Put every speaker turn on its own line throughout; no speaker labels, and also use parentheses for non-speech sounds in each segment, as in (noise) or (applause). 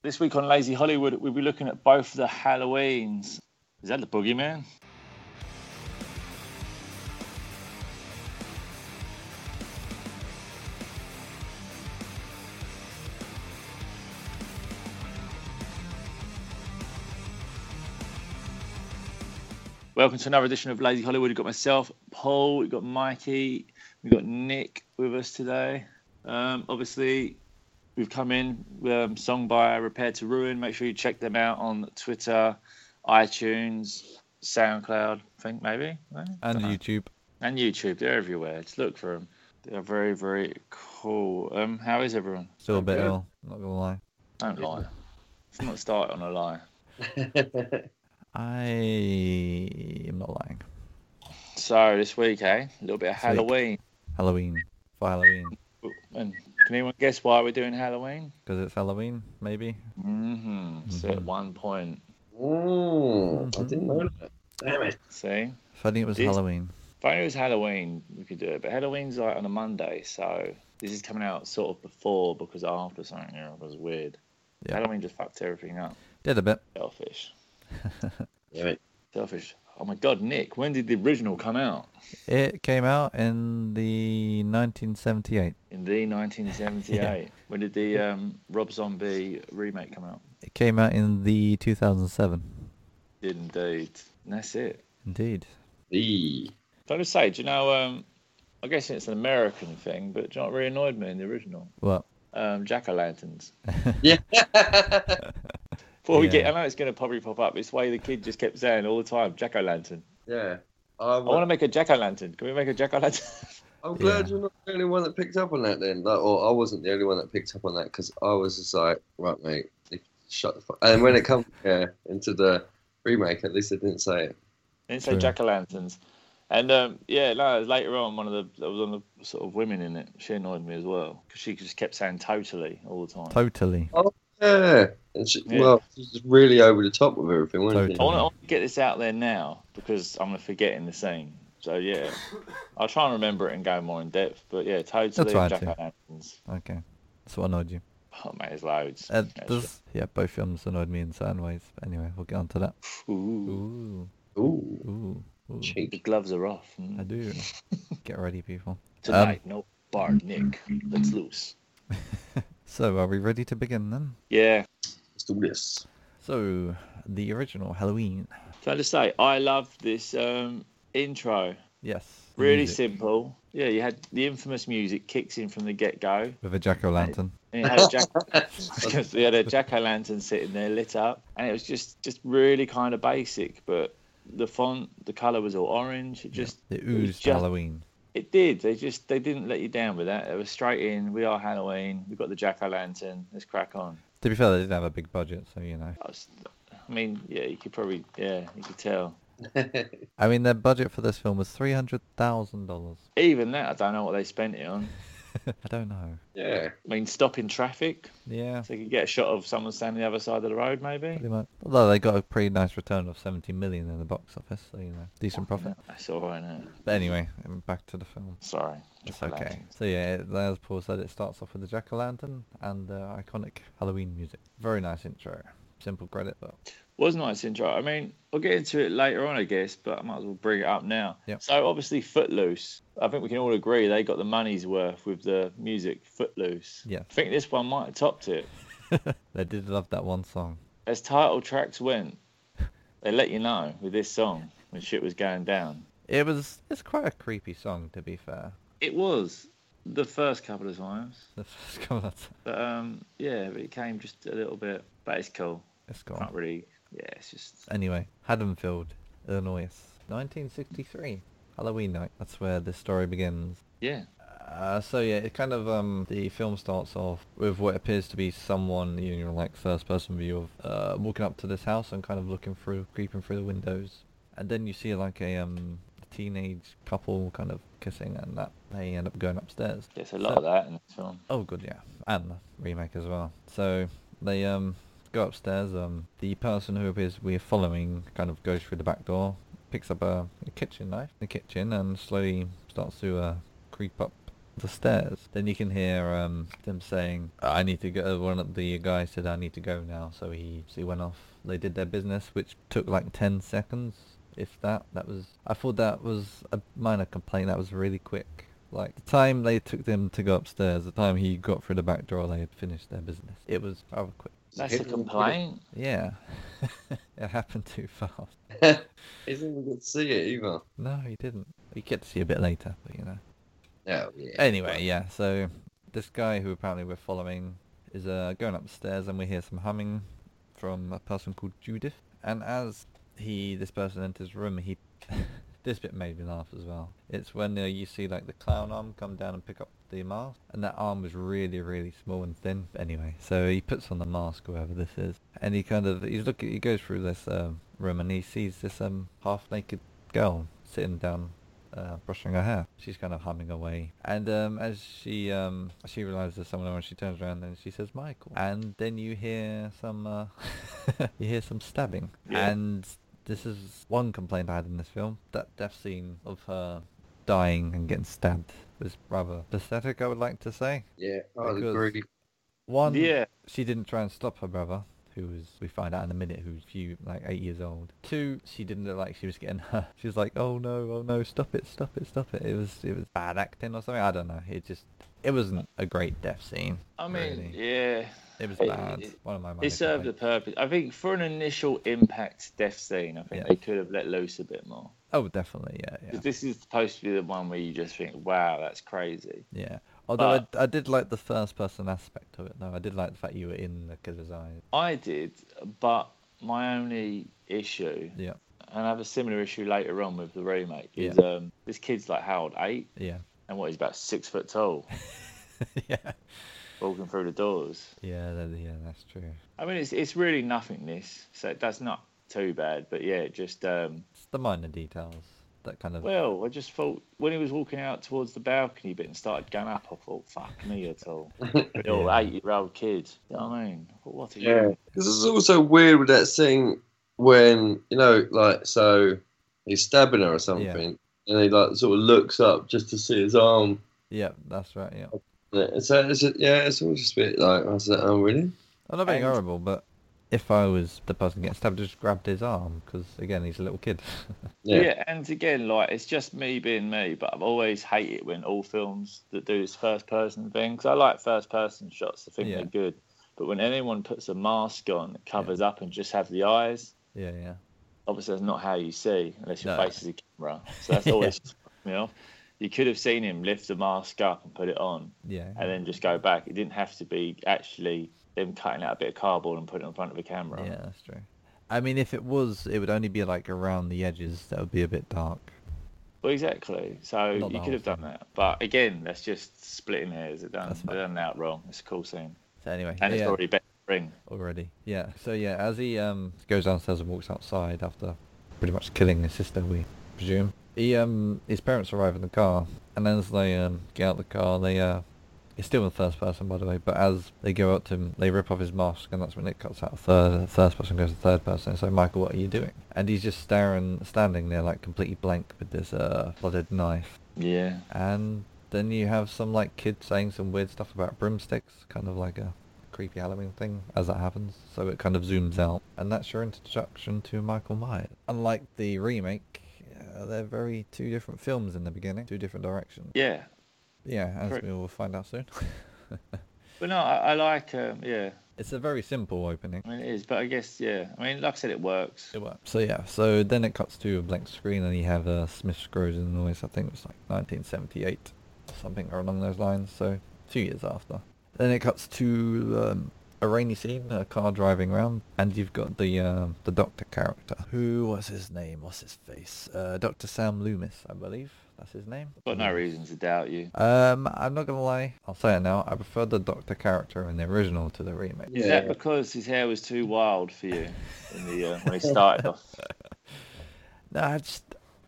This week on Lazy Hollywood, we'll be looking at both the Halloweens. Is that the boogeyman? Welcome to another edition of Lazy Hollywood. We've got myself, Paul, we've got Mikey, we've got Nick with us today. Um, obviously, we've come in um, song by Repair to Ruin. Make sure you check them out on Twitter, iTunes, SoundCloud, I think maybe, no?
and YouTube.
and YouTube. They're everywhere. Just look for them. They're very, very cool. Um, how is everyone?
Still a bit
Good.
ill, not gonna lie.
Don't lie. Let's not start on a lie.
I am not lying.
So this week, eh? A little bit of
Sweet.
Halloween.
Halloween for Halloween
And can anyone guess why we're doing Halloween?
because it's Halloween, maybe.
Mm-hmm. So at
Mhm.
one point,
mm, I didn't know
Mm-hmm.
that. Damn it.
see,
If I think it was
This-
Halloween,
if only it was Halloween, we could do it. But Halloween's like on a Monday, so this is coming out sort of before because after something you know, it was weird.
Yeah.
Halloween just fucked everything up.
did a bit.
Selfish,
Damn it.
selfish. Oh my god, Nick, when did the original come out?
It came out in the 1978.
In the (laughs) 1978. When did the um, Rob Zombie remake come out?
It came out in the 2007.
Did indeed. And that's it.
Indeed.
Eee.
Can I just say, do you know, um, I guess it's an American thing, but do you know what really annoyed me in the original?
Well,
Um, Jack o'
(laughs)
lanterns.
Yeah.
Before we
Yeah.
get, I know it's going to probably pop up. It's why the kid just kept saying all the time, Jack o' lantern.
yeah.
I
I'm,
want to make a Jack o' lantern. Can we make a Jack o' lantern? (laughs)
I'm glad
Yeah.
you're not the only one that picked up on that then. Like, or I wasn't the only one that picked up on that because I was just like, right, mate, if- shut the fuck And when it comes (laughs) yeah, into the remake, at least they didn't say it.
didn't say
True.
jack o' lanterns. And um, yeah, no, later on, one of the there was one of the sort of women in it. She annoyed me as well because she just kept saying totally all the time.
totally.
Yeah. And she,
Yeah.
well, she's just really over the top with everything, wasn't
I
Totally.
want, to, I want to get this out there now because I'm going to forget in the scene. So
(laughs)
yeah, I'll try and remember it and go more in depth. But yeah, totally
That's right,
Jack
too.
o' lanterns.
Okay. That's what annoyed you.
Oh mate, there's loads.
Uh,
That's
this, yeah, both films annoyed me in certain ways. But anyway, we'll get on to that.
right. Ooh,
Ooh,
she? Ooh,
ooh, ooh.
the
cheek.
gloves are off. Mm.
I do. Get ready, people.
Tonight,
um,
no bar, Nick. Let's loose.
So, are we ready to begin then?
Yeah.
Let's do this.
So, the original Halloween.
So I just say, I love this um, intro.
Yes. the
Really
music
simple. Yeah, you had the infamous music kicks in from the get go.
With a jack o' lantern.
And it had a
(laughs)
jack- because they had a jack o' lantern sitting there lit up, and it was just just really kind of basic. But the font, the color was all orange. It just
It
was
oozed
just-
Halloween.
It did. They just they didn't let you down with that. It was straight in. We are Halloween. We have got the jack o' lantern. Let's crack on.
To be fair, they didn't have a big budget, so you know.
I, was, I mean, yeah, you could probably yeah, you could tell.
I mean, their budget for this film was three hundred thousand dollars. (laughs)
Even that, I don't know what they spent it on.
I don't know.
(laughs) yeah.
I mean, stopping traffic
Yeah,
so you could get a shot of someone standing the other side of the road, maybe.
pretty much. Although they got a pretty nice return of seventy million in the box office, so you know, decent profit.
That's all right now.
But anyway, um, back to the film.
Sorry.
It's
Jack o'
okay.
lanterns.
So yeah, it, as Paul said, it starts off with the jack o' lantern and the iconic Halloween music. Very nice intro. Simple credit, but
was nice intro. I mean, we'll get into it later on, I guess, but I might as well bring it up now.
Yep.
So obviously, Footloose. I think we can all agree they got the money's worth with the music Footloose.
Yes.
I think this one might have topped it.
they did love that one song.
As title tracks went, they let you know with this song when shit was going down.
It was. It's quite a creepy song, to be fair. (laughs)
It was the first couple of times,
The first couple of-
but um, yeah, but it came just a little bit. But it's cool.
It's gone.
Not really. Yeah, it's just
Anyway, Haddonfield, Illinois, 1963, Halloween night. That's where this story begins.
yeah.
Uh, so yeah, it kind of um, the film starts off with what appears to be someone you know like first-person view of uh, walking up to this house and kind of looking through, creeping through the windows, and then you see like a um, teenage couple kind of kissing, and that they end up going upstairs.
There's a lot of that in this film.
Oh, good, yeah, and the remake as well. So they um go upstairs. Um, the person who appears we're following kind of goes through the back door, picks up a, a kitchen knife, in the kitchen, and slowly starts to uh, creep up the stairs, then you can hear um, them saying, "I need to go." uh, One of the guys said, "I need to go now," so he so he went off. They did their business, which took like ten seconds, if that. That was I thought that was a minor complaint. That was really quick. Like the time they took them to go upstairs, the time he got through the back door, they had finished their business. It was rather quick.
That's a complaint.
Yeah, (laughs) it happened too fast.
(laughs) He didn't even get to see it either.
No, he didn't. You get to see a bit later, but you know.
Oh, yeah.
Anyway, yeah, so this guy who apparently we're following is uh, going upstairs and we hear some humming from a person called Judith. And as he, this person enters the room, he, (laughs) this bit made me laugh as well. It's when uh, you see like the clown arm come down and pick up the mask. And that arm was really, really small and thin. Anyway, so he puts on the mask, whoever this is. And he kind of, he's looking, he goes through this um, room and he sees this um, half-naked girl sitting down uh, brushing her hair. She's kind of humming away, and um, as she um, she realizes there's someone around, she turns around and she says Michael, and then you hear some uh, (laughs) you hear some stabbing,
Yeah.
and this is one complaint I had in this film. That death scene of her dying and getting stabbed was rather pathetic. I would like to say
Yeah, I would
Because-
agree.
one
Yeah.
she didn't try and stop her brother, who was we find out in a minute who's few like eight years old. Two, she didn't look like she was getting her. (laughs) She was like, oh no, oh no, stop it, stop it, stop it. It was it was bad acting or something. I don't know. It just it wasn't a great death scene.
I mean,
really.
yeah.
it was
it-
bad.
it-
One of my
It
minor
served the
complaints.
purpose. I think for an initial impact death scene, I think
Yeah.
they could have let loose a bit more.
Oh, definitely, yeah, yeah,
'Cause This is supposed to be the one where you just think, wow, that's crazy.
yeah. Although I, I did like the first person aspect of it. though. I did like the fact you were in the killer's eyes.
I did, but my only issue,
Yeah,
and I have a similar issue later on with the remake, is
Yeah.
um, this kid's like how old, eight?
yeah, (laughs)
And what, he's about six foot tall,
yeah,
walking through the doors.
yeah, that, yeah. That's true.
I mean, it's, it's really nothingness, so that's not too bad, but yeah, it just. Um,
It's the minor details that kind of
Well, I just thought when he was walking out towards the balcony bit and started going up, I thought, fuck me at all. Little
Yeah.
eight year old kid. You know what I mean? I thought, what are
Yeah.
you?
This is also weird with that scene when, you know, like, so he's stabbing her or something, and he, like, sort of looks up just to see his arm.
yeah. That's right. Yeah.
Yeah, So, it's, yeah, it's all just a bit like, I was like, oh, really?
I'm not being
And-
horrible, but if I was the person getting stabbed, I just grabbed his arm because again, he's a little kid. (laughs)
Yeah. and again, like, it's just me being me, but I've always hated when all films that do this first person thing, 'cause I like first person shots, I think
Yeah.
they're good. But when anyone puts a mask on that covers up and just have the eyes,
yeah, yeah.
obviously that's not how you see unless your
No.
face is a camera. So that's always, you know, you could have seen him lift the mask up and put it on.
Yeah.
and then just go back. It didn't have to be actually them cutting out a bit of cardboard and putting it in front of a camera.
Yeah, that's true. I mean, if it was, it would only be like around the edges. That would be a bit dark.
Well, exactly. So
Not the
you could have
whole
done that, but again, that's just splitting hairs. They've done,
That's
they've
fine.
done that wrong. It's a cool scene,
So anyway,
and it's
yeah,
already better ring.
already. Yeah. So yeah, as he um goes downstairs and walks outside after pretty much killing his sister, we presume. He um his parents arrive in the car, and as they um get out the car, they uh it's still in first person by the way, but as they go up to him, they rip off his mask, and that's when it cuts out of third first person goes to third person. It's like Michael, what are you doing? And he's just staring, standing there like completely blank with this uh blooded knife,
Yeah,
and then you have some like kid saying some weird stuff about broomsticks, kind of like a creepy Halloween thing as that happens. So it kind of zooms out, and that's your introduction to Michael Myers. Unlike the remake, uh, they're very two different films in the beginning, two different directions.
yeah.
Yeah, as
Correct.
we will find out soon. (laughs)
But no, I, I like. Um, yeah,
it's a very simple opening.
I mean it is. But I guess yeah. I mean, like I said, it works.
It works. So yeah, so then it cuts to a blank screen, and you have uh, Smith Scroden noise. I think it was like 1978, or something along those lines. So two years after. Then it cuts to um, a rainy scene, a car driving around, and you've got the um the doctor character. Who was his name? What's his face? Uh, Doctor Sam Loomis, I believe. That's his name.
Got no reason to doubt you.
Um, I'm not gonna lie. I'll say it now. I prefer the doctor character in the original to the remake.
Is that because his hair was too wild for you in the uh, when he
(laughs)
started off?
No, I just,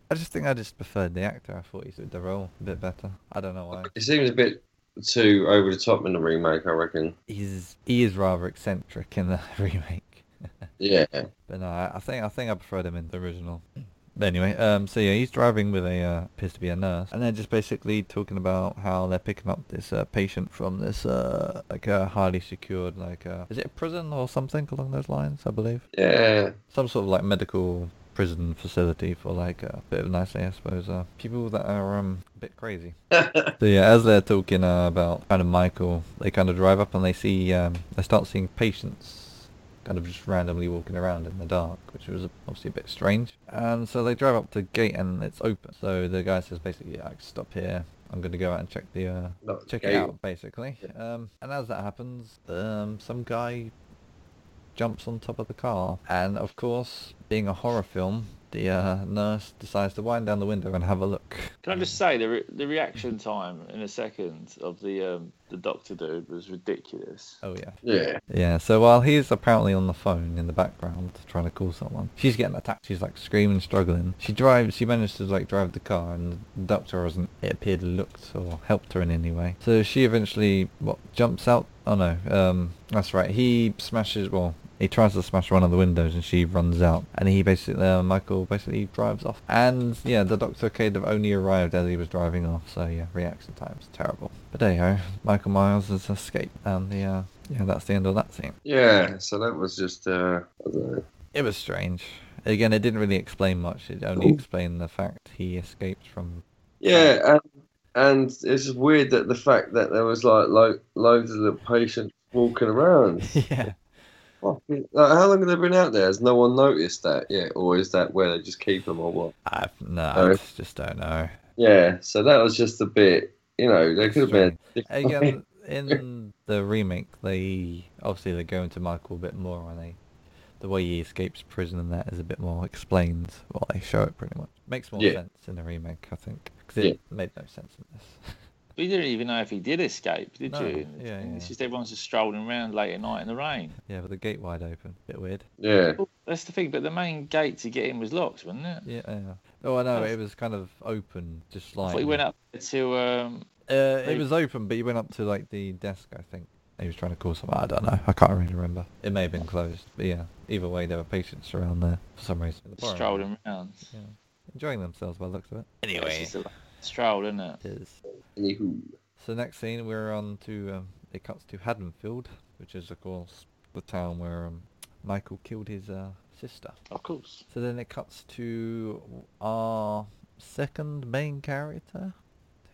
I just think I just preferred the actor. I thought he did the role a bit better. I don't know why.
It seems a bit too over the top in the remake, I reckon.
He's he is rather eccentric in the (laughs) remake.
Yeah.
But no, I, I think I think I preferred him in the original. But anyway, um, so yeah, he's driving with a uh, appears to be a nurse, and they're just basically talking about how they're picking up this uh, patient from this uh, like a highly secured like uh, is it a prison or something along those lines, I believe,
Yeah.
some sort of like medical prison facility for like a bit of nicely, I suppose, uh, people that are um a bit crazy. So yeah, as they're talking uh, about kind of Michael, they kind of drive up and they see um, they start seeing patients kind of just randomly walking around in the dark, which was obviously a bit strange. And so they drive up to the gate and it's open. So the guy says basically, yeah, I can stop here. I'm going to go out and check the uh,
Not
check it
gay.
out basically. Um, and as that happens, um, some guy jumps on top of the car, and of course, being a horror film, the uh, nurse decides to wind down the window and have a look.
Can I just say the re- the reaction time in a second of the um, the doctor dude was ridiculous.
Oh yeah.
Yeah.
Yeah, so while he's apparently on the phone in the background trying to call someone, she's getting attacked. She's like screaming, struggling. She drives, she managed to like drive the car and the doctor hasn't, it appeared, looked or helped her in any way. So she eventually, what, jumps out? Oh no, um, that's right. He smashes, well, he tries to smash one of the windows and she runs out. And he basically, uh, Michael basically drives off. And yeah, the doctor kind of only arrived as he was driving off. So yeah, reaction time's terrible. But hey ho, Michael Myers has escaped. And the, uh, yeah, that's the end of that scene.
Yeah. So that was just uh, I don't know.
It was strange. Again, it didn't really explain much. It only
Cool.
explained the fact he escaped from.
yeah, and and it's just weird that the fact that there was like lo- loads of the patients walking around.
(laughs) yeah.
Fucking- Like, how long have they been out there? Has no one noticed that yet, or is that where they just keep them or what?
I no,
Oh.
I just don't know.
Yeah. So that was just a bit. You know, they could have been.
(laughs) Again, in the remake, they obviously they go into Michael a bit more, and they the way he escapes prison and that is a bit more explained. Well, they show it pretty much makes more
Yeah.
sense in the remake, I think, because it made no sense in this. (laughs)
But you didn't even know if he did escape, did
No,
you?
yeah,
And It's
yeah.
just everyone's just strolling around late at night in the rain.
yeah, with the gate wide open, bit weird.
(laughs) Yeah.
Well, that's the thing. But the main gate to get in was locked, wasn't it?
Yeah. yeah. Oh, I know
That's-
it was kind of open, just
I
like
thought he went up to um,
Uh, it
Like-
was open, but you went up to like the desk, I think. He was trying to call someone. I don't know. I can't really remember. It may have been closed, but yeah. Either way, there were patients around there for some reason. The bar,
strolling around.
enjoying themselves by the looks of it.
It's just a stroll, isn't it?
Yes.
Anywho.
So next scene, we're on to um, it cuts to Haddonfield, which is of course the town where um, Michael killed his uh, sister.
Of course.
So then it cuts to our second main character,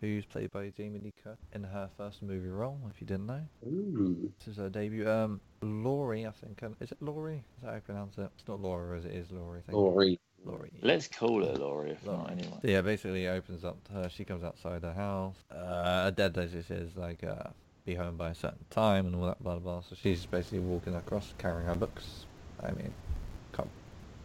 who's played by Jamie Lee Curtis in her first movie role. If you didn't know.
Ooh.
This is her debut. Um, Laurie, I think. um, Is it Laurie? Is that how you pronounce it? It's not Laura, as it is Laurie. I think.
Laurie.
Laurie.
Let's call her Laurie, if not
Laurie.
anyone.
Yeah, basically it opens up to her. She comes outside her house. Uh, her dad basically says, like, uh, be home by a certain time and all that blah blah. So she's basically walking across carrying her books. I mean, can't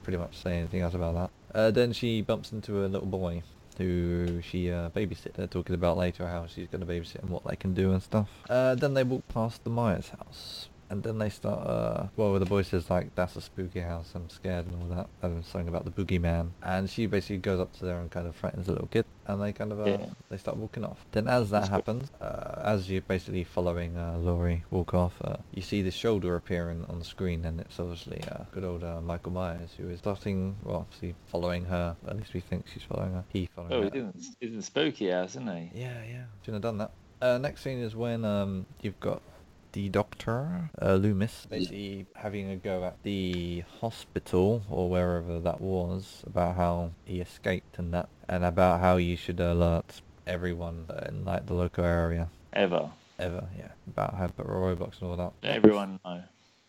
pretty much say anything else about that. Uh, then she bumps into a little boy who she uh, babysit. They're talking about later how she's going to babysit and what they can do and stuff. Uh, then they walk past the Myers house. And then they start, uh, well, the boy says, like, that's a spooky house, I'm scared and all that. And something about the boogeyman. And she basically goes up to there and kind of frightens the little kid. And they kind of, uh,
Yeah.
they start walking off. Then as that
That's cool.
happens, uh, as you're basically following uh, Laurie walk off, uh, you see the shoulder appearing on the screen, and it's obviously uh, good old uh, Michael Myers who is starting, well, obviously following her. At least we think she's following her. He following
Oh,
her.
he didn't, he didn't spooky house, didn't he?
Yeah, yeah. Shouldn't have done that. Uh, next scene is when um, you've got the doctor, uh, Loomis, basically having a go at the hospital or wherever that was about how he escaped and that, and about how you should alert everyone in like the local area
Ever. ever.
ever. Yeah, about how about Roblox and all that.
Everyone know.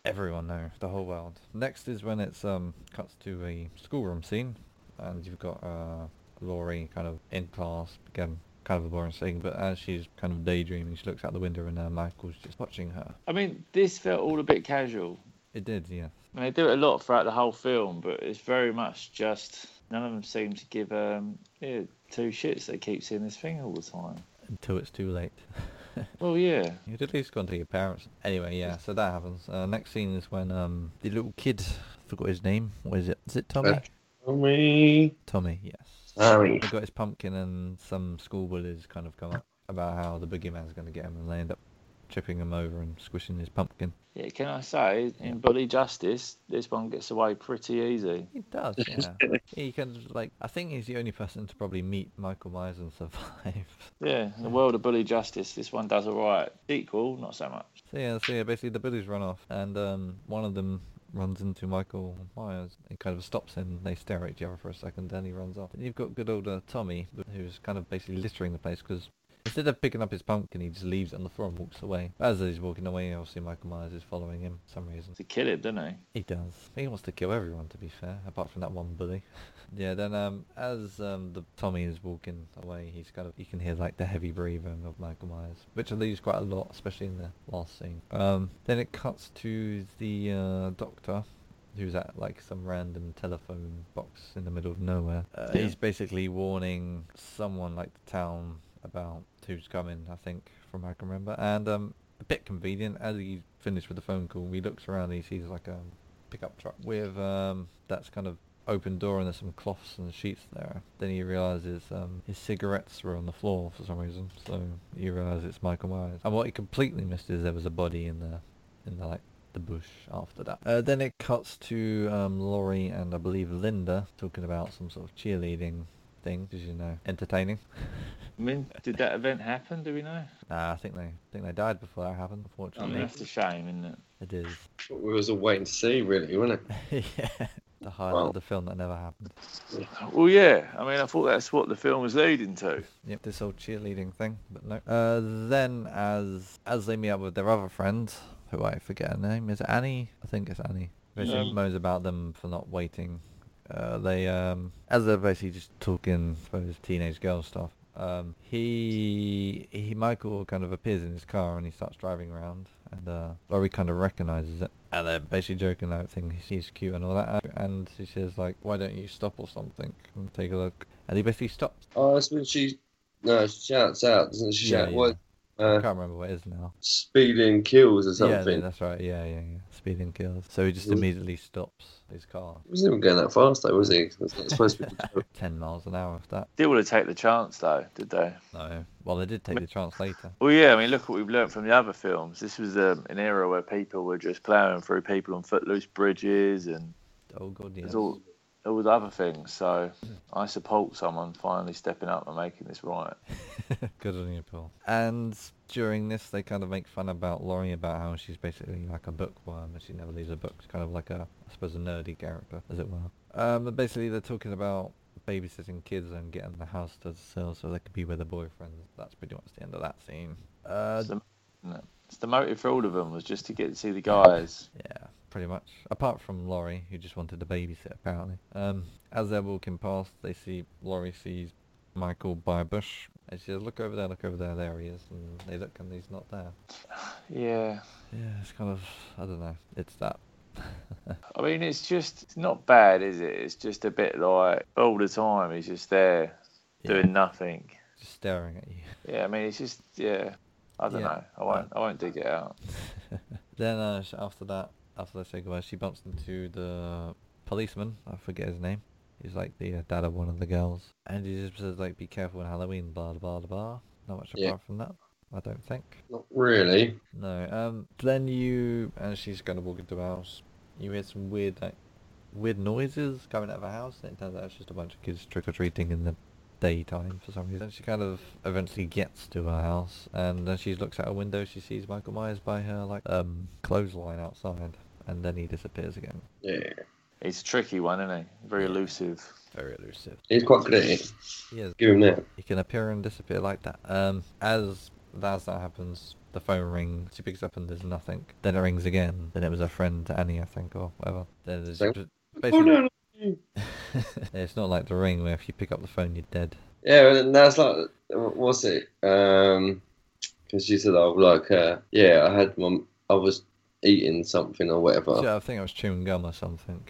Everyone knows the whole world. Next is when it's um cuts to a schoolroom scene, and you've got uh Laurie kind of in class again, kind of a boring scene. But as she's kind of daydreaming, she looks out the window and uh, Michael's just watching her.
I mean, this felt all a bit casual.
It did, yeah.
I mean, they do it a lot throughout the whole film, but it's very much just none of them seem to give um, yeah, two shits. They keep seeing this thing all the time.
Until it's too late.
Well, yeah.
(laughs) You'd at least gone to your parents. Anyway, yeah. So that happens. Uh, next scene is when um the little kid, forgot his name. What is it? Is it Tommy?
Patrick. Tommy.
Tommy, yes.
Tommy.
He got his pumpkin and some school bullies kind of come up about how the boogeyman's going to get him and they end up chipping him over and squishing his pumpkin.
Yeah, can I say, in Bloody Justice, this one gets away pretty easy.
He does, yeah. he can like. I think he's the only person to probably meet Michael Myers and survive.
Yeah, in the world of Bloody Justice, this one does all right. Sequel, not so much.
So yeah, so yeah, basically the bullies run off, and um, one of them runs into Michael Myers and kind of stops him. They stare at each other for a second, then he runs off. And you've got good old uh, Tommy, who's kind of basically littering the place because instead of picking up his pumpkin, he just leaves it on the floor and walks away. As he's walking away, obviously Michael Myers is following him for some reason.
To kill it, doesn't he?
He does. He wants to kill everyone, to be fair, apart from that one bully. (laughs) yeah. Then, um, as um, the Tommy is walking away, he's kind of you can hear like the heavy breathing of Michael Myers, which I use quite a lot, especially in the last scene. Um, then it cuts to the uh, doctor. Who's at like some random telephone box in the middle of nowhere? Uh,
Yeah.
He's basically warning someone like the town about who's coming. I think from what I can remember, and um, a bit convenient as he finished with the phone call, he looks around and he sees like a pickup truck with um, that's kind of open door and there's some cloths and sheets there. Then he realizes um, his cigarettes were on the floor for some reason, so he realizes it's Michael Myers. And what he completely missed is there was a body in the in the like the bush after that. Uh, then it cuts to um, Laurie and I believe Linda talking about some sort of cheerleading thing, as you know, entertaining.
I mean, did that event happen? Do we know?
Nah, I think they I think they died before that happened.
I
Unfortunately,
mean, that's a shame, isn't it?
it is. (laughs)
We was all waiting to see, really, wasn't it?
yeah. The highlight
Well-
of the film that never happened.
Well, yeah. I mean, I thought that's what the film was leading to.
Yep, this old cheerleading thing, but no. Uh, then as as they meet up with their other friend, who I forget her name, is it Annie? I think it's Annie. Basically
Um,
moans about them for not waiting. Uh, they um as they're basically just talking, I suppose teenage girl stuff. Um, he he Michael kind of appears in his car and he starts driving around, and uh, Laurie kind of recognizes it. And they're basically joking like, thinking he's cute and all that. And she says like, "Why don't you stop or something and take a look?" And he basically stops.
Oh, that's when she no she shouts out, doesn't she?
Yeah,
shout, What? Uh,
I can't remember what it is now.
speeding kills or
Yeah,
something.
yeah, that's right. Yeah, yeah, yeah. Speeding kills. So he just
Was-
immediately stops his car.
He wasn't even going that fast, though, was he? It's not supposed to be.
(laughs) Ten miles an hour if that.
They would have taken the chance, though, did they?
No. Well, they did take the chance later.
Well, yeah. I mean, look what we've learned from the other films. This was um, an era where people were just plowing through people on footloose bridges and
Oh god, yes.
there's all all the other things. So I support someone finally stepping up and making this right.
(laughs) Good on you, Paul. And during this, they kind of make fun about Laurie about how she's basically like a bookworm and she never leaves her books, kind of like a, I suppose, a nerdy character, as it were. Um, but basically, they're talking about babysitting kids and getting the house to themselves so they could be with their boyfriends. That's pretty much the end of that scene. Uh,
So- It's the motive for all of them was just to get to see the guys.
Yeah, pretty much. Apart from Laurie, who just wanted to babysit, apparently. Um, as they're walking past, they see Laurie sees Michael by a bush, and she says, "Look over there, look over there, there he is." And they look, and he's not there.
Yeah.
Yeah, it's kind of, I don't know. It's that. (laughs)
I mean, it's just it's not bad, is it? It's just a bit like all the time he's just there doing nothing.
Just staring at you.
Yeah, I mean, it's just yeah. I don't
Yeah.
know. I won't. I won't dig it out.
Then uh, sh- after that, after they say goodbye, she bumps into the policeman. I forget his name. He's like the uh, dad of one of the girls, and he just says like, "Be careful on Halloween." Blah blah blah. blah. Not much
Yeah.
apart from that, I don't think.
Not really.
No. Um. Then you and she's gonna walk into the house. You hear some weird like weird noises coming out of the house, and it turns out it's just a bunch of kids trick or treating in the daytime for some reason. She kind of eventually gets to her house, and then she looks out her window. She sees Michael Myers by her like um clothesline outside, and then he disappears again.
Yeah,
He's a tricky one, isn't he? Very elusive.
Very elusive.
he's quite good at it.
He is.
Give him that.
He can appear and disappear like that. Um. As as that happens. The phone rings. She picks up and there's nothing. Then it rings again. Then it was her friend Annie, I think, or whatever. Then there's
So-
just-
Oh
basically
no! no.
(laughs) it's not like the ring where if you pick up the phone you're dead.
Yeah, well, that's like what's it? Um, because she said, "Oh, like, uh, yeah, I had my, I was eating something or whatever."
Yeah, I think I was chewing gum or something.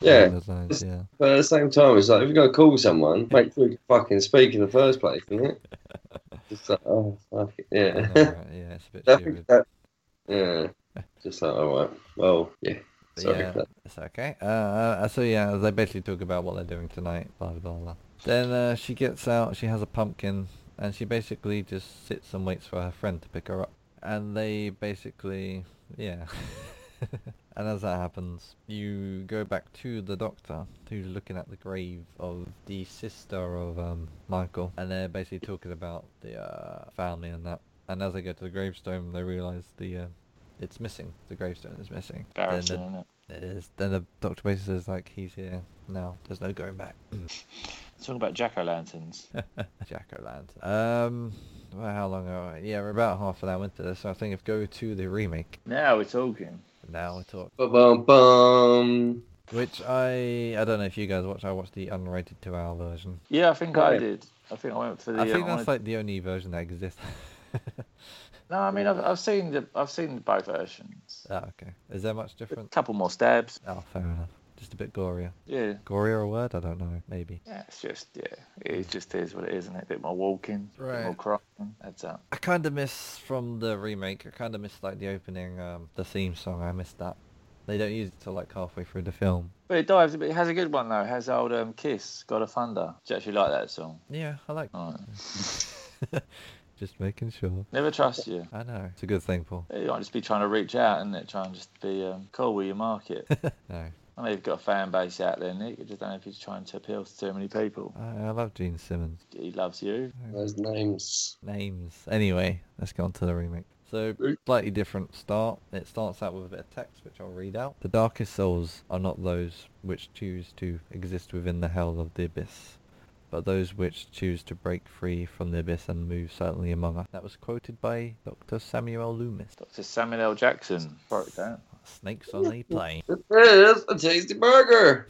Yeah.
Those lines,
(laughs)
yeah.
But at the same time, it's like if you're gonna
(laughs)
call someone, make sure you fucking speak in the first place, isn't it? Just like, oh fuck it,
I
(laughs) yeah.
know, right, yeah, it's a bit
I think
stupid.
that, yeah. Just like, all right, well, yeah.
But
Sorry,
yeah,
that-
it's okay. Uh, uh, so yeah, they basically talk about what they're doing tonight, blah blah blah. Then uh, she gets out. She has a pumpkin, and she basically just sits and waits for her friend to pick her up. and they basically, yeah. (laughs) and as that happens, you go back to the doctor who's looking at the grave of the sister of um, Michael, and they're basically talking about the uh, family and that. And as they go to the gravestone, they realise the uh, it's missing. The gravestone is missing. Then the-
Embarrassing, isn't it?
it is. Then the doctor basically says like he's here now. There's no going back. (clears throat)
Talking about jack o'
(laughs)
lanterns.
Jack O'Lantern. Um, well, how long are we? Yeah, we're about half an hour into this. So I think if go to the remake
now we're talking.
now we talk.
Ba bum bum.
Which I I don't know if you guys watched. I watched the unrated two-hour version.
Yeah, I think I
Right.
did. I think I went for the.
I think
uh,
that's
wanted-
like the only version that exists. (laughs)
No, I mean I've, I've seen the I've seen both versions.
oh, okay. Is there much
A
different?
couple more stabs.
Oh, fair enough. Just a bit gorier.
Yeah.
Gorier a word? I don't know. Maybe.
Yeah, it's just yeah, it just is what it is, isn't it? bit more walking,
Right.
bit more crying. That's up.
I kind of miss from the remake. I kind of miss like the opening, um, the theme song. I missed that. They don't use it till like halfway through the film.
But it dives. But it has a good one though. It has old um, Kiss, God of Thunder. Do you actually like that song?
Yeah, I like.
Alright.
(laughs) Just making sure.
Never trust you.
I know. It's a good thing, Paul. (laughs)
You might just be trying to reach out and it try and just be um, cool with your market.
No,
I know you've got a fan base out there, Nick. I just don't know if he's trying to appeal to too many people.
I, I love Gene Simmons.
He loves you.
Those names.
Names. Anyway, let's go on to the remake. So, slightly different start. It starts out with a bit of text, which I'll read out. The darkest souls are not those which choose to exist within the hell of the abyss, but those which choose to break free from the abyss and move silently among us. That was quoted by Dr. Samuel Loomis.
Dr. Samuel L. Jackson. Broke that.
Snakes on a plane.
It is a tasty burger.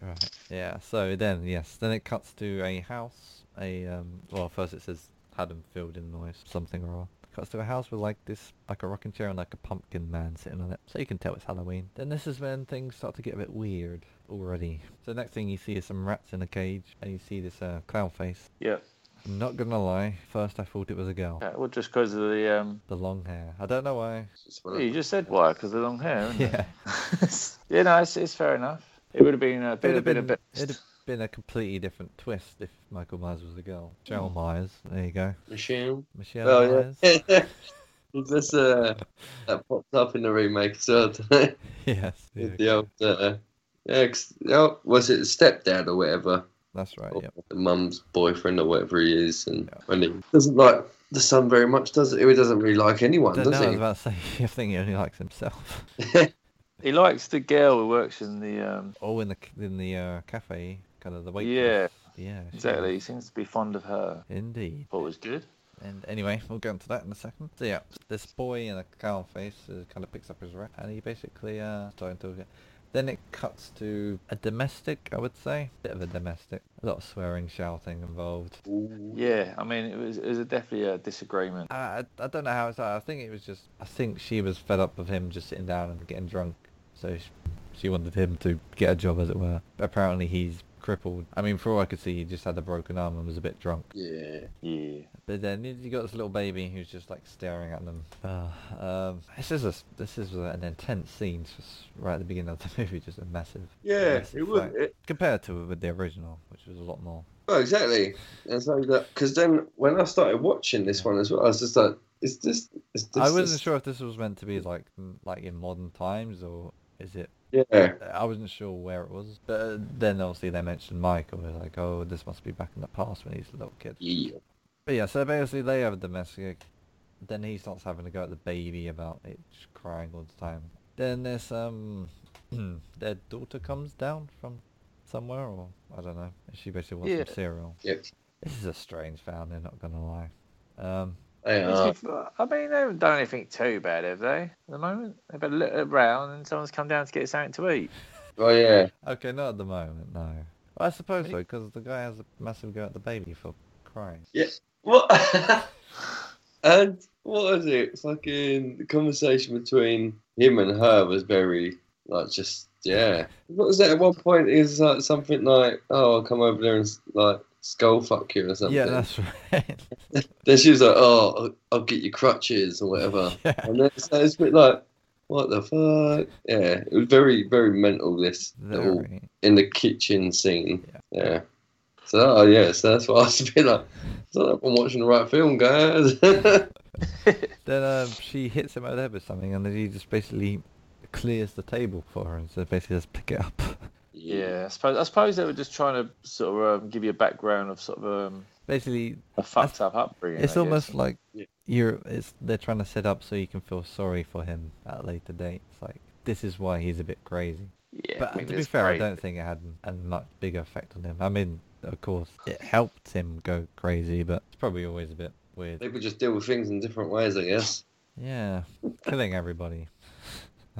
Right. Yeah. So then, yes, then it cuts to a house. A um. Well, first it says Haddonfield, Illinois, something or other. Cuts to a house with like this, like a rocking chair and like a pumpkin man sitting on it. So you can tell it's Halloween. Then this is when things start to get a bit weird already. So next thing you see is some rats in a cage, and you see this uh, clown face.
Yeah.
I'm not gonna lie, first I thought it was a girl.
Okay, Well, just because of the. Um,
The long hair. I don't
(laughs)
know why.
Just what I-
you just said why? Because of the long hair, isn't
Yeah.
it? (laughs) yeah, no, it's, it's fair enough. It would have been a bit,
It'd
a
have
bit,
been,
a bit.
it'd have been a completely different twist if Michael Myers was a girl. Michelle
Mm.
Myers. There you go.
Michelle.
Michelle
Oh
Myers.
yeah. (laughs) this uh, that popped up in the remake as well. (laughs) didn't it?
(laughs) yes. yeah,
With the old uh, yeah, 'cause the old- was it stepdad or whatever?
That's right.
or
Yep.
the mum's boyfriend or whatever he is, and
Yeah.
when he doesn't like the son very much, does he? He doesn't really like anyone,
Don't know,
does
I was
he?
about to say. (laughs) I think he only likes himself. (laughs)
He likes the girl who works in the. Um,
oh, in the c- in the uh, cafe, kind of the waitress.
yeah,
Yeah. she-
exactly. He seems to be fond of her.
Indeed.
Thought it was good.
And anyway, we'll get into that in a second. So yeah, this boy in a cow face uh, kind of picks up his rat, and he basically uh starting to get. Then it cuts to a domestic, I would say, bit of a domestic, a lot of swearing, shouting involved.
Yeah, I mean, it was, it was a definitely a disagreement.
I, I I don't know how it's. I think it was just. I think she was fed up with him just sitting down and getting drunk, so she, she wanted him to get a job, as it were. But apparently he's crippled. I mean, for all I could see, he just had a broken arm and was a bit drunk.
Yeah.
Yeah.
But then you you got this little baby who's just like staring at them. Uh, um, this is a s- this is an intense scene just right at the beginning of the (laughs) movie, just a massive.
Yeah,
massive
it was.
fight.
It,
compared to with the original, which was a lot more.
well, exactly. And so that because then when I started watching this one as well, I was just like, "Is this? Is this?"
I wasn't
this-
sure if this was meant to be like m- like in modern times or is it
Yeah,
I wasn't sure where it was, but uh, then obviously they mentioned Michael. They're like, oh, this must be back in the past when he's a little kid.
yeah.
But yeah, so basically they have a domestic. Then he starts having to go at the baby about it just crying all the time. Then there's um, (clears throat) their daughter comes down from somewhere, or I don't know. She basically wants
Yeah.
some cereal.
Yep.
This is a strange family, not gonna lie. Um,
They are.
I mean, they haven't done anything too bad, have they? At the moment, they've had a look around and someone's come down to get something to eat.
Oh yeah.
okay, not at the moment, no. Well, I suppose so, because the guy has a massive go at the baby for crying.
What? (laughs) and what is it? Fucking the conversation between him and her was very like just yeah. What was it? At one point, it was like something like, "Oh, I'll come over there and like skull fuck you" or something.
Yeah, that's (laughs) right.
Then she was like, "Oh, I'll- I'll get you crutches or whatever."
yeah.
and then so it's a bit like, "What the fuck?" Yeah,
Oh.
it was very very mental. This little
Very.
in the kitchen scene. Yeah. So oh, yeah, so that's what (laughs) I was a bit like. So I'm watching the right film, guys. (laughs)
Then uh, she hits him over the head with something, and then he just basically clears the table for her, and so basically just pick it up. (laughs)
Yeah, I suppose I suppose they were just trying to sort of um, give you a background of sort of um,
basically,
a fucked up upbringing.
it's
I guess.
almost like
Yeah.
you're. It's they're trying to set up so you can feel sorry for him at a later date. It's like this is why he's a bit crazy.
yeah,
but
I mean,
to be
it's
fair,
great.
I don't think it had a much bigger effect on him. I mean, of course, it helped him go crazy, but it's probably always a bit weird.
People just deal with things in different ways, I guess.
Yeah, killing everybody. (laughs)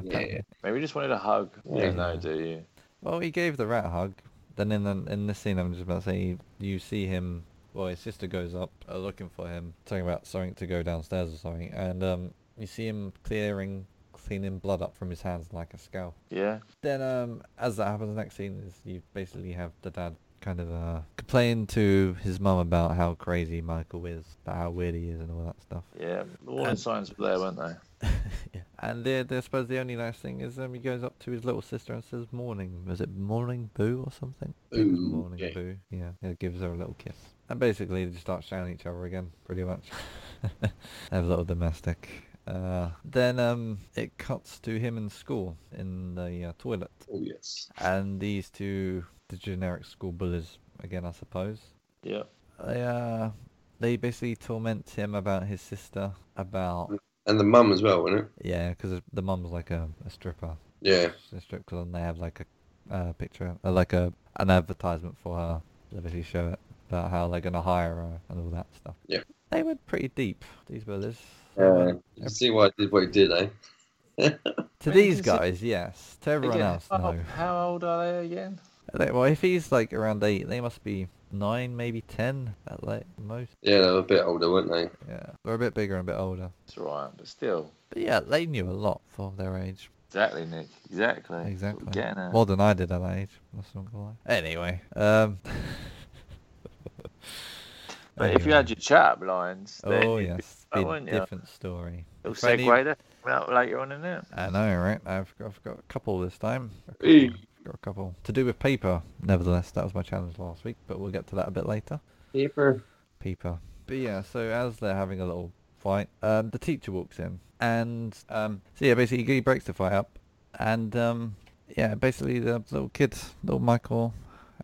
Yeah.
Maybe you just wanted a hug. You
Yeah.
don't know, do you?
Well, he gave the rat a hug. Then in the, in this scene, I'm just about to say, you see him. Well, his sister goes up uh, looking for him, talking about something to go downstairs or something, and um, you see him clearing, cleaning blood up from his hands like a scalpel.
Yeah.
Then, um, as that happens, the next scene is you basically have the dad kind of uh, complain to his mum about how crazy Michael is, about how weird he is, and all that stuff.
Yeah, the warning
And-
signs were there, weren't they?
yeah. And they're, they're, I suppose the only nice thing is um, he goes up to his little sister and says, "Morning." Was it "Morning Boo" or something? I think it was
Ooh,
morning
yeah.
Boo. Yeah. He gives her a little kiss, and basically they just start shouting at each other again, pretty much. (laughs) they have a little domestic. Uh, then um, it cuts to him in school in the uh, toilet,
Oh yes.
and these two, the generic school bullies again, I suppose.
Yeah.
They uh, they basically torment him about his sister, about
And the mum as well, wasn't it?
yeah, because the mum's like a, a stripper.
Yeah.
She's a strip club, and they have like a uh, picture, uh, like a an advertisement for her. They basically show it about how they're gonna hire her and all that stuff.
Yeah.
They went pretty deep. These brothers. They
Uh,
went-
you see why I did what he did, eh? (laughs)
to
Maybe
these
consider-
guys, yes. To everyone
Again,
else,
how,
no. (laughs)
(laughs) how old are they again?
They- Well, if he's like around eight, they must be nine, maybe ten at like most.
Yeah, they were a bit older, weren't they?
Yeah, they're a bit bigger and a bit older.
It's all right, but still.
But yeah, they knew a lot for their age.
Exactly, Nick. Exactly. That's what we're
Exactly.
Getting at.
More than I did at that age. That's not gonna lie. Anyway, um. (laughs)
but if you
anyway.
had your chat lines, then
Oh
you'd be
yes,
fine,
be
wouldn't you?
different story.
It'll
If I need-
segue that out later on in it.
I know, right? I've got, I've got a couple this time.
Hey.
I've got a couple to do with paper. Nevertheless, that was my challenge last week, but we'll get to that a bit later.
Paper.
Peeper. But yeah, so as they're having a little fight, um, the teacher walks in, and um, so yeah, basically he breaks the fight up, and um, yeah, basically the little kid, little Michael,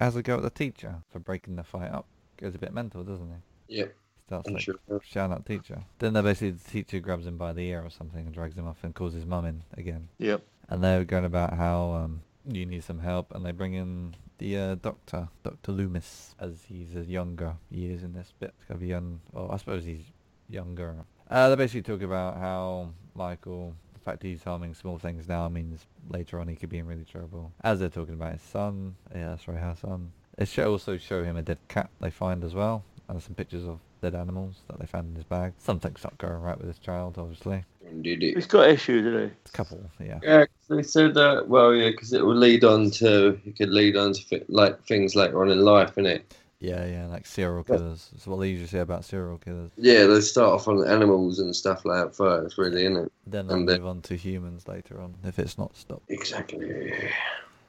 has a go at the teacher for breaking the fight up. Goes a bit mental, doesn't he?
Yep.
Starts
I'm
like
sure.
shouting at the teacher. Then they basically the teacher grabs him by the ear or something and drags him off and calls his mum in again.
Yep.
And they're going about how um, you need some help, and they bring in the uh, doctor, Doctor Loomis, as he's a younger years in this bit. He's gotta be young. Well, I suppose he's younger. Uh, they basically talk about how Michael, the fact he's harming small things now means later on he could be in really trouble. As they're talking about his son, yeah, that's right, her son. They show, also show him a dead cat they find as well, and some pictures of dead animals that they found in his bag. Something's not going right with this child, obviously.
Did it.
He's got issues, isn't
It's a couple, yeah.
Yeah, 'cause they said that. Well, yeah, because it will lead on to it could lead on to fi- like things later on in life, innit?
Yeah, yeah, like serial
Yeah.
killers. That's what they usually say about serial killers.
Yeah, they start off on animals and stuff like that first, really, innit?
Then they'll
And they-
move on to humans later on if it's not stopped.
Exactly.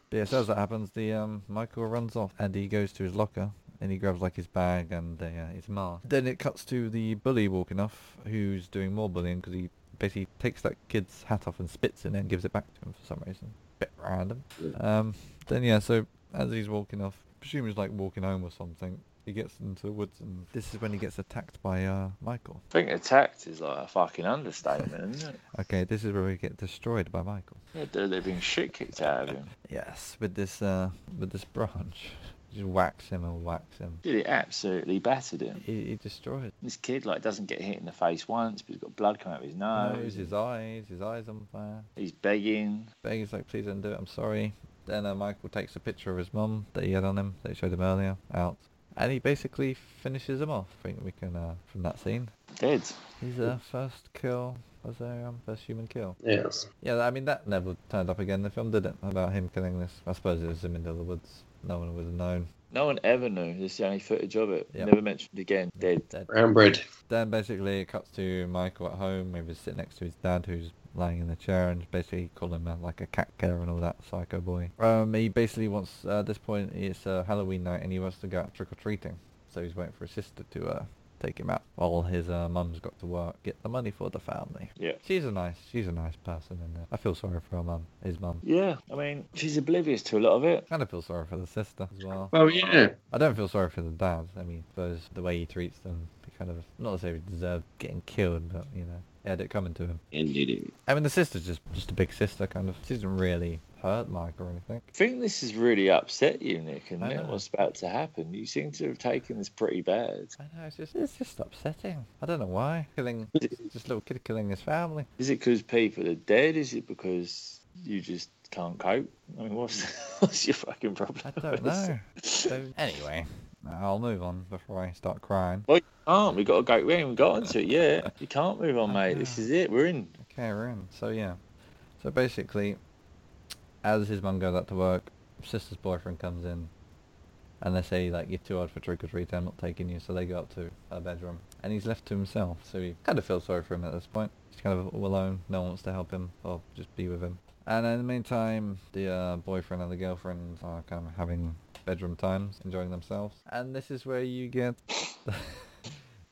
But yeah, so as that happens, the um, Michael runs off and he goes to his locker and he grabs like his bag and uh, his mask. Then it cuts to the bully walking off, who's doing more bullying because he basically takes that kid's hat off and spits in it and gives it back to him for some reason. Bit random.
Yeah.
Um, then yeah, so as he's walking off, presume he's like walking home or something. He gets into the woods and this is when he gets attacked by uh, Michael.
I think attacked is like a fucking understatement, isn't
(laughs)
it?
Okay, this is where we get destroyed by Michael.
Yeah, they're living shit kicked out of him.
Yes, with this uh, with this branch, (laughs) just whacks him and whacks him.
Really absolutely battered him.
He, he destroyed.
This kid like doesn't get hit in the face once, but he's got blood coming out of his nose.
Nose, his eyes, his eyes on fire.
He's begging.
Begging's like, please don't do it, I'm sorry. Then uh, Michael takes a picture of his mum that he had on him, that he showed him earlier, out. And he basically finishes him off. I think we can, uh, from that scene.
Dead.
He's uh, first kill, was there, um, first human kill.
Yes.
Yeah, I mean, that never turned up again in the film, did it? About him killing this. I suppose it was him in the woods. No one would have known.
No one ever knew. This is the only footage of it.
Yeah.
Never mentioned again. Dead.
Dead.
Brown bread.
Then basically it cuts to Michael at home, maybe sitting next to his dad who's lying in the chair and basically call him uh, like a cat killer and all that psycho boy. Um, he basically wants uh, at this point it's uh, Halloween night and he wants to go out trick or treating, so he's waiting for his sister to uh, take him out while his uh, mum's got to work, get the money for the family.
Yeah.
She's a nice, she's a nice person, and uh, I feel sorry for her mum, his mum.
Yeah, I mean, she's oblivious to a lot of it.
Kind of feel sorry for the sister as well.
Well, yeah.
I don't feel sorry for the dad. I mean, those the way he treats them, he kind of not to say he deserved getting killed, but you know, he had it coming to him.
Indeed.
I mean, the sister's just just a big sister, kind of. She doesn't really hurt Mike or anything.
I think this has really upset you, Nick, and
I
it
know.
what's about to happen. You seem to have taken this pretty bad.
I know it's just it's just upsetting. I don't know why killing just little kid killing his family.
Is it because people are dead? Is it because you just can't cope? I mean, what's, (laughs) what's your fucking problem? (laughs)
I don't know. So, anyway, I'll move on before I start crying.
Well, you can't. We've got to go. We haven't got onto it yet. You can't move on, mate. This is it. We're in.
Okay, we're in. So yeah, so basically, as his mum goes out to work, sister's boyfriend comes in, and they say like you're too old for trick or treat. I'm not taking you. So they go up to her bedroom, and he's left to himself. So he kind of feels sorry for him at this point. He's kind of all alone. No one wants to help him or just be with him. And in the meantime, the uh, boyfriend and the girlfriend are kind of having bedroom times, enjoying themselves. And this is where you get, (laughs)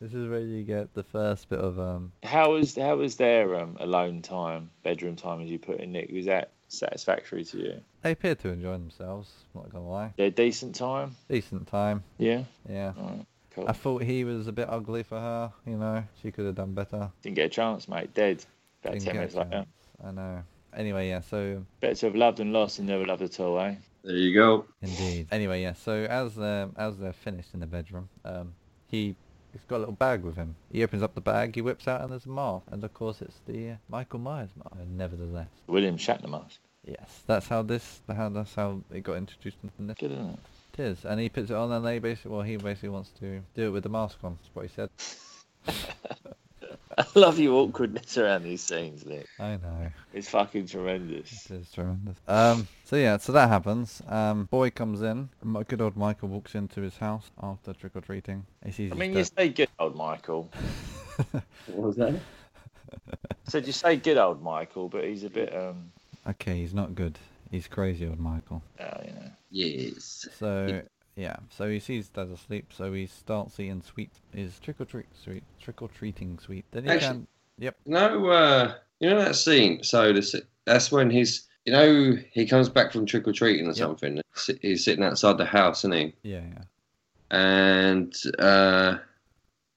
this is where you get the first bit of um,
How was how was their um, alone time, bedroom time, as you put it, Nick? Was that satisfactory to you?
They appear to enjoy themselves, not gonna lie.
Their decent time.
Decent time,
Yeah.
yeah.
All right. Cool.
I thought he was a bit ugly for her, you know. She could have done better.
Didn't get a chance, mate. Dead. About
Didn't
ten
get a
minutes later.
chance. I know. Anyway, yeah, so
Better to have loved and lost than never loved at all, eh?
There you go.
indeed. Anyway, yeah, so as they're as they're finished in the bedroom, um he he's got a little bag with him. He opens up the bag, he whips out and there's a mask. And of course it's the uh, Michael Myers mask. Nevertheless.
William Shatner mask.
Yes. That's how this how that's how it got introduced into this.
Good, isn't it? (laughs)
It is. And he puts it on and they basically well he basically wants to do it with the mask on, that's what he said.
I love your awkwardness around these scenes, Nick.
I know.
It's fucking tremendous.
It's tremendous. Um, so yeah, so that happens. Um, boy comes in. My good old Michael walks into his house after trick or treating. He sees
I
his
mean,
dad-
you say good old Michael.
What was that?
I said you say good old Michael, but he's a bit um,
Okay, he's not good. He's crazy, old Michael.
uh, you know.
Yes.
So yeah, so he sees Dad asleep. So he starts eating sweet. His trick or treat sweet, trick or treating sweet. Then he
Actually-
can. Yep.
No, uh, you know that scene. So the, s- that's when he's, you know, he comes back from trick or treating or
Yep.
something. Si- He's sitting outside the house, isn't he?
Yeah, yeah.
And uh,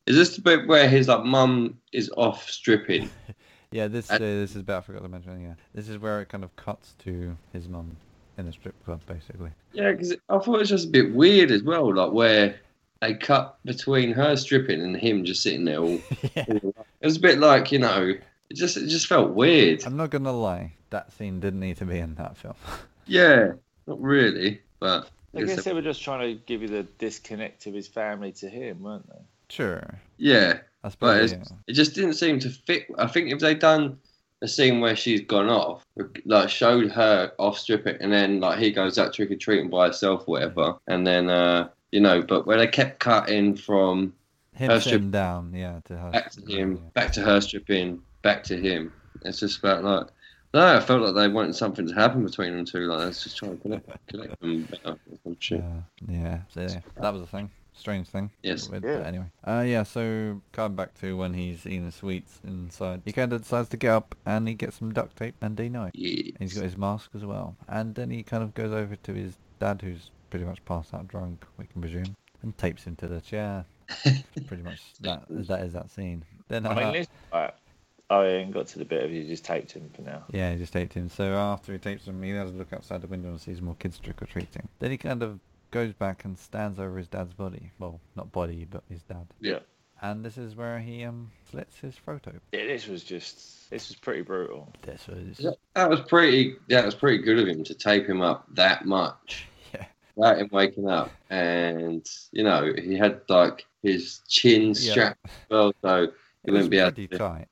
is this the bit where his like mum is off stripping?
Yeah, this
I-
uh, this is. But I forgot to mention. Yeah, this is where it kind of cuts to his mum in a strip club, basically. (laughs)
Yeah, because I thought it was just a bit weird as well, like where they cut between her stripping and him just sitting there. All,
yeah.
it was a bit like you know, it just it just felt weird.
I'm not gonna lie. That scene didn't need to be in that film. (laughs)
Yeah, not really, but
I guess they were just trying to give you the disconnect of his family to him, weren't they?
sure.
yeah.
I suppose.
it's-
yeah.
it just didn't seem to fit. I think if they'd done a scene where she's gone off, like showed her off stripping, and then like he goes out trick or treating by herself, whatever, and then uh, you know, but where they kept cutting from
Him
Her
sitting
strip-
down, yeah, to her.
back to
strip
him,
down, yeah.
back to her stripping, back to him, it's just about like. No, I felt like they wanted something to happen between them two. Like, let's just try and connect, connect them better. or some shit.
Yeah, yeah. So yeah, that was a thing. Strange thing.
Yes.
Weird,
Yeah.
But anyway. Uh, yeah. So coming back to when he's eating sweets inside, he kind of decides to get up and he gets some duct tape and they know it.
Yeah.
And he's got his mask as well. And then he kind of goes over to his dad, who's pretty much passed out drunk, we can presume, and tapes him to the
(laughs)
chair. pretty much that. That is that scene. Then
I
(laughs) uh,
mean, listen, right. I ain't got to the bit of you just taped him for now.
Yeah, he just taped him. So after he tapes him, he has a look outside the window and sees more kids trick or treating. Then he kind of goes back and stands over his dad's body. Well, not body, but his dad.
Yeah.
And this is where he um slits his throat open.
Yeah, this was just this was pretty brutal.
This was
Yeah. That was pretty. That was pretty good of him to tape him up that much.
(laughs) Yeah.
Without him waking up, and you know he had like his chin
Yeah.
strapped well, so
it
he
was
wouldn't be able.
pretty
To,
tight.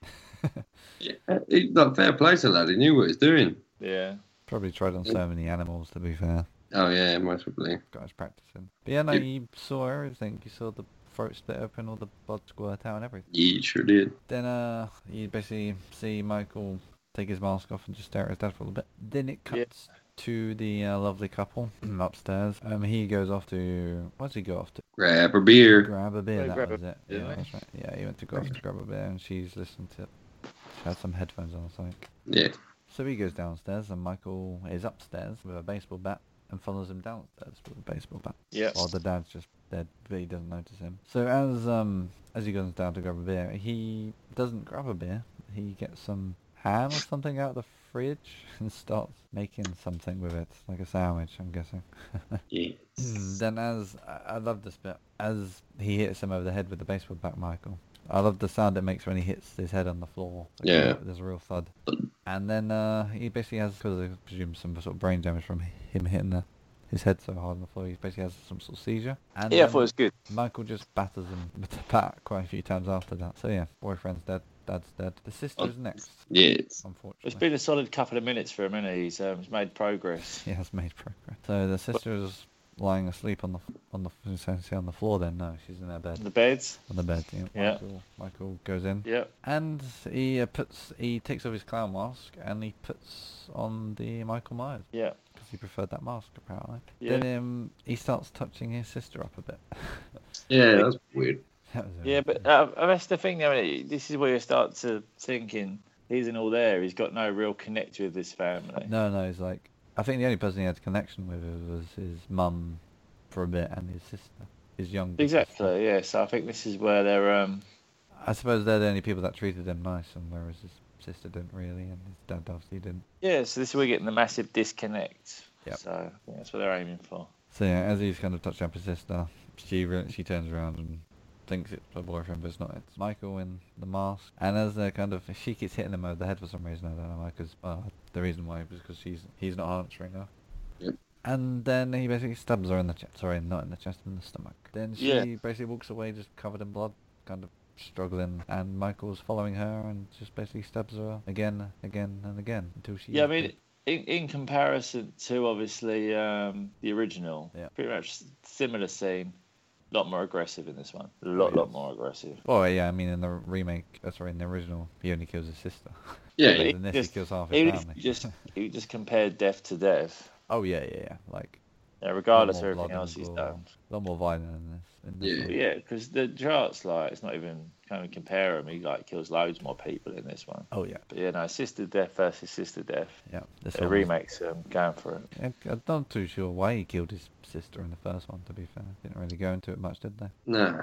(laughs)
yeah, he, like, fair play to that. He knew what he was doing.
Yeah.
Probably tried on so many animals to be fair.
Oh yeah, most probably.
Guys practicing. But yeah, no,
Yeah.
you saw everything. You saw the throat split open, all the blood squirt out, and everything.
He sure did.
Then uh, you basically see Michael take his mask off and just stare at his dad for a little bit. Then it
Yeah.
cuts to the uh, lovely couple (clears throat) upstairs. Um, he goes off to what does he go off to?
Grab a beer.
Grab a beer.
Go
That
grab a
was it.
beer,
Yeah,
right?
that's right. Yeah, he went to go off to grab a beer, and she's listening to. She had some headphones on or something.
Yeah.
So he goes downstairs, and Michael is upstairs with a baseball bat and follows him downstairs with a baseball bat.
Yeah.
While Oh, the dad's just dead, but he doesn't notice him. So as um as he goes down to grab a beer, he doesn't grab a beer. He gets some ham or something out of the fridge (laughs) and starts making something with it, like a sandwich, I'm guessing. (laughs)
Yeah.
(clears throat) then as I, I love this bit, as he hits him over the head with the baseball bat, Michael. I love the sound it makes when he hits his head on the floor. Like,
Yeah.
there's a real thud. And then uh, he basically has, because I presume some sort of brain damage from him hitting the, his head so hard on the floor, he basically has some sort of seizure. And
Yeah, I
then
thought it was good.
Michael just batters him with the bat quite a few times after that. So yeah, boyfriend's dead, dad's dead. The sister's next,
Yes.
unfortunately.
Oh. It's been a solid couple of minutes for him, and he's, um, he's made progress.
She has made progress. So the sister is lying asleep on the on the essentially on the floor. Then no, she's in her bed
The beds.
on the bed. Yeah.
Yeah.
Michael, Michael goes in
Yep.
and he uh, puts he takes off his clown mask and he puts on the Michael Myers
Yeah.
because he preferred that mask apparently.
Yeah.
Then um, he starts touching his sister up a bit. (laughs)
Yeah, that's weird.
that was a-
Yeah, but uh, that's the thing, though. innit? This is where you start to thinking he's in all there. He's got no real connect with his family.
no, no, he's like I think the only person he had connection with was his mum for a bit and his sister, his young sister.
Exactly. Yeah. So I think this is where they're. Um,
I suppose they're the only people that treated him nice, and whereas his sister didn't really, and his dad obviously didn't.
yeah. So this is where we're getting the massive disconnect.
Yep.
So I think that's what they're aiming for.
So yeah, as he's kind of touching up his sister, she re- she turns around and thinks it's her boyfriend, but it's not. It's Michael in the mask. And as they're kind of, she keeps hitting him over the head for some reason. I don't know why. Because uh, the reason why was because she's he's not answering her.
Yep.
And then he basically stabs her in the chest. Sorry, not in the chest, in the stomach. Then she
Yeah.
basically walks away, just covered in blood, kind of struggling. And Michael's following her and just basically stabs her again, again, and again until she.
Yeah, I
is
mean,
dead.
in, in comparison to obviously um, the original,
Yeah.
pretty much similar scene, a lot more aggressive in this one. A lot, lot more aggressive.
Oh yeah, I mean in the remake, uh, sorry, in the original, he only kills his sister. (laughs)
Yeah,
But
he
in this,
just-
he kills half his
Even if
family.
you
(laughs)
just you just compare death to death,
Oh yeah, yeah, yeah. Like
you know, regardless of
more blood
everything
and
else he's
gore.
done.
a lot more violent in this. In this
Yeah.
But
one.
yeah, because the charts like it's not even can't even compare him. He like kills loads more people in this one.
Oh yeah,
But yeah, no, sister death versus sister death.
yeah. This
The
one was-
remakes um, going for it.
Yeah, I'm not too sure why he killed his sister in the first one. To be fair, didn't really go into it much, did they?
Nah.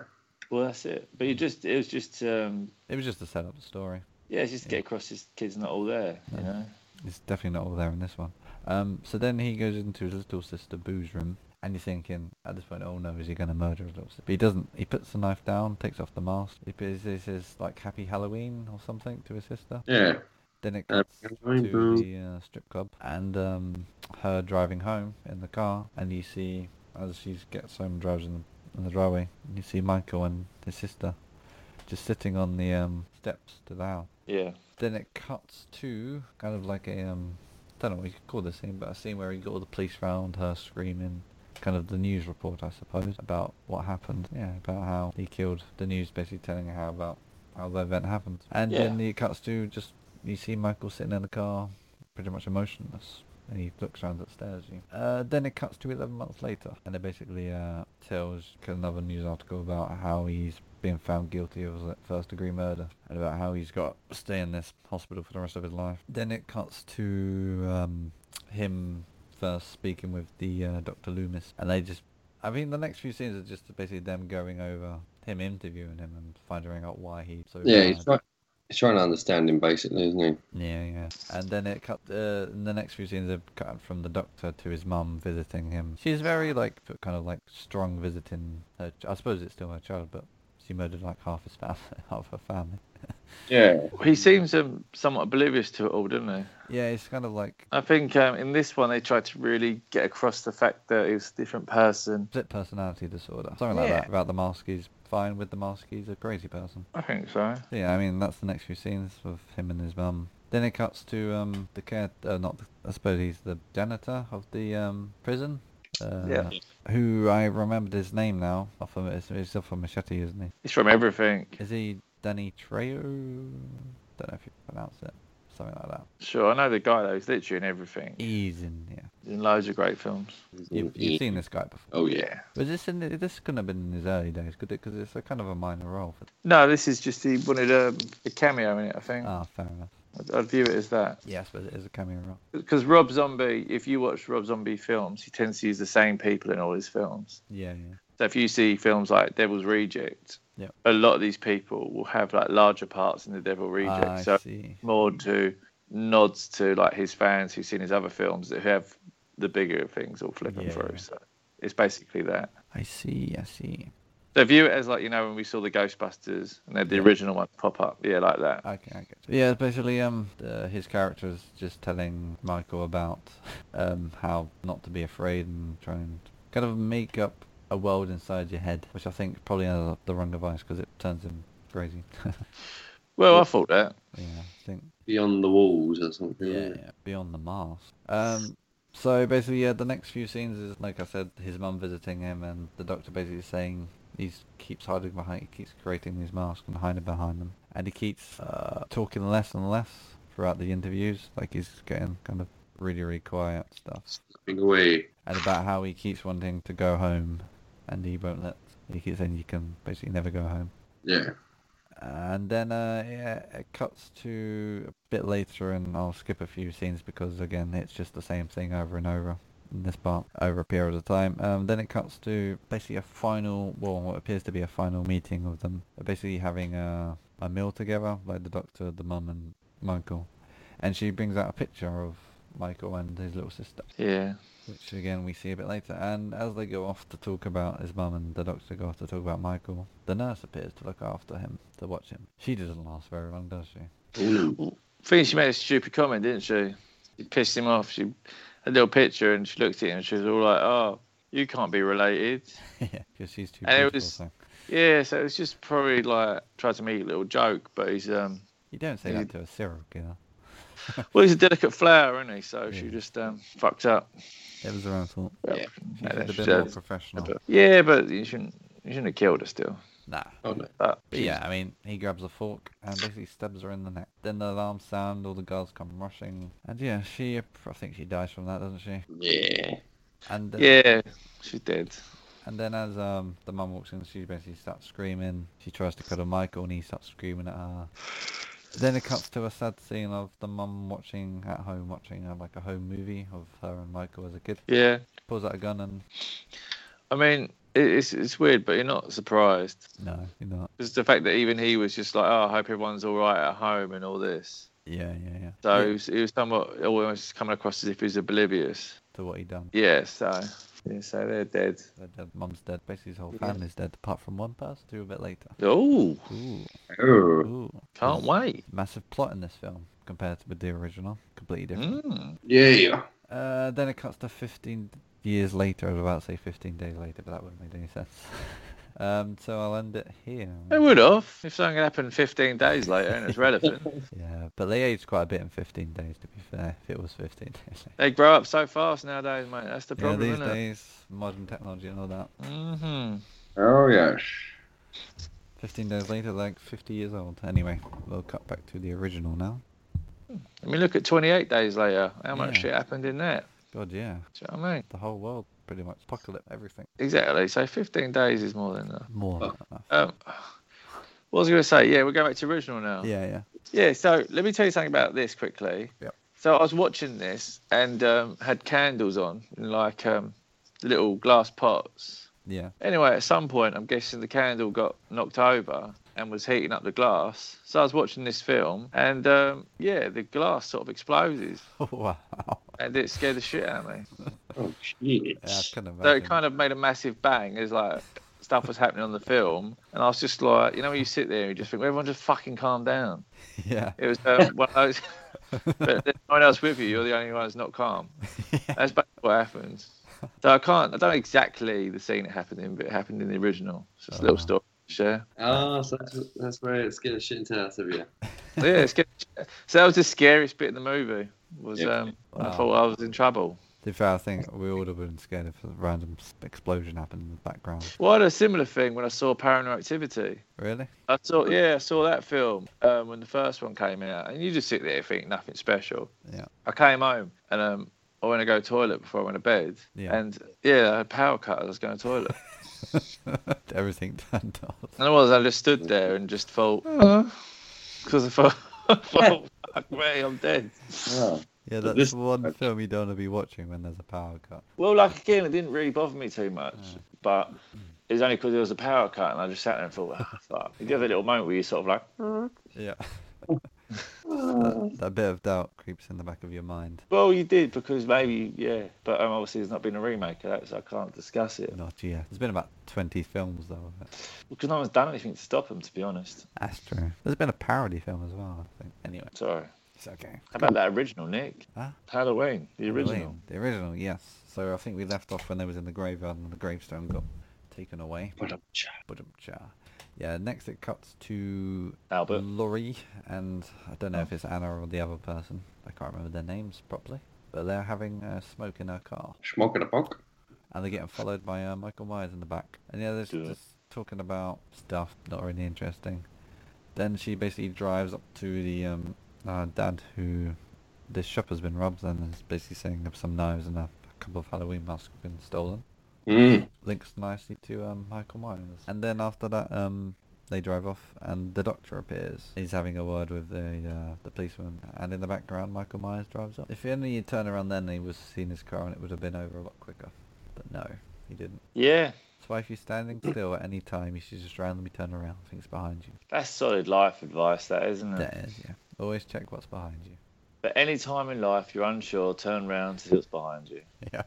Well, that's it. But you just it was just um,
It was just to set up the story.
yeah, it's just to get across this kid's not all there. You know.
It's definitely not all there in this one. Um, so then he goes into his little sister Boo's room, and you're thinking at this point, oh no, is he going to murder his little sister? But he doesn't. He puts the knife down, takes off the mask. He says, he says like Happy Halloween or something to his sister.
Yeah.
Then it
Uh,
cuts
Halloween,
to
Boo.
the uh, strip club and um, her driving home in the car, and you see as she gets home, drives in the, in the driveway, you see Michael and his sister just sitting on the um, steps to the house.
Yeah.
Then it cuts to kind of like a um, I don't know what you could call this scene, but a scene where you got all the police round her screaming, kind of the news report, I suppose, about what happened. Yeah, about how he killed the news, basically telling her how about how the event happened. And then it cuts to just you see Michael sitting in the car, pretty much emotionless. And he looks around upstairs. You. Uh, then it cuts to 11 months later, and it basically uh, tells another news article about how he's been found guilty of like, first-degree murder, and about how he's got to stay in this hospital for the rest of his life. Then it cuts to um, him first speaking with the uh, Dr. Loomis, and they just I mean, the next few scenes are just basically them going over him interviewing him and finding out why he so
Yeah, he's,
bad.
try- he's trying to understand him basically, isn't he?
yeah, yeah. And then it cut. Uh, in the next few scenes are cut from the doctor to his mum visiting him. She's very like p- kind of like strong visiting. Her, ch- I suppose it's still her child, but she murdered like half his family, (laughs) half her family.
Yeah.
He seems um, somewhat oblivious to it all, doesn't he?
Yeah, it's kind of like
I think um, in this one they tried to really get across the fact that he's a different person.
split personality disorder, something like
Yeah.
that. About the mask, he's fine. With the mask, he's a crazy person.
I think so.
Yeah, I mean that's the next few scenes with him and his mum. Then it cuts to um the care, uh, not the, I suppose he's the janitor of the um prison. Uh,
Yeah.
Who I remembered his name now. Off of it's, it's off of Machete, isn't
He's from everything.
he? Is he Danny Trejo? Don't know if you pronounce it. something like that.
Sure, I know the guy though. He's literally in everything.
He's in, yeah.
He's in loads of great films.
You've, you've seen this guy before.
Oh yeah.
Was this in? The, this couldn't have been in his early days, could it? Because it's a kind of a minor role. For,
No, this is just he wanted a, a cameo in it. I think
ah, fair enough.
I'd, I'd view it as that
Yes, but it is a cameo role.
because Rob Zombie. If you watch Rob Zombie films, he tends to use the same people in all his films.
Yeah, yeah.
So if you see films like Devil's Reject,
Yep.
a lot of these people will have like larger parts in the Devil Reject.
I
so
see.
more to nods to like his fans who've seen his other films that have the bigger things all flipping
Yeah.
through. So it's basically that.
I see. I see.
So view it as like you know when we saw the Ghostbusters and they had the
Yeah.
original one pop up, yeah, like that.
Okay, I get. Yeah, basically, um, the, his character is just telling Michael about, um, how not to be afraid and try and kind of make up a world inside your head, which I think probably ends up the wrong advice because it turns him crazy. (laughs)
Well, I thought that.
yeah, I think.
Beyond the walls or something.
Yeah, yeah, beyond the mask. Um, so basically, yeah, the next few scenes is like I said, his mum visiting him, and the doctor basically saying he keeps hiding behind, he keeps creating these masks and hiding behind them, and he keeps uh, talking less and less throughout the interviews. Like he's getting kind of really, really quiet and stuff,
Stepping away.
and about how he keeps wanting to go home, and he won't let. He keeps saying you can basically never go home.
Yeah.
And then uh, yeah, it cuts to a bit later, and I'll skip a few scenes because again, it's just the same thing over and over in this part over a period of time. Um, then it cuts to basically a final, well, what appears to be a final meeting of them, They're basically having a a meal together, like the doctor, the mum, and Michael, and she brings out a picture of Michael and his little sister,
Yeah.
which again we see a bit later. And as they go off to talk about his mum and the doctor go off to talk about Michael, the nurse appears to look after him, to watch him. She doesn't last very long, does she? (laughs)
Ooh.
I think she made a stupid comment, didn't she? She pissed him off. She had a little picture and she looked at him and she was all like, "Oh, you can't be related."
yeah, because she's too
And it
beautiful.
was-
so.
Yeah. So it's just probably like tried to make a little joke, but he's um
You don't say
Yeah.
that to a serial killer.
well, he's a delicate flower, isn't he? So she
Yeah.
just um fucked up.
It was her own fault.
Yeah.
She
No,
should have
that's
been
just-
more professional.
Yeah, but you shouldn't. You shouldn't have killed her still.
Nah.
Oh no.
But,
But yeah, I mean, he grabs a fork and basically stabs her in the neck. Then the alarm sound, all the girls come rushing. And yeah, she, I think she dies from that, doesn't she?
Yeah.
And then,
yeah, she's dead.
And then as um the mum walks in, she basically starts screaming. She tries to cuddle Michael, and he starts screaming at her. Then it cuts to a sad scene of the mum watching at home, watching uh, like a home movie of her and Michael as a kid.
Yeah,
Pulls out a gun and
I mean it, it's it's weird, but you're not surprised
no, you're not.
because the fact that even he was just like, "Oh, I hope everyone's all right at home" and all this.
Yeah, yeah, yeah.
So
Yeah,
he, was, he was somewhat almost coming across as if he was oblivious.
to what he done.
Yeah. So yeah, so they're dead.
The dead mum's dead. Basically, his whole
Yeah.
family's dead, apart from one person. Two a bit later.
Oh,
Ooh,
Oh.
ooh.
can't wait.
Massive plot in this film compared to with the original. Completely different.
Mm.
Yeah. Yeah.
Uh, then it cuts to 15 years later. I was about to say 15 days later, but that wouldn't make any sense. (laughs) um, so I'll end it here.
They would have if something happened 15 days later and it's
(laughs)
relevant.
Yeah, but they aged quite a bit in 15 days, to be fair, if it was 15 (laughs) days later.
they grow up so fast nowadays, mate. That's the
Yeah,
problem,
these
isn't it?
days, modern technology and all that.
Mm-hmm.
Oh yes.
15 days later, they're like 50 years old. Anyway, we'll cut back to the original now.
I mean, look at 28 days later. How much
Yeah.
shit happened in that?
God, yeah.
Do you know what I mean?
The whole world, pretty much. Apocalypse, everything.
Exactly. So 15 days is more than enough.
More than enough.
Um, what was I going to say? Yeah, we're going back to original now.
Yeah, yeah.
Yeah, so let me tell you something about this quickly.
Yep.
So I was watching this and um, had candles on, in like um, little glass pots.
Yeah. (laughs)
Anyway, at some point, I'm guessing the candle got knocked over and was heating up the glass. So I was watching this film and um, yeah, the glass sort of exploded
wow.
and it scared the shit out of me.
Oh shit.
Yeah, I can imagine.
So it kind of made a massive bang as like stuff was happening on the film, and I was just like, you know, when you sit there and you just think, well, everyone just fucking calm down.
Yeah. (laughs)
It was um, one of those, (laughs) but there's no one else with you. You're the only one that's not calm. (laughs) That's basically what happens. So I can't, I don't know exactly the scene it happened in, but it happened in the original. It's just a little
Oh.
story. to Share.
Ah, so that's, that's where it's getting shit out of you.
Yeah, it's good. So that was the scariest bit in the movie. Was
Yeah.
um, when I
Wow.
thought I was in trouble.
To be fair, I think we all would have been scared if a random s- explosion happened in the background.
Well, I had a similar thing when I saw Paranormal Activity.
Really? (laughs)
I saw, yeah, I saw that film um, when the first one came out, and you just sit there and think nothing special.
Yeah.
I came home and um, I went to go to the toilet before I went to bed,
Yeah.
and yeah, I had a power cut. as I was going to the toilet,
Everything turned off.
and I was. I just stood there and just thought, (laughs) because I thought, (laughs) I thought, fuck me, I'm dead.
Oh.
Yeah,
But
that's
this-
one film you don't want to be watching when there's a power cut.
Well, like again, it didn't really bother me too much, but it was only because there was a power cut, and I just sat there and thought,
(laughs)
ah, fuck. You have a little moment where you sort of like,
Yeah. (laughs) that, that bit of doubt creeps in the back of your mind.
well, you did because maybe, yeah, but um, obviously there's not been a remake of that, so I can't discuss it
Not yeah. There's been about 20 films though. of it.
because no one's done anything to stop them, to be honest.
That's true. There's been a parody film as well, I think. Anyway,
Sorry.
it's okay.
How about that original, Nick?
Huh?
Halloween, the original.
The original, yes. So I think we left off when they was in the graveyard and the gravestone got taken away. Ba-dum-cha. Yeah, next it cuts to
Albert.
Laurie and I don't know if it's Anna or the other person. I can't remember their names properly. But they're having a smoke in her car.
Smoking a book.
and they're getting followed by uh, Michael Myers in the back. And yeah, they're
Yeah.
just talking about stuff not really interesting. Then she basically drives up to the um, uh, dad who this shop has been robbed and is basically saying some knives and a couple of Halloween masks have been stolen.
Mm.
Links nicely to um, Michael Myers. And then after that, um, they drive off and the doctor appears. He's having a word with the uh, the policeman, and in the background, Michael Myers drives up. If only he'd turned around then, he was seen his car, and it would have been over a lot quicker. But no, he didn't.
Yeah,
That's why if
(coughs)
you're standing still at any time, you should just randomly turn around. I think it's behind you.
that's solid life advice, that isn't it?
There it is, yeah. Always check what's behind you. (laughs)
But any time in life you're unsure, turn round to see what's behind you.
Yeah.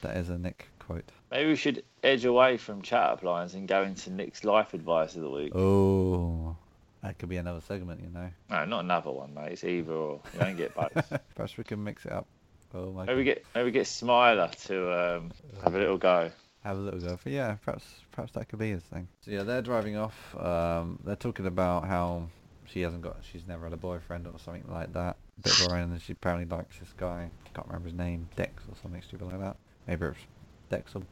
that is a Nick quote.
Maybe we should edge away from chat up lines and go into Nick's life advice of the week.
Oh, that could be another segment, you know.
No, not another one, mate. It's either or. You don't get both.
(laughs) Perhaps we can mix it up. Oh my
maybe we get maybe we get Smiler to um, have a little go.
have a little go for yeah perhaps perhaps that could be his thing so yeah they're driving off um they're talking about how she hasn't got she's never had a boyfriend or something like that bit of her own and she apparently likes this guy can't remember his name dex or something stupid like that maybe it's dex or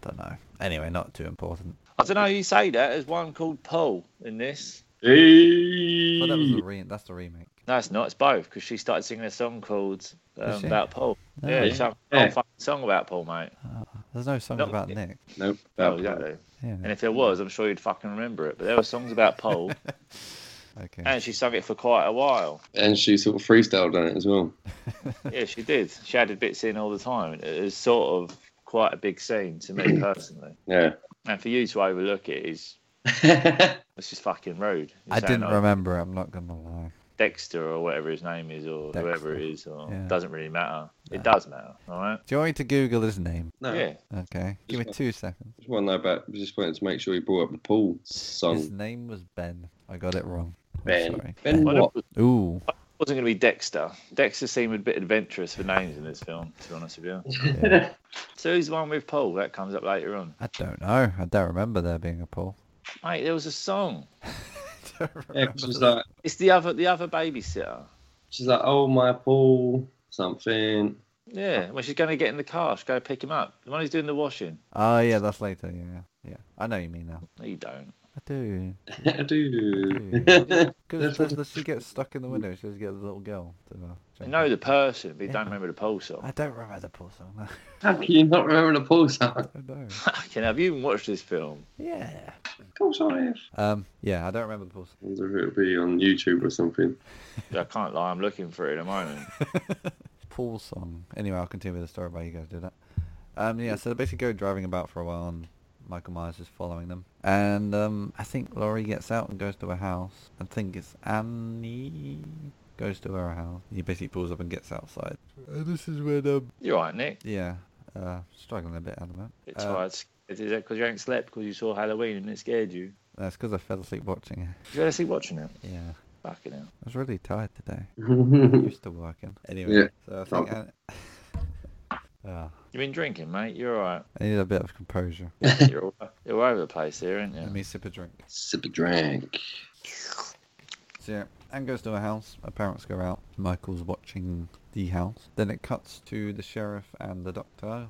don't know anyway not too important
I don't know. You say that. There's one called Paul in this.
Hey.
but Oh, that was the re- that's the remake
No, it's not. It's both because she started singing a song called
Is
um,
she? Oh.
about Paul.
No,
yeah,
yeah.
it's a
Yeah.
whole fucking song about Paul, mate.
there's no song
Not-
about nick
Nope.
Oh, exactly. And
yeah
if there was, I'm sure you'd fucking remember it. But there were songs about
(laughs)
Paul,
okay
and she sung it for quite a while.
And she sort of freestyled on it as well.
Yeah, she did. She added bits in all the time. It was sort of quite a big scene to
(clears throat)
me personally.
Yeah. (laughs)
And for you to overlook it is it's just fucking rude. You're
i
saying,
didn't
"Oh,
remember i'm not gonna lie
Dexter or whatever his name is or
Dexter.
whoever it is or
Yeah.
doesn't really matter. It does matter, all right?
do you want me to google his name
no.
Yeah.
okay give me two seconds
Just one though about just wanted to make sure he brought up the pool
His
song.
name was Ben. I got it wrong. I'm
Ben.
sorry.
Ben
Well,
what?
it
Ooh.
wasn't going to be Dexter. Dexter seemed a bit adventurous for names in this film, to be honest with you.
yeah.
So who's the one with Paul? That comes up later on.
I don't know. I don't remember there being a Paul. (laughs)
Mate, there was a song.
Don't
Yeah,
remember
'cause she's
the-
like
It's the other the other babysitter.
she's like, Oh my pool something. (laughs)
Yeah, when she's going to get in the car, she's going to pick him up. The one who's doing the washing.
Oh yeah, that's later. Yeah, yeah. I know you mean now.
No, you don't.
I do.
I do.
Because she gets stuck in the window. She just gets a little girl. To uh,
They
jump
know
in.
the person, but you
Yeah.
don't remember the Paul song. (laughs)
I don't remember the Paul song. (laughs) I
How can you not remember the pool song?
don't know.
Fucking, have you even watched this film?
Yeah.
Of course I have.
Um. Yeah, I don't remember the Paul
I wonder if it'll be on YouTube or something. (laughs)
I can't lie, I'm looking for it in a
(laughs)
moment.
song. Paul song. Anyway, I'll continue with the story while you guys do that. Um. Yeah. So they basically go driving about for a while, and Michael Myers is following them. And um, I think Laurie gets out and goes to her house. I think it's Annie goes to her house. He basically pulls up and gets outside. Uh, this is when um,
You're right, Nick.
yeah, uh, struggling a bit at the moment.
It's
Uh,
all right. Is that because you ain't slept because you saw Halloween and it scared you?
That's because I fell asleep watching it.
Did you ever sleep watching it?
Yeah,
Fucking hell.
I was really tired today. I'm
I've
used to working. Anyway,
Yeah.
so I think An- (laughs) Ah,
You've been drinking, mate. You're all
I need a bit of composure.
right. (laughs) You're all, you're all over the place here, aren't
Let
you?
me sip a drink.
Sip a drink.
So yeah, Anne goes to her house. Her parents go out. Michael's watching the house. Then it cuts to the sheriff and the doctor.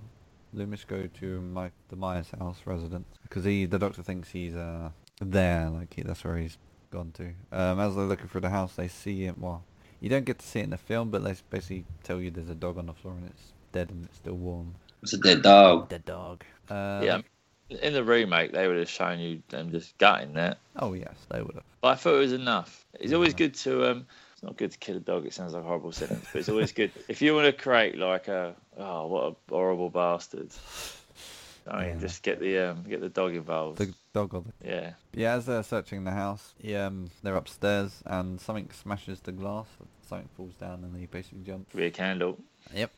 Loomis go to Mike, the Myers house residence because he, the doctor thinks he's uh, there, like he, that's where he's gone to. Um, as they're looking through the house, they see it. Well, you don't get to see it in the film, but they basically tell you there's a dog on the floor and it's dead and it's still warm.
It's a dead dog.
Dead dog. Um,
yeah. In the remake, they would have shown you them just gutting that.
Oh yes, they would have.
But I thought it was enough. It's always
Yeah.
good to. Um, it's not good to kill a dog. It sounds like a horrible sentence, but it's always good if you want to create like a oh what a horrible bastard. I mean,
Yeah.
just get the um, get the dog involved.
The dog or the
Yeah,
Yeah, as they're searching the house, yeah, um, they're upstairs and something smashes the glass. Something falls down and they basically jump.
be a candle.
Yep.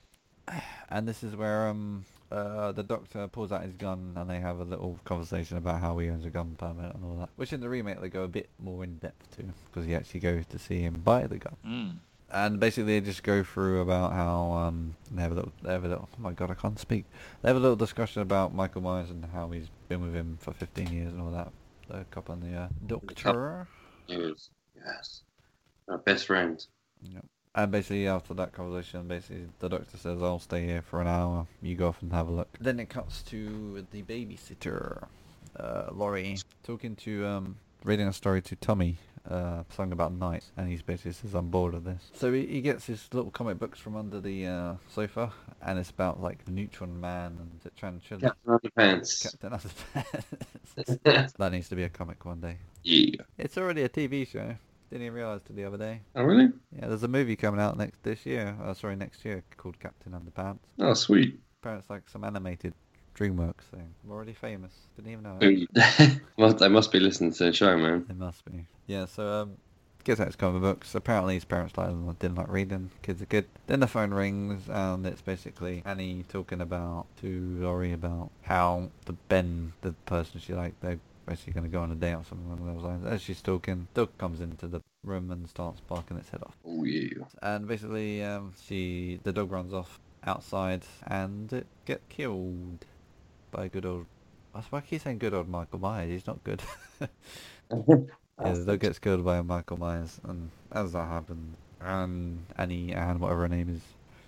(sighs) And this is where um uh the doctor pulls out his gun and they have a little conversation about how he owns a gun permit and all that. Which in the remake they go a bit more in depth to because he actually goes to see him buy the gun.
Mm.
And basically they just go through about how um they have a little they have a little oh my god I can't speak they have a little discussion about Michael Myers and how he's been with him for 15 years and all that. The cop and the uh, doctor.
Yes. Yes. My best friend.
And basically, after that conversation, basically the doctor says, "I'll stay here for an hour. You go off and have a look." Then it cuts to the babysitter, uh, Laurie, talking to, um, reading a story to Tommy, uh, song about night, and he basically says, "I'm bored of this." So he, he gets his little comic books from under the uh, sofa, and it's about like the Neutron Man and the Chinchilla,
Captain Underpants.
Captain (laughs)
(laughs)
Underpants. that needs to be a comic one day.
yeah.
It's already a TV show. Didn't even realize till the other day.
Oh, really?
Yeah, there's a movie coming out next this year. Uh, sorry, next year called Captain Underpants.
Oh, sweet.
Apparently, it's like some animated DreamWorks thing. I'm already famous. Didn't even know.
Mm.
It.
(laughs) Must- I must be listening to the show, man.
It must be. Yeah. So um, gets out his comic books. Apparently, his parents like him, didn't like reading. Kids are good. Then the phone rings, and it's basically Annie talking about to Laurie about how the Ben, the person she liked, they're basically going to go on a date or something along those lines. As she's talking, Doug comes into the room and starts barking its head off.
Oh, yeah.
and basically um, she the dog runs off outside and it get killed by good old that's why I keep saying good old Michael Myers he's not
(laughs)
good (laughs) yeah the dog gets killed by Michael Myers and as that happened and Annie and whatever her name is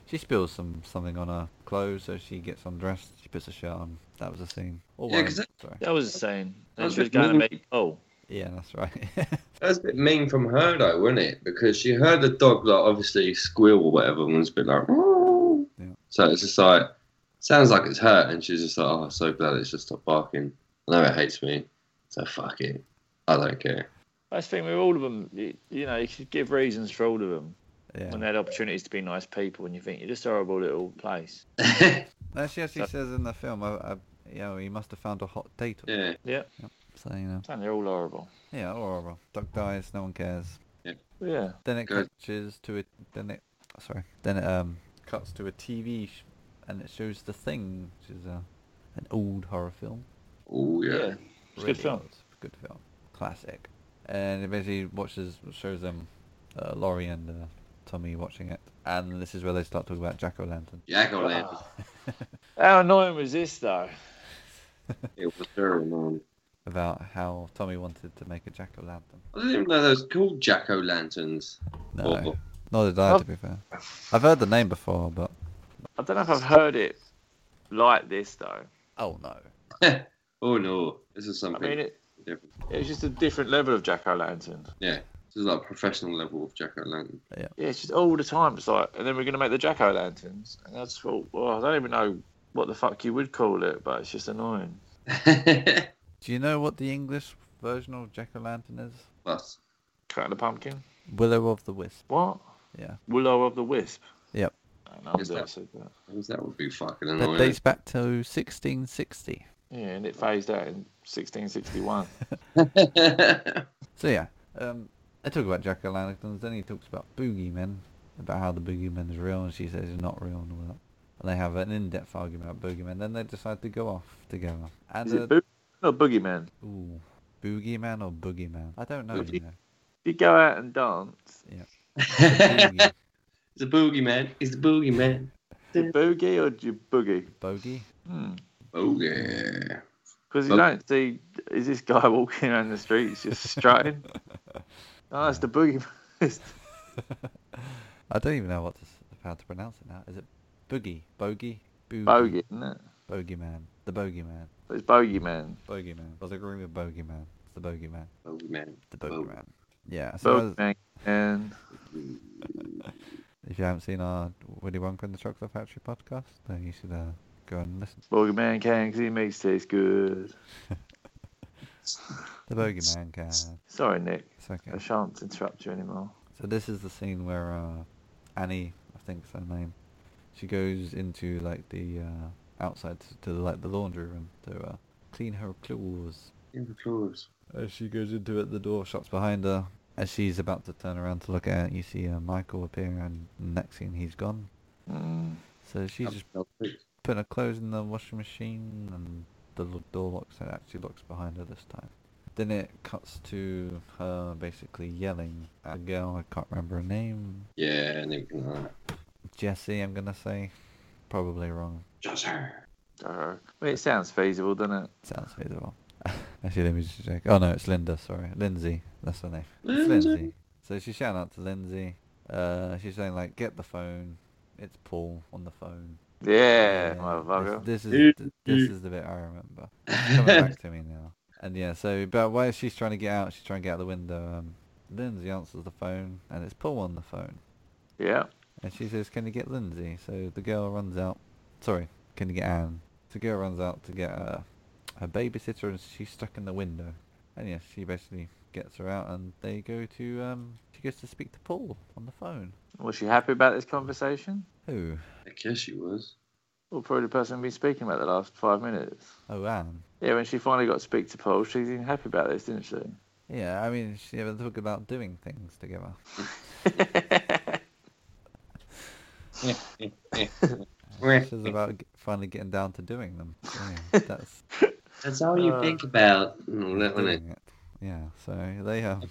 she spills some something on her clothes so she gets undressed she puts a shirt on that was the scene oh,
Yeah,
well,
'cause that-
sorry.
That was the same. That
That's
was
just
going to
normal.
make oh
yeah that's right (laughs)
That was a bit mean from her, though, wasn't it? Because she heard the dog, like, obviously squeal or whatever, and was a bit like, "Meow."
Yeah.
So it's just like, sounds like it's her, and she's just like, oh, I'm so glad it's just stopped barking. I know it hates me, so fuck it. I don't care. (laughs)
I just think with all of them, you, you know, you could give reasons for all of them
yeah
when they had opportunities to be nice people, and you think you're just a horrible little place.
yeah.
no, she actually says in the film I, I, you know he must have found a hot date or so you know
And they're all horrible.
Yeah, all right, well, Duck dies, no one cares.
Yeah.
Then it
Good.
catches to it. Then it, sorry. Then it um cuts to a TV, sh- and it shows The Thing, which is a, an old horror film.
Oh, yeah.
Yeah. It's a good film.
old, good film, classic. And it basically watches, shows them, uh, Laurie and uh, Tommy watching it, and this is where they start talking about Jack O' Lantern.
Jack o' lantern.
Wow. Ah. How annoying was this though?
(laughs) It was very annoying.
About how Tommy wanted to make a Jack O' Lantern.
I didn't even know they was called Jack o' lanterns.
No,
Or-
nor did I, to be fair. I've heard the name before, but
I don't know if I've heard it like this though.
oh no.
Oh, no. This is
I
something
mean, it,
different.
it was just a different level of Jack O'Lantern.
This is like professional level of Jack o' lantern.
Yeah, it's just all the time. It's like, and then we're gonna make the Jack O'Lanterns, and I just thought, well, I don't even know what the fuck you would call it, but it's just annoying.
Do you know what the English version of Jack o' Lantern is?
(laughs) Plus.
Crack the pumpkin.
Willow of the Wisp.
What?
Yeah.
Willow of the Wisp.
Yep.
I don't know
Is
who
that-
else said that.
That would be fucking
That
annoying.
dates back to 1660.
Yeah, and it phased out in 1661.
(laughs)
So yeah, um, they talk about Jack o' lanterns. Then he talks about boogeymen, about how the boogeyman is real, and she says he's not real and all that. And they have an in-depth argument about boogeymen. Then they decide to go off together.
Is
(laughs) And
it
uh,
Boo- or Boogeyman?
ooh, boogeyman or boogeyman? I don't know. You
Boogie-
know.
You go out and dance.
it's
(laughs)
Boogie,
a boogeyman. It's the boogeyman.
Do you boogie or do you boogie?
bogey.
Hmm.
Boogie.
Because you
Bug-
don't see, is this guy (laughs) walking around the streets just (laughs) strutting? oh, (laughs) it's the boogeyman. It's-
I don't even know what to s- how to pronounce it now. Is it Boogie? Bogey? Boogie?
Bogey, isn't it?
Bogeyman. The Bogeyman.
It's Bogeyman.
Bogeyman. I was agreeing with Bogeyman. It's the Bogeyman.
Oh man.
The
Bog-
Bogeyman. Yeah. So as-
Bogeyman. And
if you haven't seen our Willy Wonka and the Chocolate Factory podcast, then you should uh, go and listen.
Bogeyman can because he makes taste good.
The Bogeyman can.
Sorry, Nick.
It's okay.
I shan't interrupt you anymore.
So this is the scene where uh, Annie, I think is her name, she goes into like the uh, outside to, to like the laundry room to uh, clean her clothes.
In the claws.
As she goes into it, the door shuts behind her. As she's about to turn around to look at it, you see uh, Michael appear, and next scene he's gone.
Mm.
So she's just putting her clothes in the washing machine, and the lo- door locks and actually locks behind her this time. Then it cuts to her basically yelling at a girl, I can't remember her name,
Yeah, and it can uh,
Jesse, I'm gonna say. Probably wrong.
just her.
Uh, well, it sounds feasible, doesn't it?
Sounds feasible. (laughs) Actually, let me just check. Oh no, it's Linda. Sorry, Lindsay. That's her name. It's
Lindsay.
Lindsay. So she's shouting out to Lindsay. Uh, she's saying like, "Get the phone." It's Paul on the phone.
Yeah,
Yeah,
motherfucker.
this, this is th- this is the bit I remember. It's coming back to me now. And yeah, so but while she's trying to get out, she's trying to get out the window. Um, Lindsay answers the phone, and it's Paul on the phone.
Yeah.
And she says, "Can you get Lindsay?" So the girl runs out. Sorry, can you get Anne? The girl runs out to get her, her babysitter, and she's stuck in the window. And yes, she basically gets her out, and they go to um. She goes to speak to Paul on the phone.
Was she happy about this conversation?
Who?
I guess she was.
Or probably the person we've been speaking about the last five minutes?
Oh, Anne.
Yeah, when she finally got to speak to Paul, she seemed happy about this, didn't she?
Yeah, I mean, she ever talk about doing things together. She's about g- finally getting down to doing them. Yeah, that's
That's all you
Uh,
think about. and all that, wasn't it?
doing it. Yeah. So they um.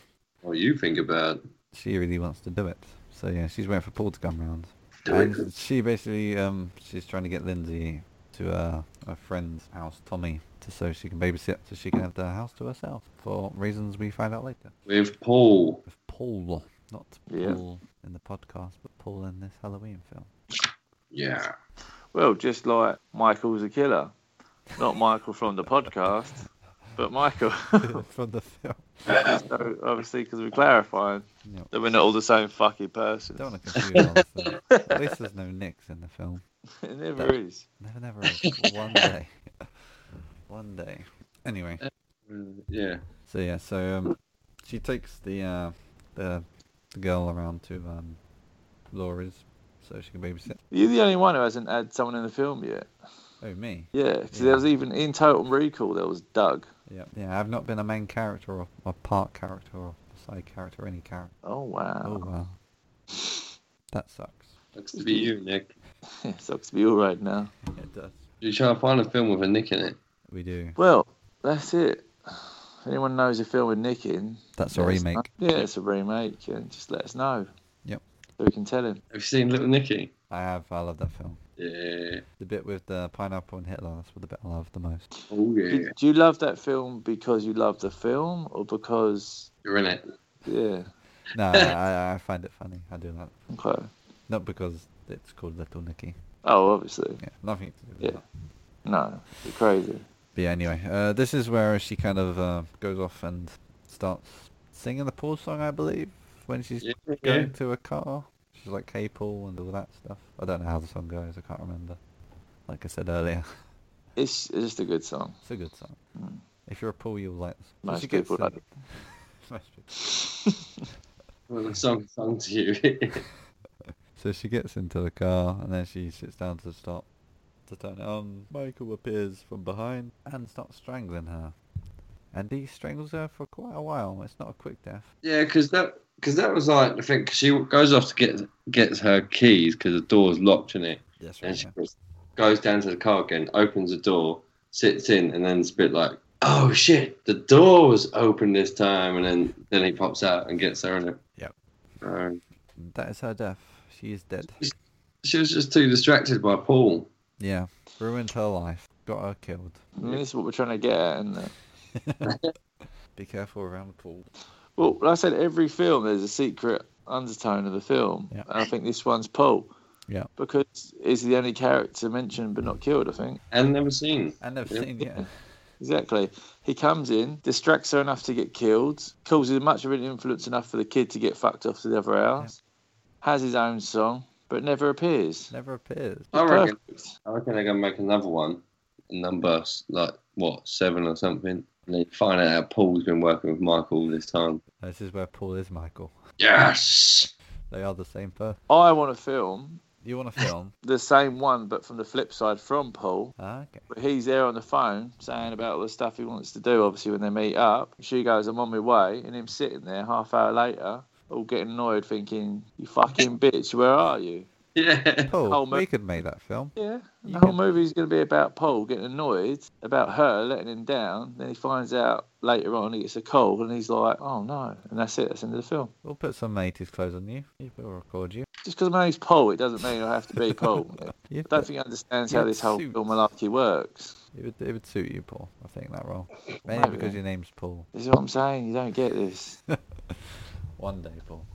All you think about.
She really wants to do it. So yeah, she's waiting for Paul to come round.
Do
And she basically, um, she's trying to get Lindsay to uh, her friend's house, Tommy, to so she can babysit, so she can have the house to herself for reasons we find out later.
With Paul.
With Paul, not
Yeah.
Paul in the podcast, but Paul in this Halloween film. (laughs)
Yeah.
Well, just like Michael's a killer. Not Michael from the podcast, but Michael. (laughs)
From the film.
so obviously, because we're clarifying
Yep.
that we're not all the same fucking person.
Don't want to confuse all of them. At least there's no Nicks in the film.
(laughs) It never is.
Never, never. is. One day. (laughs) One day. Anyway.
Uh, yeah.
So yeah, so um, she takes the uh, the the girl around to um, Laura's, so she can babysit.
You're the only one who hasn't had someone in the film yet.
Oh me?
Yeah, 'cause there was even in Total Recall there was Doug.
Yeah. Yeah, I've not been a main character or a part character or a side character, any character.
Oh wow, (laughs)
Oh wow, that sucks.
Looks to be you, Nick.
sucks to be all right now.
It does.
You try to find a film with a Nick in it.
We do.
Well, that's it. If anyone knows a film with Nick in,
That's a
let us
remake.
know. Yeah, it's a remake, and just let us know.
Yep.
So we can tell him.
Have you seen Little Nicky?
I have. I love that film.
Yeah.
The bit with the pineapple and Hitler. That's the bit I love the
(laughs)
most.
Oh yeah.
Did- Do you love that film because you love the film, or because
You're in it.
yeah?
No, I, I find it funny. I do that.
Okay.
Not because it's called Little Nicky.
Oh, obviously,
Yeah, nothing to do with
Yeah.
that.
no. You're crazy.
But yeah, anyway, uh, this is where she kind of uh, goes off and starts singing the Paul song, I believe, when she's
Yeah.
going to a car. She's like, hey, Paul, and all that stuff. I don't know how the song goes, I can't remember. Like I said earlier, (laughs)
It's, it's just a good song.
it's a good song.
Mm.
If you're a Paul, you'll like it. So
Most
she gets
people
to-
like it.
(laughs) Most people.
Well, the song sung to you. (laughs)
So she gets into the car, and then she sits down to stop to turn it on. Michael appears from behind and starts strangling her. And he strangles her for quite a while. It's not a quick death.
yeah, because that because that was like the thing. 'cause she goes off to get gets her keys because the door's locked in it,
That's
and she goes, goes down to the car again, opens the door, sits in, and then's a bit like, oh shit, the door was open this time, and then then he pops out and gets her in it.
Yep.
Uh,
That is her death. She is dead.
she was just too distracted by Paul.
Yeah. Ruined her life. Got her killed.
I mean, this is what we're trying to get at, isn't it?
Be careful around Paul.
Well, like I said, every film there's a secret undertone of the film,
Yeah.
and I think this one's Paul.
Yeah.
Because he's the only character mentioned but not killed, I think.
and never seen.
And I've
Yeah.
seen yeah.
Exactly. He comes in, distracts her enough to get killed, causes much of an influence enough for the kid to get fucked off to the other house, has his own song, but never appears.
(laughs) Never appears.
I reckon.
Perfect.
I reckon they're gonna make another one, number s- like what seven or something. And they find out Paul's been working with Michael all this time.
This is where Paul is Michael.
Yes.
They are the same person.
I want to film
You want a
(laughs)
film?
the same one, but from the flip side from Paul.
ah, okay.
But he's there on the phone saying about all the stuff he wants to do, obviously, when they meet up. She goes, I'm on my way. And him sitting there half hour later, all getting annoyed, thinking, You fucking bitch, where are you?
Yeah. (laughs)
Paul,
whole mo-
we could make that film.
Yeah. The
You
whole
can-
movie's going to be about Paul getting annoyed about her letting him down. Then he finds out later on he gets a call and he's like, oh no. And that's it. That's the end of the film.
We'll put some 80s clothes on you. We'll record you.
Just because my name's Paul, it doesn't mean I have to
(laughs)
be Paul. I
you
don't think he understands
Yeah,
how this whole
suits.
film malarkey works.
it, would, it would suit you, Paul. I think that role. Mainly
maybe.
because your name's Paul.
This is what I'm saying. You don't get this.
One day, Paul.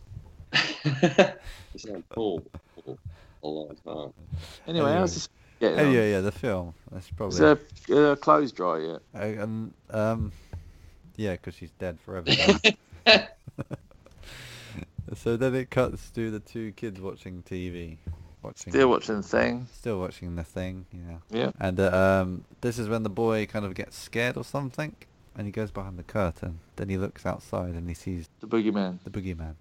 It's like Paul. Paul, A long
(laughs)
time.
Anyway,
Anyway.
how's this getting
Oh,
on?
yeah, yeah, the film. That's
Is
probably.
her, are her clothes dry yet?
I- um, um, yeah, because she's dead forever. now. so then it cuts to the two kids watching TV, watching
Still watching the thing.
still watching the thing. Yeah.
Yeah.
And uh, um, this is when the boy kind of gets scared or something, and he goes behind the curtain. Then he looks outside and he sees
The boogeyman.
the boogeyman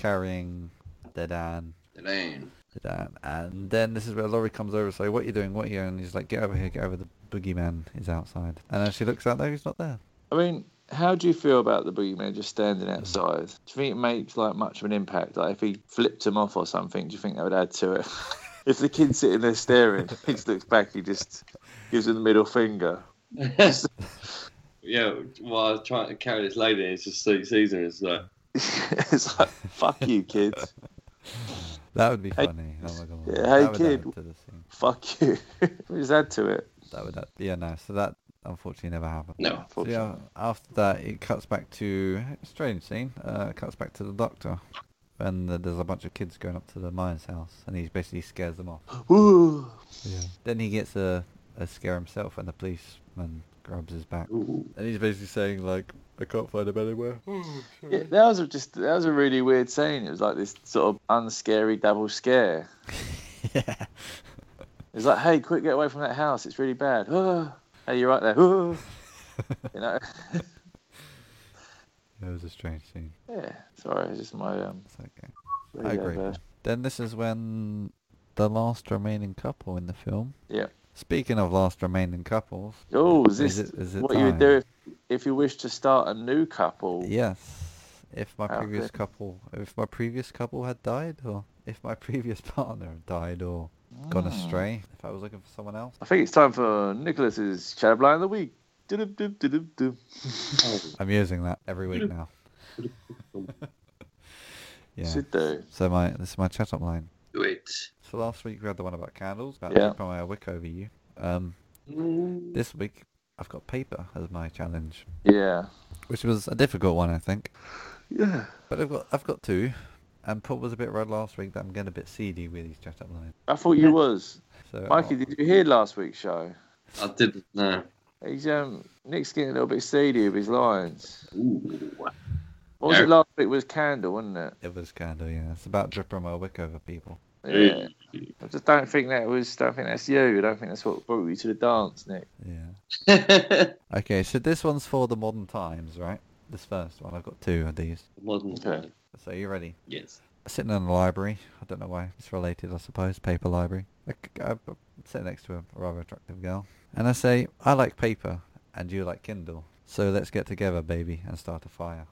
carrying dead Anne.
Elaine.
Dead Anne. And then this is where Laurie comes over. So what are you doing? What are you? doing?" And he's like, get over here, get over. The boogeyman is outside. And as she looks out there, he's not there.
I mean, how do you feel about the boogeyman just standing outside? Do you think it makes like much of an impact? Like if he flipped him off or something, do you think that would add to it? (laughs) if the kid's sitting there staring, (laughs) he just looks back, he just gives him the middle finger.
(laughs)
(laughs)
yeah, while I was trying to carry this lady, it's just Sue Caesar. uh, It's like,
it's like fuck you, kids.
That would be
Hey-
funny. oh my god.
Yeah,
that
hey,
would add
kid.
up to the scene.
Fuck you. (laughs) just add to it.
That would add, yeah, no. So that unfortunately never happened.
no.
So yeah, after that it cuts back to strange scene. Uh, it cuts back to the doctor, and the, there's a bunch of kids going up to the Myers house, and he basically scares them off.
Ooh.
Yeah. Then he gets a, a scare himself, and the policeman grabs his back,
Ooh.
and he's basically saying like, "I can't find him anywhere."
Yeah, that was just that was a really weird scene. It was like this sort of unscary double scare.
yeah.
It's like, hey, quick, get away from that house. It's really bad. (sighs) Ah. Hey, you're right there. (laughs) Ah. you know?
(laughs) It was a strange scene.
yeah. Sorry, it's just my um.
It's okay.
radio
I agree.
burst.
Then this is when the last remaining couple in the film.
Yeah.
Speaking of last remaining couples.
Oh, is
Is
this
it- is it
what you would
time?
do if, if you wish to start a new couple?
Yes. If my
Wow,
previous
good.
couple, if my previous couple had died, or if my (laughs) previous partner had died or gone astray, if I was looking for someone else,
I think it's time for Nicholas's Shadow Blind of the Week. Doo-doo, doo, doo, doo, doo.
Oh,
I'm using that every week now. (laughs) yeah.
Should do.
So my this is my chat up line.
do it.
So last week we had the one about candles, about
Yeah.
keeping my wick over you. Um,
Mm.
this week I've got paper as my challenge,
Yeah.
which was a difficult one, I think.
Yeah.
But I've got I've got two, and Paul was a bit red last week that I'm getting a bit seedy with these chat up lines.
I thought you was.
So
Mikey, did you hear last week's show?
I didn't know.
He's um Nick's getting a little bit seedy with his lines.
Ooh.
What was
Yeah.
it last week? Was candle, wasn't it?
It was kind of yeah. It's about dripping my wick over people.
Yeah. I just don't think that was. Don't think that's you. I don't think that's what brought you to the dance, Nick.
Yeah.
(laughs) Modern
Okay, so this one's for the modern times, right? This first one. I've got two of these.
Okay.
time.
So you ready?
Yes.
Sitting in the library. I don't know why. It's related, I suppose. Paper library. I, c- I- I sit next to a rather attractive girl, and I say, "I like paper, and you like Kindle. So let's get together, baby, and start a fire."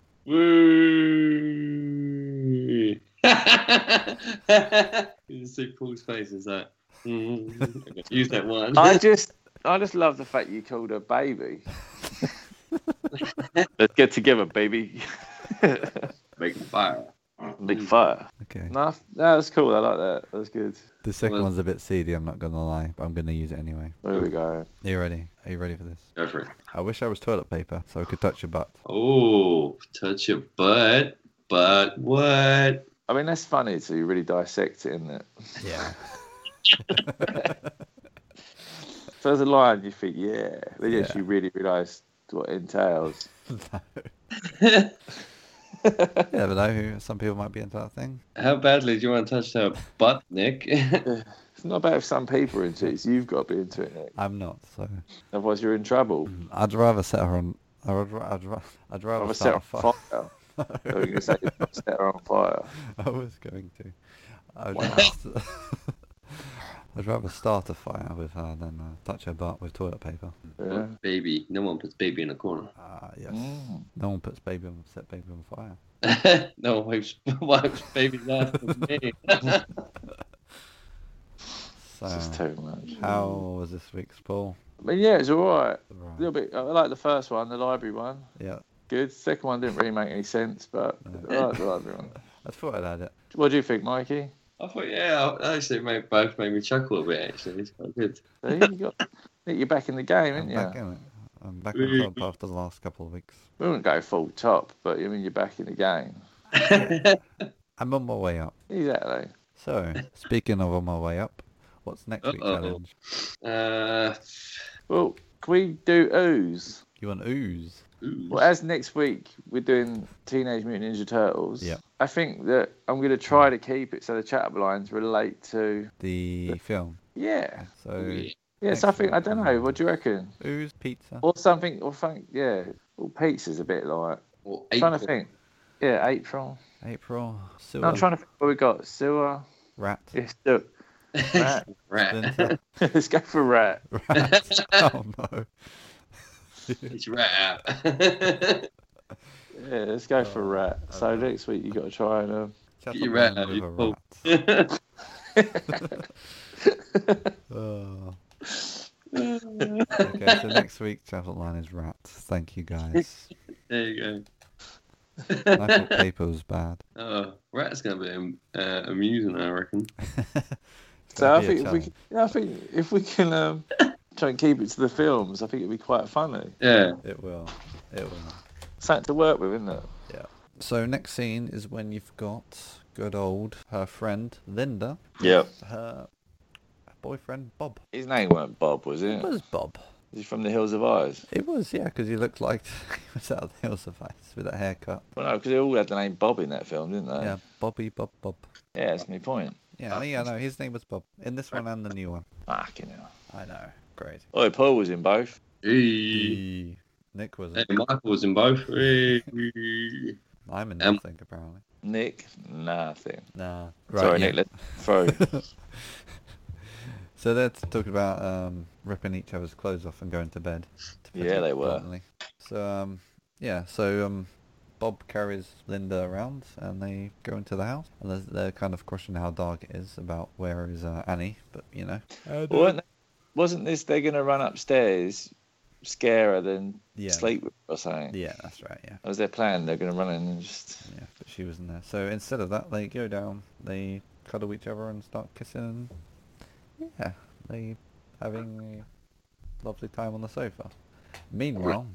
Woo! (laughs) you can see Paul's face
(laughs)
is like, mm, (laughs) use that one.
I just, I just love the fact you called her baby. (laughs) Let's get together, baby.
(laughs)
(laughs)
Make fire.
Big fire.
Okay.
Mm. No, no, that's cool. I like that. That's good.
The second
Well-
one's a bit seedy. I'm not gonna lie, but I'm gonna use it anyway.
There we go.
Are you ready? Are you ready for this?
Go for it.
I wish I was toilet paper so I could touch your butt.
Oh, touch your butt. But what?
I mean, that's funny to really dissect it, isn't it?
(laughs) Yeah.
So as a lion, you think, yeah. Then yes,
Yeah.
you really realise what it entails.
You never know who some people might be into that thing.
How badly do you want to touch that butt, Nick? (laughs)
It's not about if some people are into it. It's you've got to be into it. Nick.
I'm not, so
Otherwise, you're in trouble.
Mm, I'd rather set her on. I'd, ra- I'd, ra- I'd rather
Otherwise, set
start
her
a
on
fire.
(laughs) fire. I was going to say, set her on fire.
(laughs) I was going to. I'd,
Wow.
rather, st- (laughs) I'd rather start a fire with her than uh, touch her butt with toilet paper. (laughs)
Yeah.
Baby. No one puts baby in a corner. (laughs)
Ah, yes.
Mm.
No one puts baby on set baby on fire.
no one (laughs) wipes, wipes baby's ass with me. (laughs)
It's just
So,
too much.
how was this week's poll?
I mean, yeah, it's all right. A
Right.
little bit. I like the first one, the library one.
Yeah,
Good. Second one didn't really make any sense, but
No.
I like the library one.
I thought I'd add it.
What do you think, Mikey?
I thought, yeah, I- actually, made, both made me chuckle a bit, actually. It's quite good.
See, you got, Nick, you're back in the game,
I'm
aren't you?
back in it. I'm back on top after the last couple of weeks.
We wouldn't go full top, but I mean, you're back in the game.
I'm on my way up.
Exactly. (laughs)
So, speaking of on my way up, what's next week's
Uh-oh.
challenge?
(laughs) Uh,
Well, can we do ooze?
You want ooze?
ooh.
Well, as next week we're doing Teenage Mutant Ninja Turtles.
Yeah.
I think that I'm going to try to keep it so the chat up lines relate to.
The film.
Oh, Yeah. Oh.
So,
Yes, I think I don't know. What do you reckon?
ooze, pizza.
Or something? Or think? Yeah. Well, pizza's a bit like.
Well,
I'm trying to
April.
think. Yeah, April.
April. Sewer.
No, I'm trying to think what we got. Sewer.
Rat.
Yes, look. Rat. (laughs)
(laughs) Rat.
Splinter.
Let's go for rat.
Rat. (laughs) Oh no.
It's rat out. (laughs)
Yeah, let's go
Oh,
for rat. So next week you got to try and. Um,
Chat
You
up
rat
man
out,
with
you
a
fool.
rat.
(laughs)
Oh. (laughs) Okay, so next week travel line is rat. Thank you guys.
there you go.
I
(laughs)
thought paper was bad.
Oh, rat's gonna be um, uh, amusing, I reckon.
So I
That'd be
think
a
if we,
challenge.
can, yeah, I think if we can um, try and keep it to the films, I think it'd be quite funny.
Yeah.
It will. It will.
Something to work with, isn't it?
So next scene is when you've got good old her friend Linda,
Yeah.
her boyfriend Bob.
His name weren't Bob, was it?
It was Bob.
He's from the Hills of Eyes.
It was, yeah, because he looked like (laughs) he was out of the hills of ice with that haircut.
Well, no, because they all had the name Bob in that film, didn't they?
Yeah, Bobby, Bob, Bob.
Yeah, that's my point.
Yeah, yeah, no, his name was Bob in this one and the new one.
Fucking hell.
I know, crazy.
Oh, Paul was in both.
Hey,
E.
Nick was.
Hey, Michael's in both. Hey.
I'm in
Um,
nothing apparently.
Nick, nothing.
Nah.
Sorry, Nick. Let's throw.
(laughs) So they're t- talking about um, ripping each other's clothes off and going to bed. to put
Yeah,
it
they were.
bluntly. So um, yeah, so um, Bob carries Linda around and they go into the house and they're, they're kind of questioning how dark it is about where is uh, Annie, but you know.
Wasn't, wasn't this they're going to run upstairs, scare her, then
Yeah.
sleep with her or something?
Yeah, that's right. Yeah,
That was their plan. They're going to run in and just.
yeah, but she wasn't there. So instead of that, they go down, they cuddle each other and start kissing. and Yeah, they having a lovely time on the sofa. Meanwhile,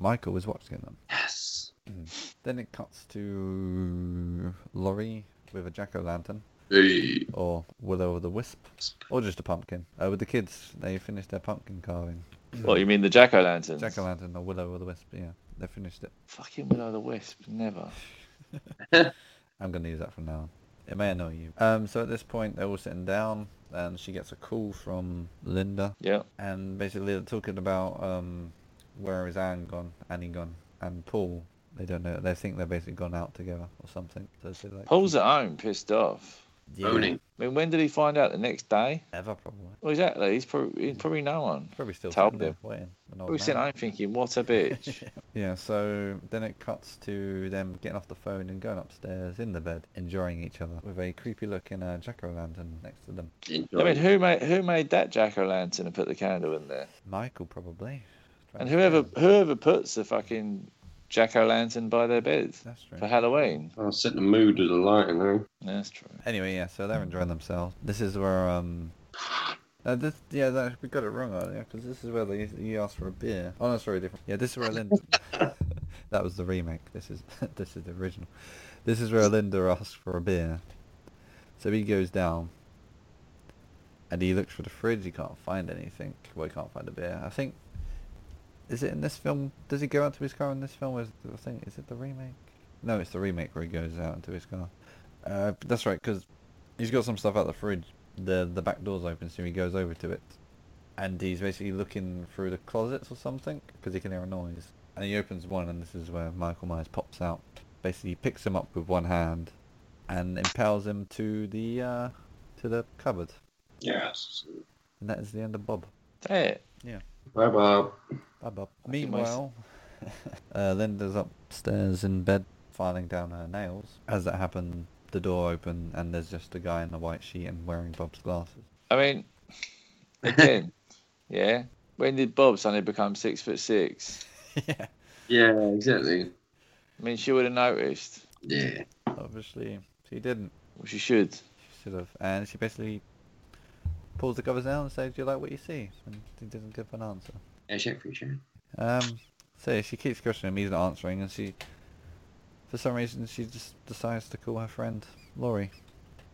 Michael was watching them.
Yes.
Then it cuts to Laurie with a jack o' lantern
Hey.
or Willow the Wisp or just a pumpkin. Uh, with the kids, they finished their pumpkin carving.
What you mean the jack o' lanterns?
Jack o' lantern or Willow or the Wisp, yeah, they finished it.
Fucking Willow the Wisp, never.
I'm going to use that from now on. It may annoy you. Um, so at this point, they're all sitting down and she gets a call from Linda
Yeah.
and basically they're talking about um, where is Anne gone, Annie gone, and Paul. They don't know. They think they're basically gone out together or something. So it's like,
Paul's at home, pissed off.
yeah,
Owning.
I mean, when did he find out? The next day?
Ever probably.
Well, exactly. He's probably, he's probably no one.
Probably still
Told
sitting there
them.
waiting. an old
Probably sitting
Oh, man.
at home thinking, what a
(laughs)
bitch.
Yeah, so then it cuts to them getting off the phone and going upstairs in the bed, enjoying each other with a creepy looking uh, jack o' lantern next to them.
Enjoy.
I mean, who made who made that jack o' lantern and put the candle in there?
Michael probably.
And whoever whoever puts the fucking jack o' lantern by their bed
That's true.
for Halloween.
I'll set the mood of the eh? lighting now.
That's true.
Anyway, yeah, so they're enjoying themselves. This is where um. Uh, this yeah, that, we got it wrong earlier because this is where they you asked for a beer. Oh no, sorry, different. Yeah, this is where Linda. (laughs) that was the remake. This is (laughs) this is the original. This is where Linda asks for a beer. So he goes down, and he looks for the fridge. He can't find anything. Well, he can't find a beer. I think. Is it in this film? Does he go out to his car in this film? Is I think is it the remake? No, it's the remake where he goes out into his car. Uh, that's right, because he's got some stuff out the fridge. the The back door's open, so he goes over to it, and he's basically looking through the closets or something because he can hear a noise. And he opens one, and this is where Michael Myers pops out. Basically, he picks him up with one hand, and impels him to the uh, to the cupboard.
Yes.
And that is the end of Bob.
That's it.
Bye, Bob.
Bye, Bob.
think my s-
Meanwhile, (laughs) uh, Linda's upstairs in bed filing down her nails. As that happened, the door open and there's just a guy in a white sheet and wearing Bob's glasses.
I mean, again,
(laughs)
yeah. When did Bob suddenly become six foot six?
(laughs) yeah.
Yeah, exactly.
I mean, she would have noticed.
Yeah.
Obviously, she didn't.
Well, she should.
She should have. And she basically pulls the covers down and says, "Do you like what you see?" And he doesn't give an answer.
Yeah, check for sure.
Um, so she keeps questioning him, he's not answering, and she, for some reason, she just decides to call her friend Laurie.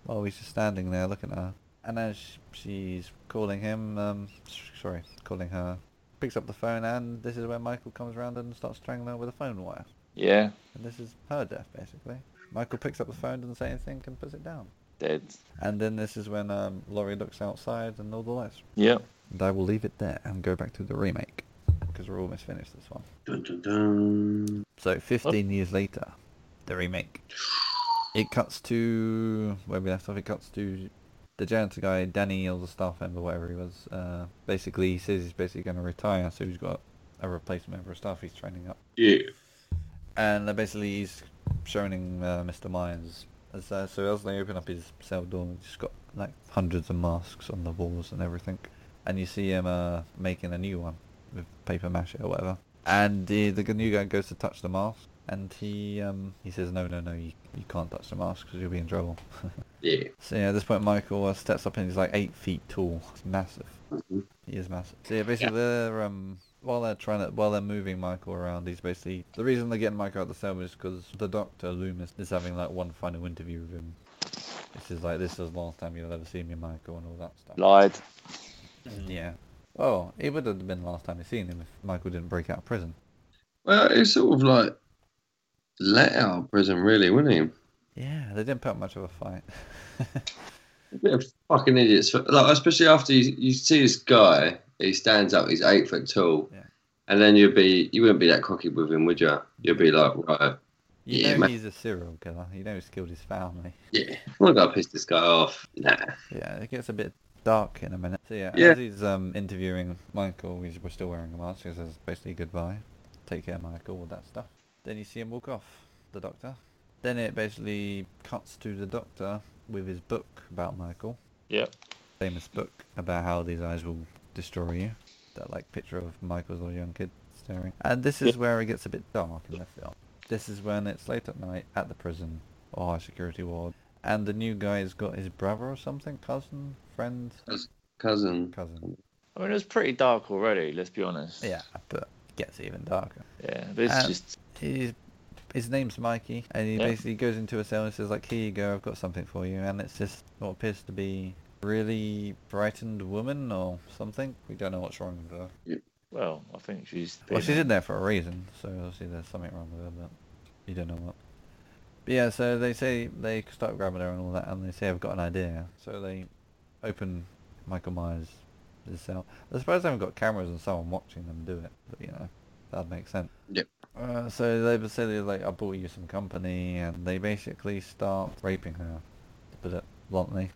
While he's just standing there looking at her, and as sh- she's calling him, um, s- sorry, calling her, picks up the phone, and this is where Michael comes around and starts strangling her with a phone wire.
Yeah,
And this is her death, basically. Michael picks up the phone, doesn't say anything, and puts it down.
dead.
And then this is when um, Laurie looks outside and all the lights.
Yep.
And I will leave it there and go back to the remake because we're almost finished this one.
Dun, dun, dun.
So 15 years later, the remake. It cuts to where we left off. It cuts to the janitor guy, Danny, or the staff member, whatever he was. Uh, basically, he says he's basically going to retire, so he's got a replacement member of staff he's training up.
Yeah.
And uh, basically, he's showing him, uh, Mr. Myers. As, uh, so as they open up his cell door, he's just got like hundreds of masks on the walls and everything. And you see him uh, making a new one with paper mache or whatever. And the, the new guy goes to touch the mask, and he um, he says, no, no, no, you, you can't touch the mask because you'll be in trouble.
Yeah.
So yeah, at this point, Michael uh, steps up and he's like eight feet tall. It's massive.
Mhm.
He is massive. So yeah, basically they're um while they're trying to while they're moving Michael around, he's basically the reason they're getting Michael out of the cell is because the doctor Loomis is having like one final interview with him. This is like this is the last time you'll ever see me, Michael, and all that stuff.
Lied.
Yeah. Oh, it would have been the last time you seen him if Michael didn't break out of prison.
Well, it's sort of like let out of prison, really, wouldn't he?
Yeah, they didn't put up much of a fight. (laughs)
A bit of fucking idiots. Like, especially after you, you see this guy, he stands up, he's eight foot tall,
Yeah.
and then you'd be you wouldn't be that cocky with him, would you? You'd be like, right,
you
Yeah,
know
man.
he's a serial killer. You know he's killed his family.
yeah, I'm not gonna piss this guy off. Nah.
Yeah, it gets a bit dark in a minute. So yeah,
Yeah.
as he's um, interviewing Michael, he's we're still wearing a mask. He says basically goodbye, take care, Michael, all that stuff. Then you see him walk off, the doctor. Then it basically cuts to the doctor with his book about Michael,
Yep.
famous book about how these eyes will destroy you. That like picture of Michael as a young kid staring. And this is where it gets a bit dark in the film. This is when it's late at night at the prison or our security ward, and the new guy's got his brother or something, cousin, friend,
Cousin.
cousin.
I mean, it was pretty dark already. Let's be honest.
Yeah, but it gets even darker.
Yeah. But it's
Um,
just
He's, his name's Mikey, and he
Yeah.
basically goes into a cell and says like, "Here you go, I've got something for you," and it's just what appears to be really frightened woman or something. We don't know what's wrong with her.
well. I think she's.
Well, she's in there for a reason, so obviously there's something wrong with her, but you don't know what. But yeah, so they say they start grabbing her and all that, and they say I've got an idea. So they open Michael Myers' cell. I suppose they haven't got cameras and someone watching them do it, but you know that'd make sense.
Yep.
Uh, so they would say they're like, I bought you some company, and they basically start raping her, to put it bluntly.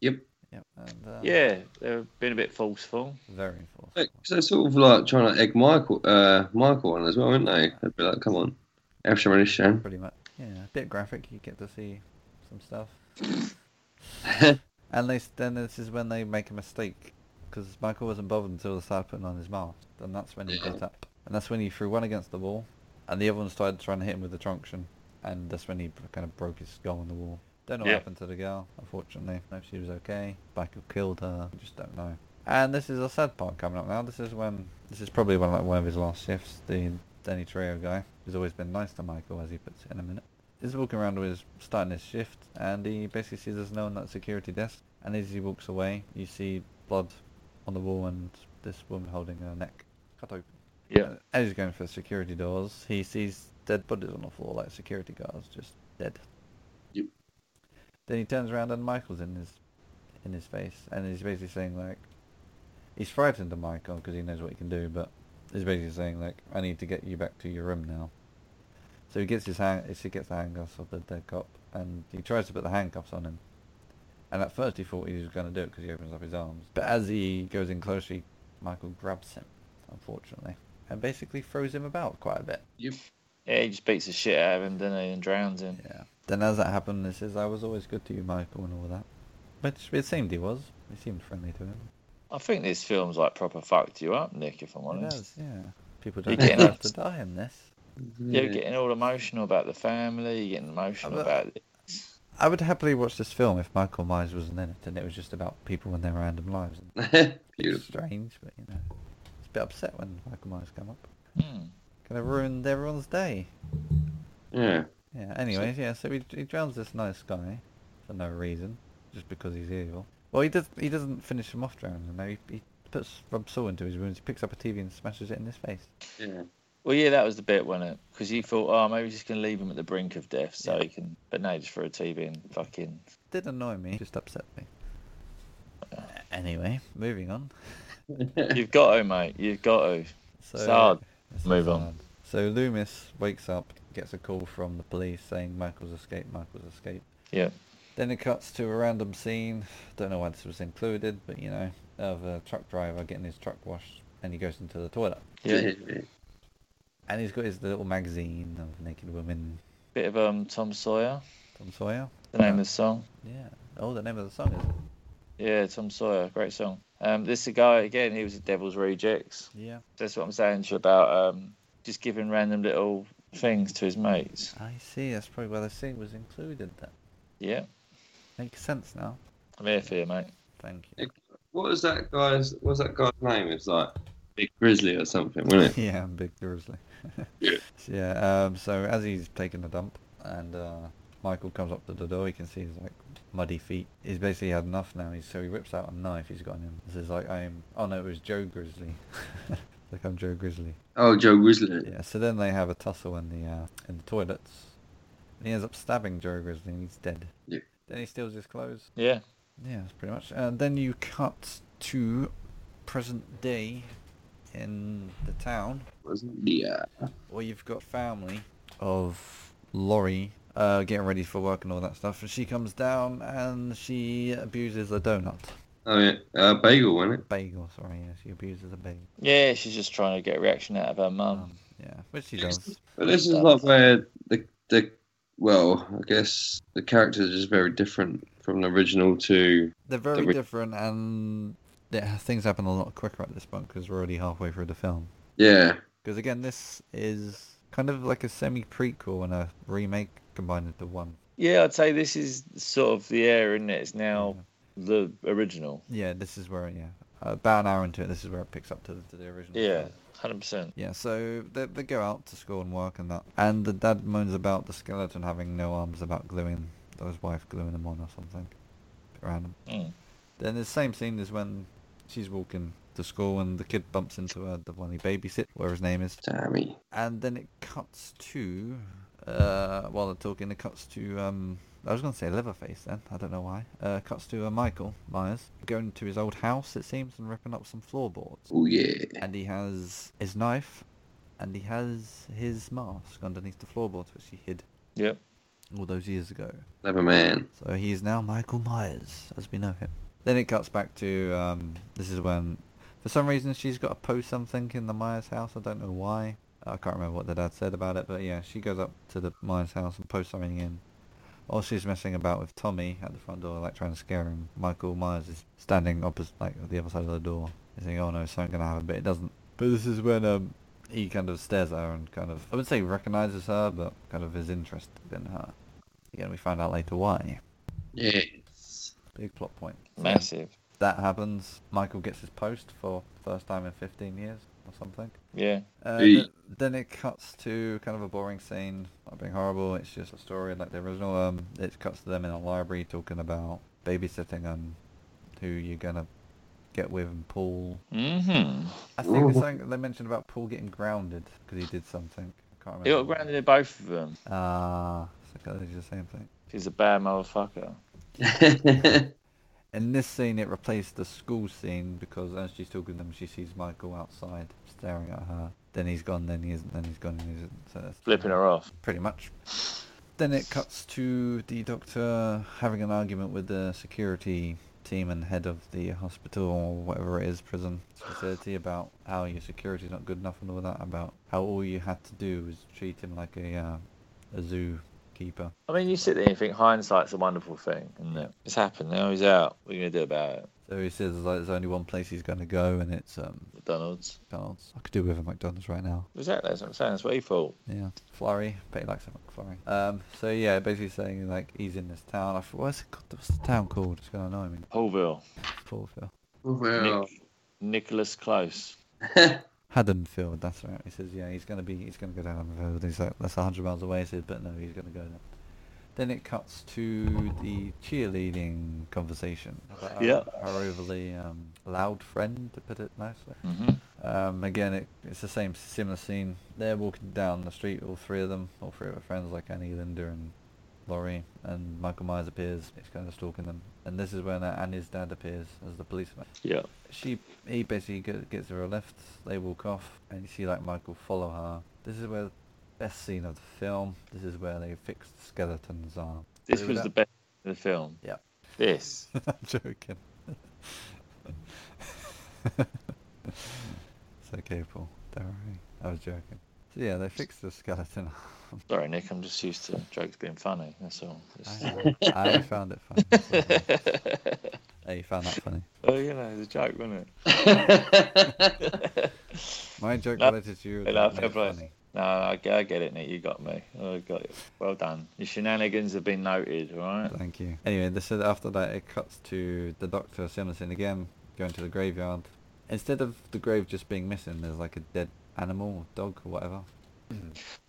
Yep.
Yep. And, uh,
Yeah, they've been a bit forceful.
Very forceful.
Like, So sort of like trying to egg Michael, uh, Michael on as well, aren't they? They'd be like, come on, have some relish, Shan.
pretty much. Yeah, a bit graphic. You get to see some stuff. and they s- then this is when they make a mistake because Michael wasn't bothered until they started putting on his mask, and that's when he
Yeah.
got up, and that's when he threw one against the wall, and the other one started trying to hit him with the truncheon, and that's when he b- kind of broke his skull on the wall. Don't know what
Yeah.
happened to the girl, unfortunately. No, she was okay. Michael killed her. Just don't know. And this is a sad part coming up now. This is when this is probably one of, like, one of his last shifts. The Danny Trejo guy, who's always been nice to Michael, as he puts it in a minute, is walking around with his starting his shift, and he basically sees there's no one at the security desk, And as he walks away, you see blood on the wall and this woman holding her neck cut open.
Yeah.
And as he's going for security doors, he sees dead bodies on the floor, like security guards, just dead.
Yep.
Then he turns around and Michael's in his in his face, and he's basically saying like, he's frightened of Michael because he knows what he can do, but he's basically saying like, I need to get you back to your room now. So he gets his hand, he gets the handcuffs off the dead cop, and he tries to put the handcuffs on him. And at first he thought he was going to do it because he opens up his arms, but as he goes in closer, he- Michael grabs him, unfortunately, and basically throws him about quite a bit.
Yeah, he just beats the shit out of him, doesn't he, and drowns him.
Yeah. Then as that happened, he says, I was always good to you, Michael, and all that. Which it seemed he was. He seemed friendly to him.
I think this film's like proper fucked you up, Nick. If I'm
He
honest,
does, yeah. People
You're
don't deserve
getting
to die in this.
you're getting all emotional about the family. You're getting emotional
But-
about it.
I would happily watch this film if Michael Myers wasn't in it and it was just about people and their random lives. It's
(laughs) Beautiful.
strange, but you know. It's a bit upset when Michael Myers come up.
Hmm.
Kind of ruined everyone's day.
Yeah.
Yeah, anyways, yeah, so he, he drowns this nice guy for no reason, just because he's evil. Well, he, does, he doesn't finish him off drowning, though. He, he puts rubs salt into his wounds, he picks up a TV and smashes it in his face.
Yeah.
Well, yeah, that was the bit, wasn't it? Because he thought, oh, maybe he's just gonna leave him at the brink of death, so
Yeah.
he can. But no, he just threw a TV and fucking.
Did annoy me, just upset me. Anyway, moving on.
(laughs)
You've got to, mate. You've got to.
So
Sad.
It's
Move on.
So Loomis wakes up, gets a call from the police saying Michael's escaped, Michael's escaped.
Yeah.
Then it cuts to a random scene. Don't know why this was included, but you know, of a truck driver getting his truck washed, and he goes into the toilet,
Yeah.
and he's got his little magazine of naked women.
Bit of um Tom Sawyer.
Tom Sawyer.
The name of the song.
Yeah. Oh, the name of the song is. it?
Yeah, Tom Sawyer. Great song. Um, this is a guy again. He was a Devil's Rejects.
Yeah.
That's what I'm saying to you about um just giving random little things to his mates.
I see. That's probably why the scene was included. That
Yeah.
makes sense now.
I'm here for you, mate.
Thank you.
What was that guy's? What was that guy's name? It's like Big Grizzly or something, (laughs) wasn't it?
Yeah, I'm big grizzly.
Yeah.
So, (laughs) yeah. Um, so as he's taking the dump, and uh, Michael comes up to the door, he can see his like muddy feet. He's basically had enough now. He's, so he rips out a knife he's got in him. This is like I'm. Oh no, it was Joe Grizzly. (laughs) like I'm Joe Grizzly.
Oh, Joe Grizzly.
Yeah. So then they have a tussle in the uh, in the toilets. And he ends up stabbing Joe Grizzly, and he's dead.
Yeah.
Then he steals his clothes.
Yeah.
Yeah, that's pretty much. And then you cut to present day in the town
Wasn't he? uh, Yeah.
well, you've got family of Laurie uh, getting ready for work and all that stuff, and she comes down and she abuses a donut
Oh yeah. Uh, bagel, wasn't it?
bagel. Sorry, yeah, she abuses a bagel.
Yeah, she's just trying to get a reaction out of her mum.
Um, yeah, which she does.
But this is like where the the well, I guess the characters are just very different from the original to
They're very
we-
different, and yeah, things happen a lot quicker at this point because we're already halfway through the film.
yeah.
Because again, this is kind of like a semi-prequel and a remake combined into one.
Yeah, I'd say this is sort of the air, isn't it? It's now the original.
Yeah, this is where yeah, about an hour into it, this is where it picks up to the, to the original.
Yeah,
film.
hundred percent.
Yeah, so they, they go out to school and work and that. And the dad moans about the skeleton having no arms, about gluing, or his wife gluing them on or something. Bit random.
Mm.
Then the same scene is when she's walking to school and the kid bumps into her, the one he babysits, whatever his name is.
Sammy.
And then it cuts to, uh, while they're talking, it cuts to, um, I was going to say Leatherface then, I don't know why. Uh, cuts to uh, Michael Myers going to his old house, it seems, and ripping up some floorboards
Oh yeah.
and he has his knife, and he has his mask underneath the floorboards, which he hid
Yep.
all those years ago.
Clever man.
So he is now Michael Myers, as we know him. Then it cuts back to um, this is when, for some reason, she's got to post something in the Myers house. I don't know why. I can't remember what the dad said about it, but yeah, she goes up to the Myers house and posts something in. While she's messing about with Tommy at the front door, like trying to scare him, Michael Myers is standing opposite, like at the other side of the door. He's thinking, "Oh no, something's gonna happen," but it doesn't. But this is when um, he kind of stares at her and kind of, I wouldn't say recognizes her, but kind of is interested in her. Again, we find out later why.
(laughs) Yes.
Big plot point.
Massive.
That happens. Michael gets his post for first time in 15 years or something.
Yeah.
Uh,
Hey.
th- then it cuts to kind of a boring scene. Not being horrible. It's just a story like the original. Um, it cuts to them in a library talking about babysitting and who you're gonna get with and Paul.
Mm-hmm.
I think
Ooh.
there's something that they mentioned about Paul getting grounded because he did something. I can't
He
remember.
got grounded in both of them.
Ah, so kind of did the same thing.
He's a bad motherfucker.
In this scene, it replaced the school scene because as she's talking to them, she sees Michael outside staring at her. Then he's gone. Then he isn't. Then he's gone. And he isn't. So that's-
Flipping her off.
pretty much. Then it cuts to the doctor having an argument with the security team and head of the hospital or whatever it is, prison facility, about how your security's not good enough and all that, about how all you had to do was treat him like a uh, a zoo keeper.
I mean, you sit there and you think hindsight's a wonderful thing, isn't it? It's happened. Now he's out. What are you going to do about it?
So he says like there's only one place he's going to go, and it's um,
McDonald's.
McDonald's. I could do with a McDonald's right now.
Exactly. That's what I'm saying. That's what he thought.
Yeah, Flurry. Bet he likes that Flurry. Um, so yeah, basically saying like he's in this town. I thought, what's, it, called- what's the town called? It's going to annoy me.
Paulville.
Paulville.
well,
Nick, Nicholas Close.
Haddonfield, that's right. He says, yeah, he's gonna be, he's gonna go down Haddonfield. He's like, that's hundred miles away. He says, but no, he's gonna go there. Then it cuts to the cheerleading conversation. about Her,
Yeah.
Her overly um, loud friend, to put it nicely.
Mm-hmm.
Um, again, it, it's the same similar scene. They're walking down the street, all three of them, all three of her friends, like Annie, Linda, and Laurie. And Michael Myers appears. He's kind of stalking them. And this is when uh, Annie's dad appears as the policeman
Yeah.
she he basically ge- gets her a lift. They walk off, and you see like Michael follow her. This is where the best scene of the film. This is where they fix the skeleton's arm.
This
Agree
was
with that?
the best of the film.
Yeah.
This.
(laughs) I'm joking. it's okay, Paul. Don't worry. I was joking. So yeah, they fixed the skeleton. (laughs)
Sorry, Nick. I'm just used to jokes being funny. That's all. (laughs) Just-
I, I found it funny.
(laughs)
hey, you found that funny.
well, you know, it's a joke, wasn't it?
My joke
No.
related to you.
No,
that
fair
made it
play.
funny.
No, I get, I get it, Nick. You got me. I got you. Well done. Your shenanigans have been noted, all right?
Thank you. Anyway, this is after that it cuts to the doctor Simonson again going to the graveyard. Instead of the grave just being missing, there's like a dead animal, dog, or whatever.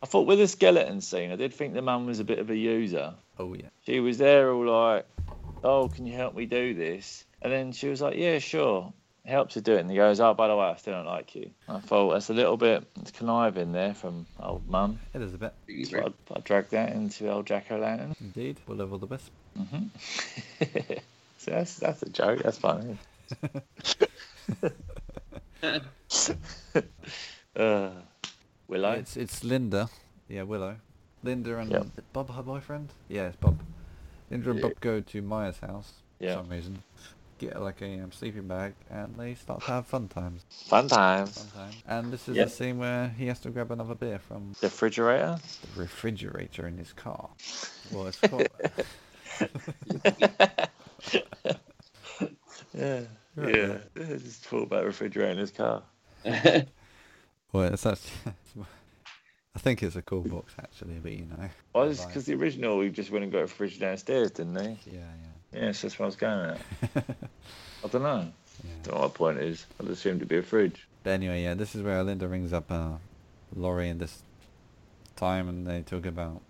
I thought with the skeleton scene, I did think the mum was a bit of a user.
Oh yeah.
She was there all like, oh, can you help me do this? And then she was like, yeah, sure. Helps her do it. And he goes, oh, by the way, I still don't like you. And I thought that's a little bit conniving there from old mum.
It is a bit.
So I, I dragged that into old Jack O'Lantern.
Indeed. We'll have all the best.
hmm (laughs) so that's, that's a joke. That's
(laughs)
funny. (laughs) uh, Willow.
It's it's Linda. Yeah, Willow. Linda and
Yep.
Bob, her boyfriend. Yeah, it's Bob. Linda and
Yeah.
Bob go to Maya's house
Yeah.
for some reason. Get like a um, sleeping bag, and they start to have fun times.
Fun times.
Fun time. And this is
Yeah.
the scene where he has to grab another beer from
The refrigerator. (laughs)
the refrigerator in his car. Well, it's called,
Yeah.
Right,
Yeah. Just talk about refrigerator in his car.
well, it's actually, (laughs) I think it's a cool box actually, but you know,
Oh, it's
Right.
because the original, he just went and got a fridge downstairs, didn't he?
yeah,
Yeah, so that's where I was going at.
yeah. (laughs)
I don't know.
yeah.
Don't know what my point is. I'd assume to be a fridge.
But anyway, yeah, this is where Linda rings up uh, Laurie in this time, and they talk about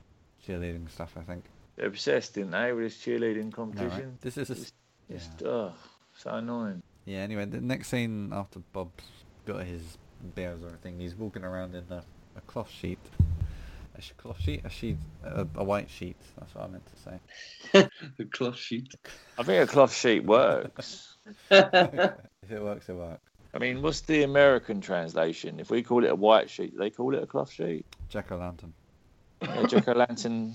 cheerleading stuff. I think.
They're obsessed, didn't they, with this cheerleading
No, right?
competition?
This is a, s-
It's-
yeah.
It's, oh, so annoying.
yeah. Anyway, the next scene after Bob's got his bears or thing, he's walking around in a, a cloth sheet. A sh- cloth sheet, a sheet, a, a white sheet. That's what I meant to say.
(laughs) the cloth sheet. (laughs)
I think a cloth sheet works.
If it works, it works.
I mean, what's the American translation? If we call it a white sheet, do they call it a cloth sheet.
Jack o' lantern.
A jack o' lantern,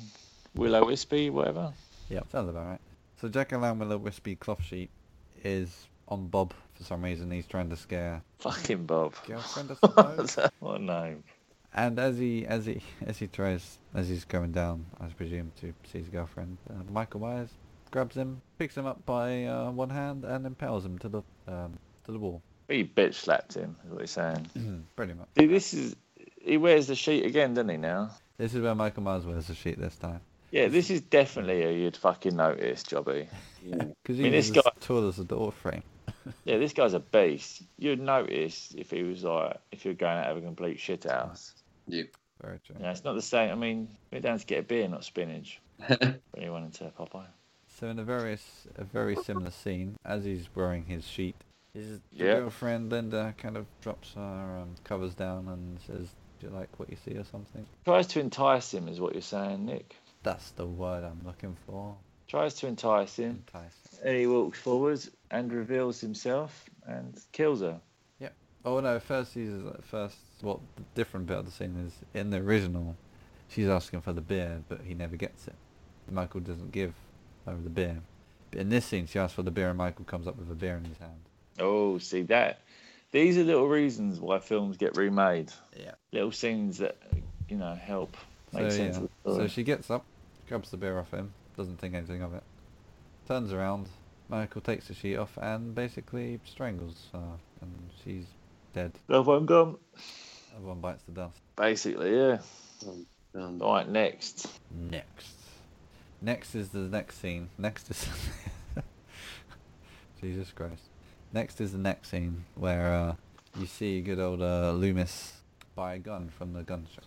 willow wispy, whatever.
Yeah, sounds about right. So Jack Allan with a wispy cloth sheet is on Bob for some reason. He's trying to scare
Fucking Bob.
girlfriend, (laughs)
(laughs)
I suppose.
What a name.
and as he as he as he tries as he's going down, I presume to see his girlfriend, uh, Michael Myers grabs him, picks him up by uh, one hand, and impales him to the um, to the wall. (clears throat)
He bitch slapped him, is what he's saying.
Pretty much.
Dude, this is. He wears the sheet again, doesn't he now?
This is where Michael Myers wears the sheet this time
Yeah, this is definitely a you'd fucking notice, Jobby.
because
I
he
mean,
was
this
as
guy-
tall as the door frame.
Yeah, this guy's a beast. You'd notice if he was like, if you're going out of a complete shit house.
Very true. (laughs)
You know, it's not the same. I mean, we're down to get a beer, not spinach. Really wanted to Popeye.
So So in a very s- a very similar scene, as he's wearing his sheet, his
Yeah.
girlfriend Linda kind of drops her um, covers down and says, "Do you like what you see?" or something.
Tries to entice him, is what you're saying, Nick.
That's the word I'm looking for.
Tries to entice him.
Enticing.
He walks forwards and reveals himself and kills her.
Oh no! First, he's first. What the different bit of the scene is in the original, she's asking for the beer, but he never gets it. Michael doesn't give her the beer. But in this scene, she asks for the beer, and Michael comes up with a beer in his hand.
Oh, see that. These are little reasons why films get remade.
Yeah.
Little scenes that you know help make
so,
sense of
yeah.
the story.
So she gets up, grabs the beer off him, doesn't think anything of it, turns around, Michael takes the sheet off and basically strangles her, and she's dead.
Love one gum.
Everyone bites the dust.
Basically, yeah.
Um,
All right, next.
Next. Next is the next scene. Next is. (laughs) Jesus Christ. Next is the next scene where uh, you see good old uh, Loomis buy a gun from the gun shop.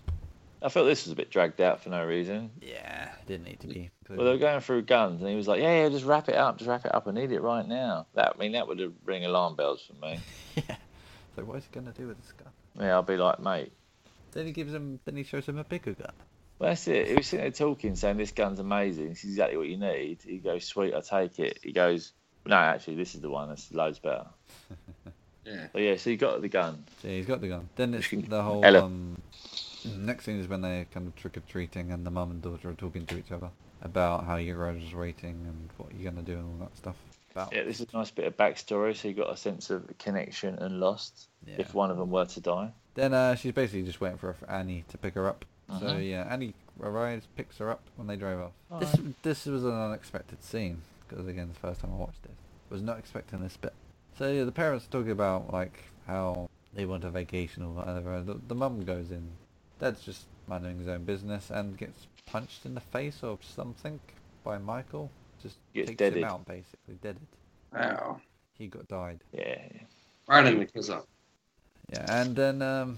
I felt this was a bit dragged out for no reason.
Yeah, didn't need to be.
Well, they were going through guns, and he was like, "Yeah, yeah, just wrap it up, just wrap it up. I need it right now." That I mean, that would ring alarm bells for me.
(laughs) yeah. So what is he gonna do with this gun?
Yeah, I'll be like, mate.
Then he gives him. Then he shows him a bigger gun.
Well, that's it. He was sitting there talking, saying, "This gun's amazing. This is exactly what you need." He goes, "Sweet, I take it." He goes, "No, actually, this is the one. That's loads better."
Yeah.
But yeah, so he got the gun.
So he's got the gun. Then it's the whole.
Hello.
Um, next thing is when they're kind of trick or treating, and the mum and daughter are talking to each other about how your road is waiting and what you're gonna do and all that stuff. About
Yeah, this is a nice bit of backstory. So he got a sense of connection and lost
yeah.
if one of them were to die.
Then uh, she's basically just waiting for Annie to pick her up. So
Mhm.
yeah, Annie arrives, picks her up when they drive off.
All
Uh-huh. This this was an unexpected scene because again, the first time I watched it, was not expecting this bit. So yeah, the parents are talking about like how they want a vacation or whatever. The, the mum goes in, dad's just minding his own business and gets punched in the face or something by Michael. Just
Gets
takes him
deaded.
out basically, deaded.
Wow.
He got died.
Yeah.
Right in the closet.
Yeah, and then um,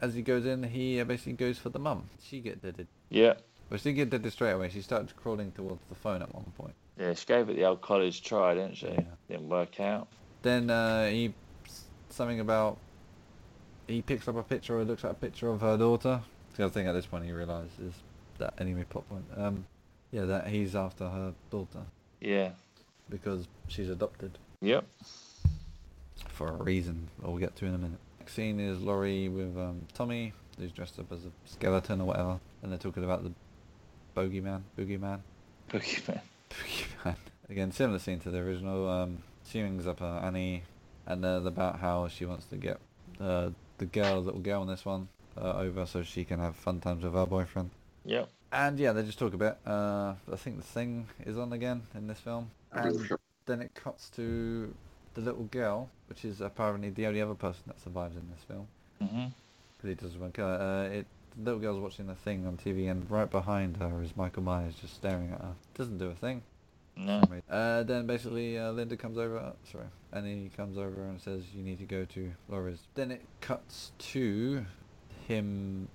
as he goes in, he uh, basically goes for the mum. She get deaded.
Yeah.
Well, she get deaded straight away. She started crawling towards the phone at one point.
Yeah, she gave it the old college try, didn't she?
Yeah.
Didn't work out.
Then uh, he something about he picks up a picture or looks at a picture of her daughter. The other thing at this point he realizes that anyway plot point. Um, yeah, that he's after her daughter
Yeah.
because she's adopted
Yep. (laughs)
for a reason. Or we'll get to in a minute. Next scene is Laurie with um, Tommy, who's dressed up as a skeleton or whatever, and they're talking about the bogeyman, boogeyman. (laughs)
Boogeyman.
Pokemon. Again, similar scene to the original. Um, she rings up uh, Annie, and uh, about how she wants to get uh, the girl, little girl in this one, uh, over so she can have fun times with her boyfriend.
Yep.
And yeah, they just talk a bit. Uh, I think the thing is on again in this film. And then it cuts to the little girl, which is apparently the only other person that survives in this film.
hmm
Because it doesn't work out. Uh, it, the little girl's watching the thing on TV, and right behind her is Michael Myers just staring at her. Doesn't do a thing.
No.
Uh, then basically uh, Linda comes over, sorry, and he comes over and says you need to go to Laura's. Then it cuts to him,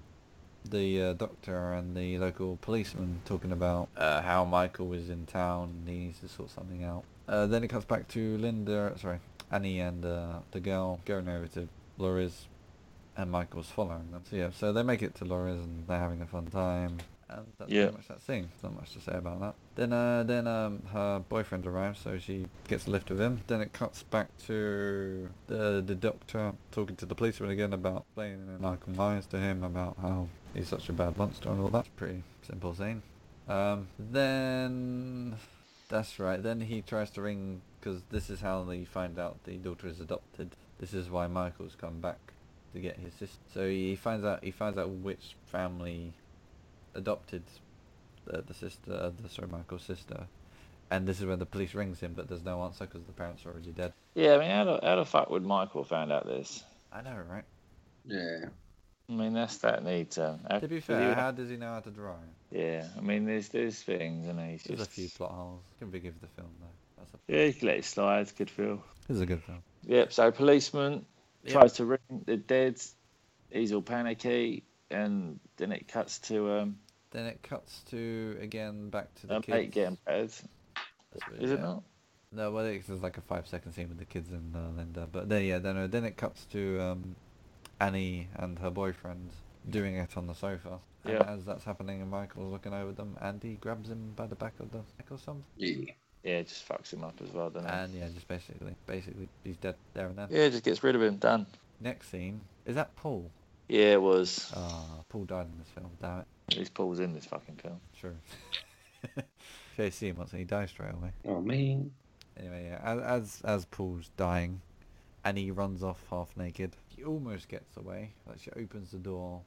the uh, doctor and the local policeman talking about uh, how Michael was in town and he needs to sort something out. Uh, then it cuts back to Linda, uh, sorry, Annie and uh, the girl going over to Laura's and Michael's following them. So yeah, so they make it to Laura's and they're having a fun time. And that's
Yeah.
pretty much that scene. Not much to say about that. Then uh, then um, her boyfriend arrives, so she gets a lift with him. Then it cuts back to the the doctor talking to the policeman again about playing and Michael Myers to him about how he's such a bad monster and all that. Pretty simple scene. Um, then that's right. Then he tries to ring because this is how they find out the daughter is adopted. This is why Michael's come back to get his sister. So he finds out he finds out which family adopted the, the sister, uh, the sorry Michael's sister, and this is when the police rings him, but there's no answer because the parents are already dead.
Yeah, I mean, how the, how the fuck would Michael found out this?
I know, right?
Yeah.
I mean, that's that need to. how
To be
could he-
fair, how does he know how to drive?
yeah, I mean, there's there's things, and he's
There's a
just.
few plot holes. Can forgive the film though. That's a,
Yeah, you can let it slide. Good feel.
this is a good film.
Yep. So policeman
Yep.
tries to ring the dead. He's all panicky, and then it cuts to um,
Then it cuts to again back to the
a
kids.
mate getting battered.
That's what
Is it
said.
not?
No, well, it's there's like a five second scene with the kids and uh, Linda. But then, yeah, then, uh, then it cuts to um, Annie and her boyfriend doing it on the sofa. And
Yeah.
as that's happening and Michael's looking over them, Andy grabs him by the back of the neck or something.
Yeah.
Yeah, it just fucks him up as well, doesn't it?
And yeah, just basically, basically, he's dead there and then.
yeah, just gets rid of him. Done.
Next scene, is that Paul?
Yeah, it was.
Ah, Paul died in this film, damn it.
At least Paul's in this fucking film.
(laughs) Sure. Should I see him once and he dies straight away.
Oh man.
Anyway, yeah, as as, as Paul's dying, and he runs off half naked. He almost gets away. Like she opens the door,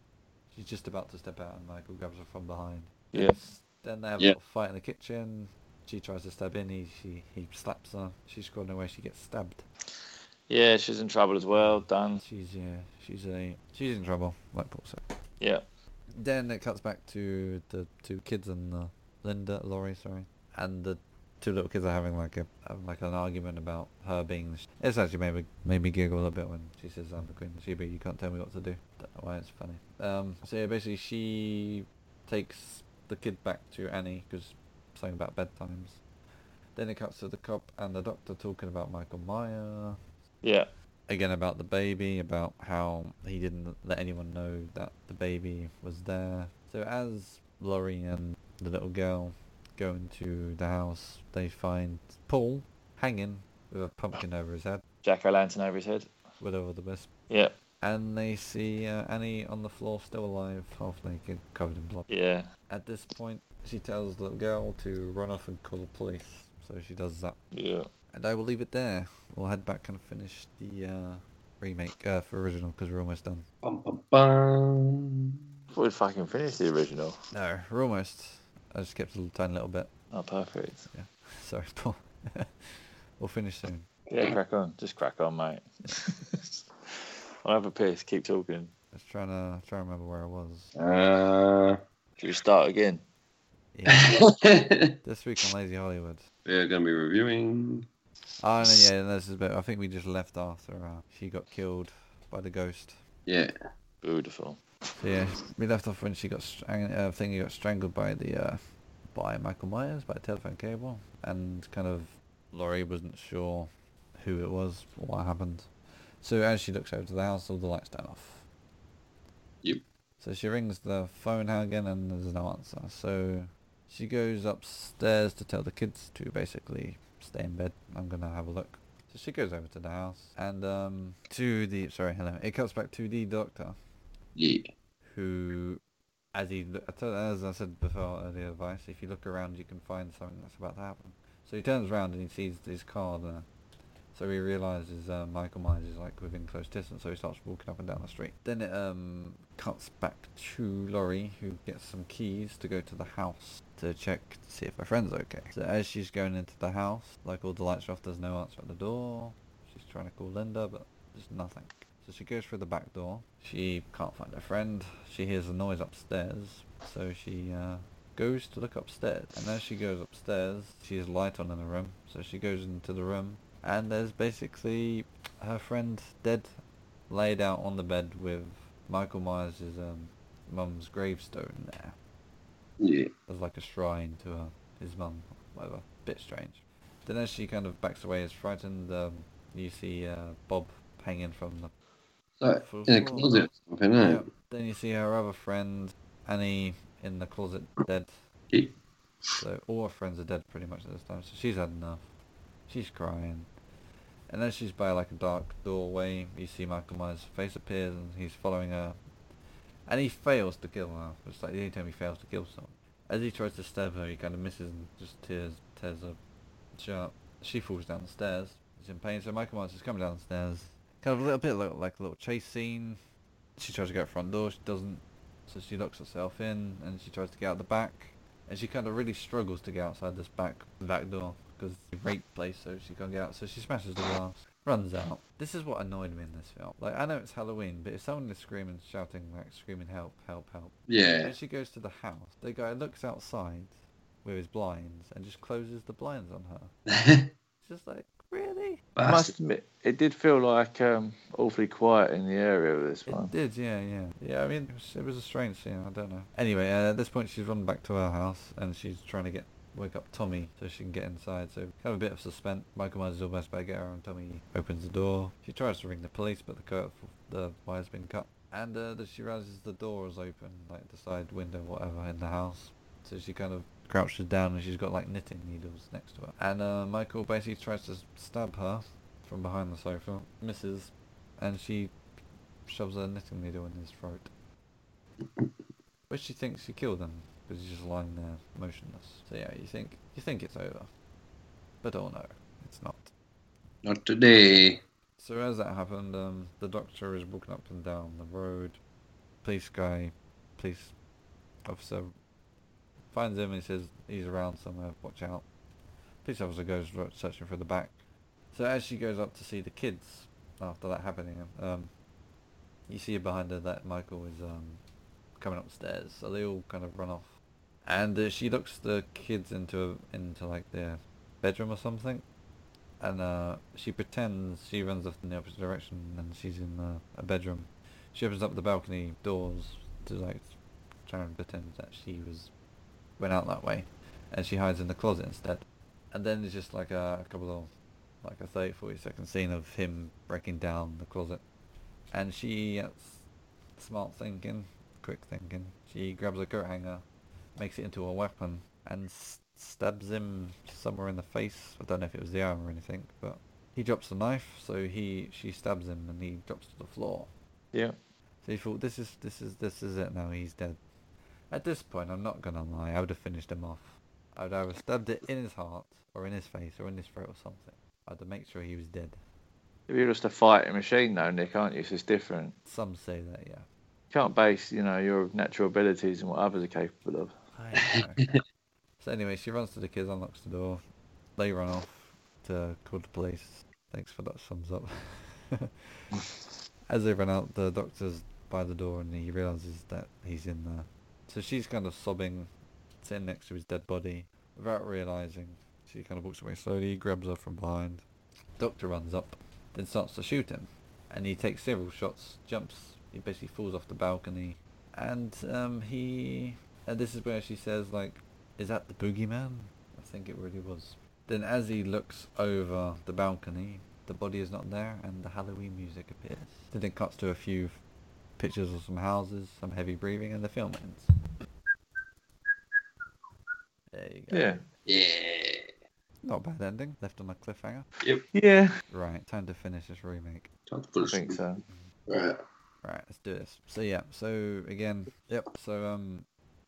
she's just about to step out, and Michael grabs her from behind.
Yeah.
Then they have
Yeah.
a little fight in the kitchen. She tries to stab in. He she, he slaps her. She's gone away. She gets stabbed.
Yeah, she's in trouble as well. Done.
She's yeah. She's a she's in trouble. Like Paul said.
Yeah.
Then it cuts back to the two kids and uh, Linda, Laurie, sorry, and the two little kids are having like a having like an argument about her being. The sh- it's actually made me made me giggle a little bit when she says I'm the queen of Sheba. You can't tell me what to do. Don't know why it's funny. Um, so yeah, basically she takes the kid back to Annie because something about bedtimes. Then it cuts to the cop and the doctor talking about Michael Meyer
Yeah.
again about the baby, about how he didn't let anyone know that the baby was there. So as Laurie and the little girl go into the house, they find Paul hanging with a pumpkin over his head,
Jack O'Lantern over his head.
whatever the best.
Yeah.
And they see uh, Annie on the floor, still alive, half naked, covered in blood.
Yeah.
At this point, she tells the little girl to run off and call the police. So she does that.
Yeah.
And I will leave it there. We'll head back and finish the uh, remake uh, for original because we're almost done.
Bum, bum, bum.
Thought we'd fucking finish the original.
No, we're almost. I just kept a little, tiny little bit. (laughs)
Oh, perfect.
Sorry, Paul. (laughs) we'll finish soon.
Yeah, crack on. Just crack on, mate. (laughs) I'll have a piss. Keep talking.
I was trying to try to remember where I was.
Uh, (laughs)
Should we start again?
Yeah.
we're
this week on Lazy Hollywood.
gonna be reviewing.
Oh no, yeah, this is a bit. I think we just left after uh, she got killed by the ghost.
Yeah.
Beautiful.
So yeah, we left off when she got strang- uh, thingy got strangled by the uh, by Michael Myers by a telephone cable, and kind of Laurie wasn't sure who it was or what happened. So as she looks over to the house, all the lights turn off.
Yep.
So she rings the phone now again, and there's no answer. So she goes upstairs to tell the kids to basically stay in bed. I'm gonna have a look. So she goes over to the house and um to the sorry hello. It cuts back to the doctor
Yeah.
who, as he, I told- as I said before earlier, advice. If you look around, you can find something that's about to happen. So he turns around and he sees his car there. So he realizes uh, Michael Myers is like within close distance. So he starts walking up and down the street. Then it um, cuts back to Laurie, who gets some keys to go to the house to check to see if her friend's okay. So as she's going into the house, like all the lights are off, there's no answer at the door. She's trying to call Linda, but there's nothing. So she goes through the back door. She can't find her friend. She hears a noise upstairs. So she uh, goes to look upstairs. And as she goes upstairs, she has light on in the room. So she goes into the room. And there's basically her friend dead, laid out on the bed with Michael Myers' um, mum's gravestone there.
Yeah.
As like a shrine to her, his mum, whatever. Bit strange. Then as she kind of backs away, is frightened, um, you see uh, Bob hanging from the
So
Full
in a
floor.
closet, or something. isn't
Yeah.
it?
Then you see her other friend, Annie, in the closet dead.
Yeah.
So all her friends are dead pretty much at this time. So she's had enough. She's crying. And as she's by like a dark doorway, you see Michael Myers' face appears and he's following her. And he fails to kill her. It's like the only time he fails to kill someone. As he tries to stab her, he kind of misses and just tears, tears her sharp. She falls down the stairs. She's in pain. So Michael Myers is coming down the stairs. Kind of a little bit like, like a little chase scene. She tries to go out front door. She doesn't. So she locks herself in and she tries to get out the back. And she kind of really struggles to get outside this back back door because it's a rape place, so she can't get out. So she smashes the glass, runs out. This is what annoyed me in this film. Like I know it's Halloween, but if someone is screaming, shouting, like screaming, help, help, help.
Yeah.
When she goes to the house, the guy looks outside with his blinds and just closes the blinds on her.
(laughs)
It's just like, really?
I
Bastard.
must admit, it did feel like um, awfully quiet in the area with this one.
It did, yeah, yeah. Yeah, I mean, it was, it was a strange scene, I don't know. Anyway, uh, at this point she's run back to her house and she's trying to get wake up Tommy so she can get inside. So kind of a bit of suspense. Michael Myers does best by get her, and Tommy opens the door. She tries to ring the police, but the cut, the wire's been cut. And uh, that she realizes the door is open, like the side window, whatever, in the house. So she kind of crouches down and she's got like knitting needles next to her. And uh, Michael basically tries to stab her from behind the sofa, misses, and she shoves a knitting needle in his throat. But she thinks she killed him because he's just lying there motionless. So yeah, you think you think it's over, but oh no, it's not.
Not today.
So as that happened, um, the doctor is walking up and down the road. Police guy, police officer finds him and says he's around somewhere. Watch out. Police officer goes ro- searching for the back. So as she goes up to see the kids after that happening, um, you see behind her that Michael is um, coming upstairs. So they all kind of run off, and uh, she looks the kids into into like their bedroom or something, and uh, she pretends she runs off in the opposite direction and she's in uh, a bedroom. She opens up the balcony doors to like try and pretend that she was went out that way, and she hides in the closet instead. And then there's just like a, a couple of like a 30, 40 second scene of him breaking down the closet, and she uh, s- smart thinking, quick thinking. She grabs a coat hanger, makes it into a weapon, and s- stabs him somewhere in the face. I don't know if it was the arm or anything, but he drops the knife, so he she stabs him and he drops to the floor.
Yeah.
So he thought, this is this is this is it now. He's dead. At this point, I'm not gonna lie. I would have finished him off. I'd either stabbed it in his heart, or in his face, or in his throat, or something. I'd have make sure he was dead.
You're just a fighting machine, though, Nick, aren't you? So it's different.
Some say that, yeah.
You can't base, you know, your natural abilities and what others are capable of.
so anyway, she runs to the kids, unlocks the door. They run off to call the police. Thanks for that sums up. (laughs) As they run out, the doctor's by the door and he realizes that he's in there. So she's kind of sobbing, sitting next to his dead body, without realizing. She kind of walks away slowly, he grabs her from behind. Doctor runs up, then starts to shoot him, and he takes several shots, jumps. He basically falls off the balcony, and um, he and this is where she says, like, is that the boogeyman? I think it really was. Then as he looks over the balcony, the body is not there and the Halloween music appears. Then it cuts to a few pictures of some houses, some heavy breathing, and the film ends. There you go.
Yeah.
Yeah.
Not a bad ending. Left on a cliffhanger.
Yeah.
Right, time to finish this remake.
Time to
I
put a
think so.
Right.
Right, let's do this. So yeah, so again, yep. So um,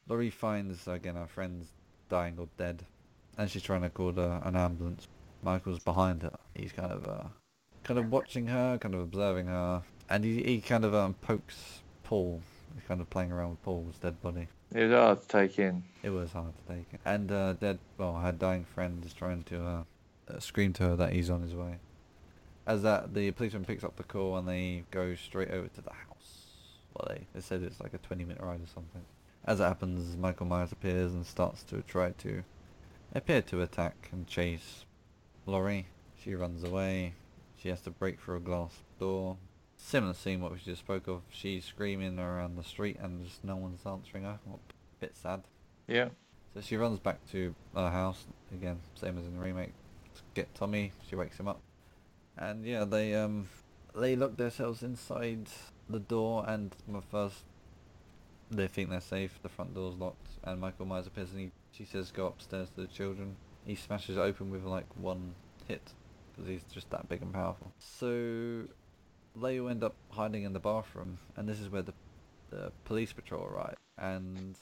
Laurie finds again our friend's dying or dead, and she's trying to call the, an ambulance. Michael's behind her. He's kind of uh, kind of watching her, kind of observing her, and he he kind of um pokes Paul. He's kind of playing around with Paul's dead body.
It was hard to take in.
It was hard to take. And uh, dead, well, her dying friend is trying to uh, uh, scream to her that he's on his way. As that, the policeman picks up the call and they go straight over to the house. Well, they, they said it's like a 20 minute ride or something. As it happens, Michael Myers appears and starts to try to appear to attack and chase Laurie. She runs away. She has to break through a glass door. Similar scene what we just spoke of. She's screaming around the street and just no one's answering her. A bit sad.
Yeah.
So she runs back to her house again, same as in the remake. To get Tommy, she wakes him up, and yeah, they um they lock themselves inside the door, and my first they think they're safe. The front door's locked, and Michael Myers appears, and he, she says go upstairs to the children. He smashes it open with like one hit because he's just that big and powerful. So they all end up hiding in the bathroom, and this is where the the police patrol arrive, and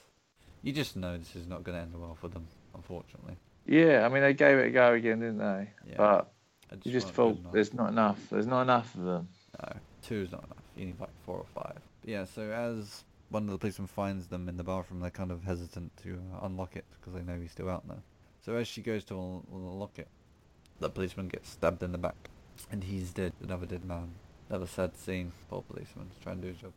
you just know this is not going to end well for them, unfortunately.
Yeah, I mean, they gave it a go again, didn't they?
Yeah,
But
I
you just
weren't good
felt
enough.
there's not enough. There's not enough of them.
No, two is not enough. You need like four or five. But yeah, so as one of the policemen finds them in the bathroom, they're kind of hesitant to uh, unlock it because they know he's still out there. So as she goes to un- unlock it, the policeman gets stabbed in the back, and he's dead. Another dead man. Another sad scene. Poor policeman trying to do his job.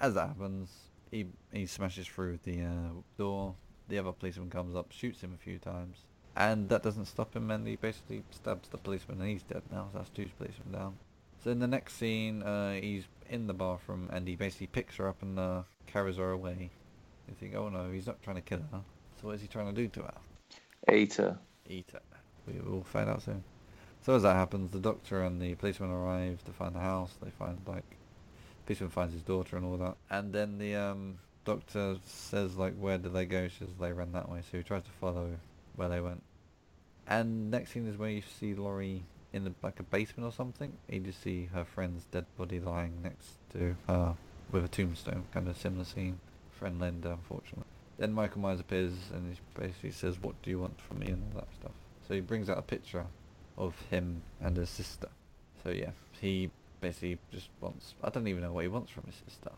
As that happens, he he smashes through the uh, door. The other policeman comes up, shoots him a few times, and that doesn't stop him. And he basically stabs the policeman, and he's dead now. So that's two policemen down. So in the next scene, uh, he's in the bathroom and he basically picks her up and uh, carries her away. You think, oh no, he's not trying to kill her. So what is he trying to do to her?
Eater.
Eater. We will find out soon. So as that happens, the doctor and the policeman arrive to find the house. They find like the policeman finds his daughter and all that. And then the um, doctor says like, "Where did they go?" She says, "They ran that way." So he tries to follow where they went. And next scene is where you see Laurie in the, like a basement or something. You just see her friend's dead body lying next to her with a tombstone, kind of similar scene. Friend Linda, unfortunately. Then Michael Myers appears and he basically says, "What do you want from me?" and all that stuff. So he brings out a picture of him and his sister. So yeah, he basically just wants. I don't even know what he wants from his sister.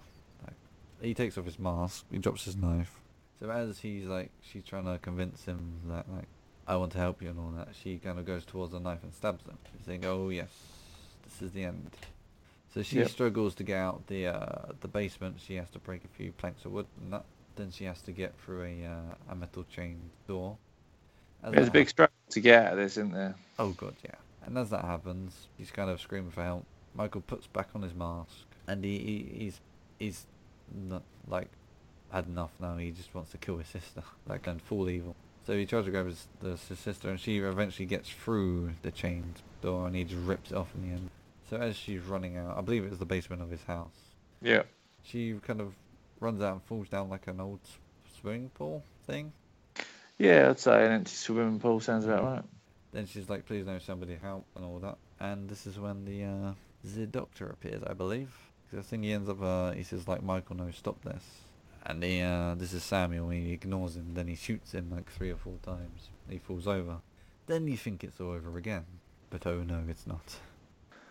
Like, he takes off his mask. He drops his knife. So as he's like, she's trying to convince him that like, I want to help you and all that. She kind of goes towards the knife and stabs him. She's saying, "Oh yes, this is the end." So she
Yep.
struggles to get out the uh, the basement. She has to break a few planks of wood and that. Then she has to get through a uh, a metal chain door. As
There's a
that
big struggle to get out of this, isn't there?
Oh god, yeah. And as that happens, he's kind of screaming for help. Michael puts back on his mask, and he, he he's he's not, like had enough now. He just wants to kill his sister, (laughs) like and fall evil. So he tries to grab his, the, his sister, and she eventually gets through the chained door, and he just rips it off in the end. So as she's running out, I believe it's the basement of his house.
Yeah.
She kind of runs out and falls down like an old s- swimming pool thing.
Yeah, I'd say an empty swimming pool sounds about right.
Then she's like, please no, somebody help, and all that. And this is when the uh, the doctor appears, I believe. 'Cause I think he ends up, uh, he says, like, Michael, no, stop this. And he, uh, this is Samuel, and he ignores him, then he shoots him like three or four times. He falls over. Then you think it's all over again. But oh no, it's not.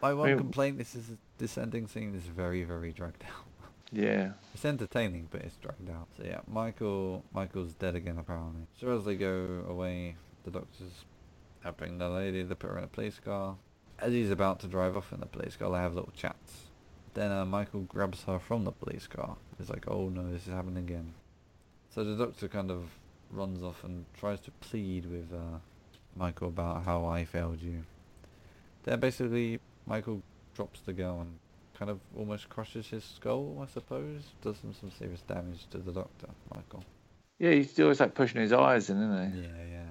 My one
Wait.
complaint, this is this ending scene is very, very dragged out.
Yeah.
It's entertaining, but it's dragged out. So yeah, Michael Michael's dead again apparently. So as they go away, the doctors helping the lady. They put her in a police car. As he's about to drive off in the police car, they have little chats. Then uh, Michael grabs her from the police car. He's like, "Oh no, this is happening again." So the doctor kind of runs off and tries to plead with uh, Michael about how I failed you. Then basically, Michael drops the girl and kind of almost crushes his skull, I suppose. Does him some serious damage to the doctor, Michael.
Yeah, he's always like pushing his eyes in, isn't he?
Yeah, yeah.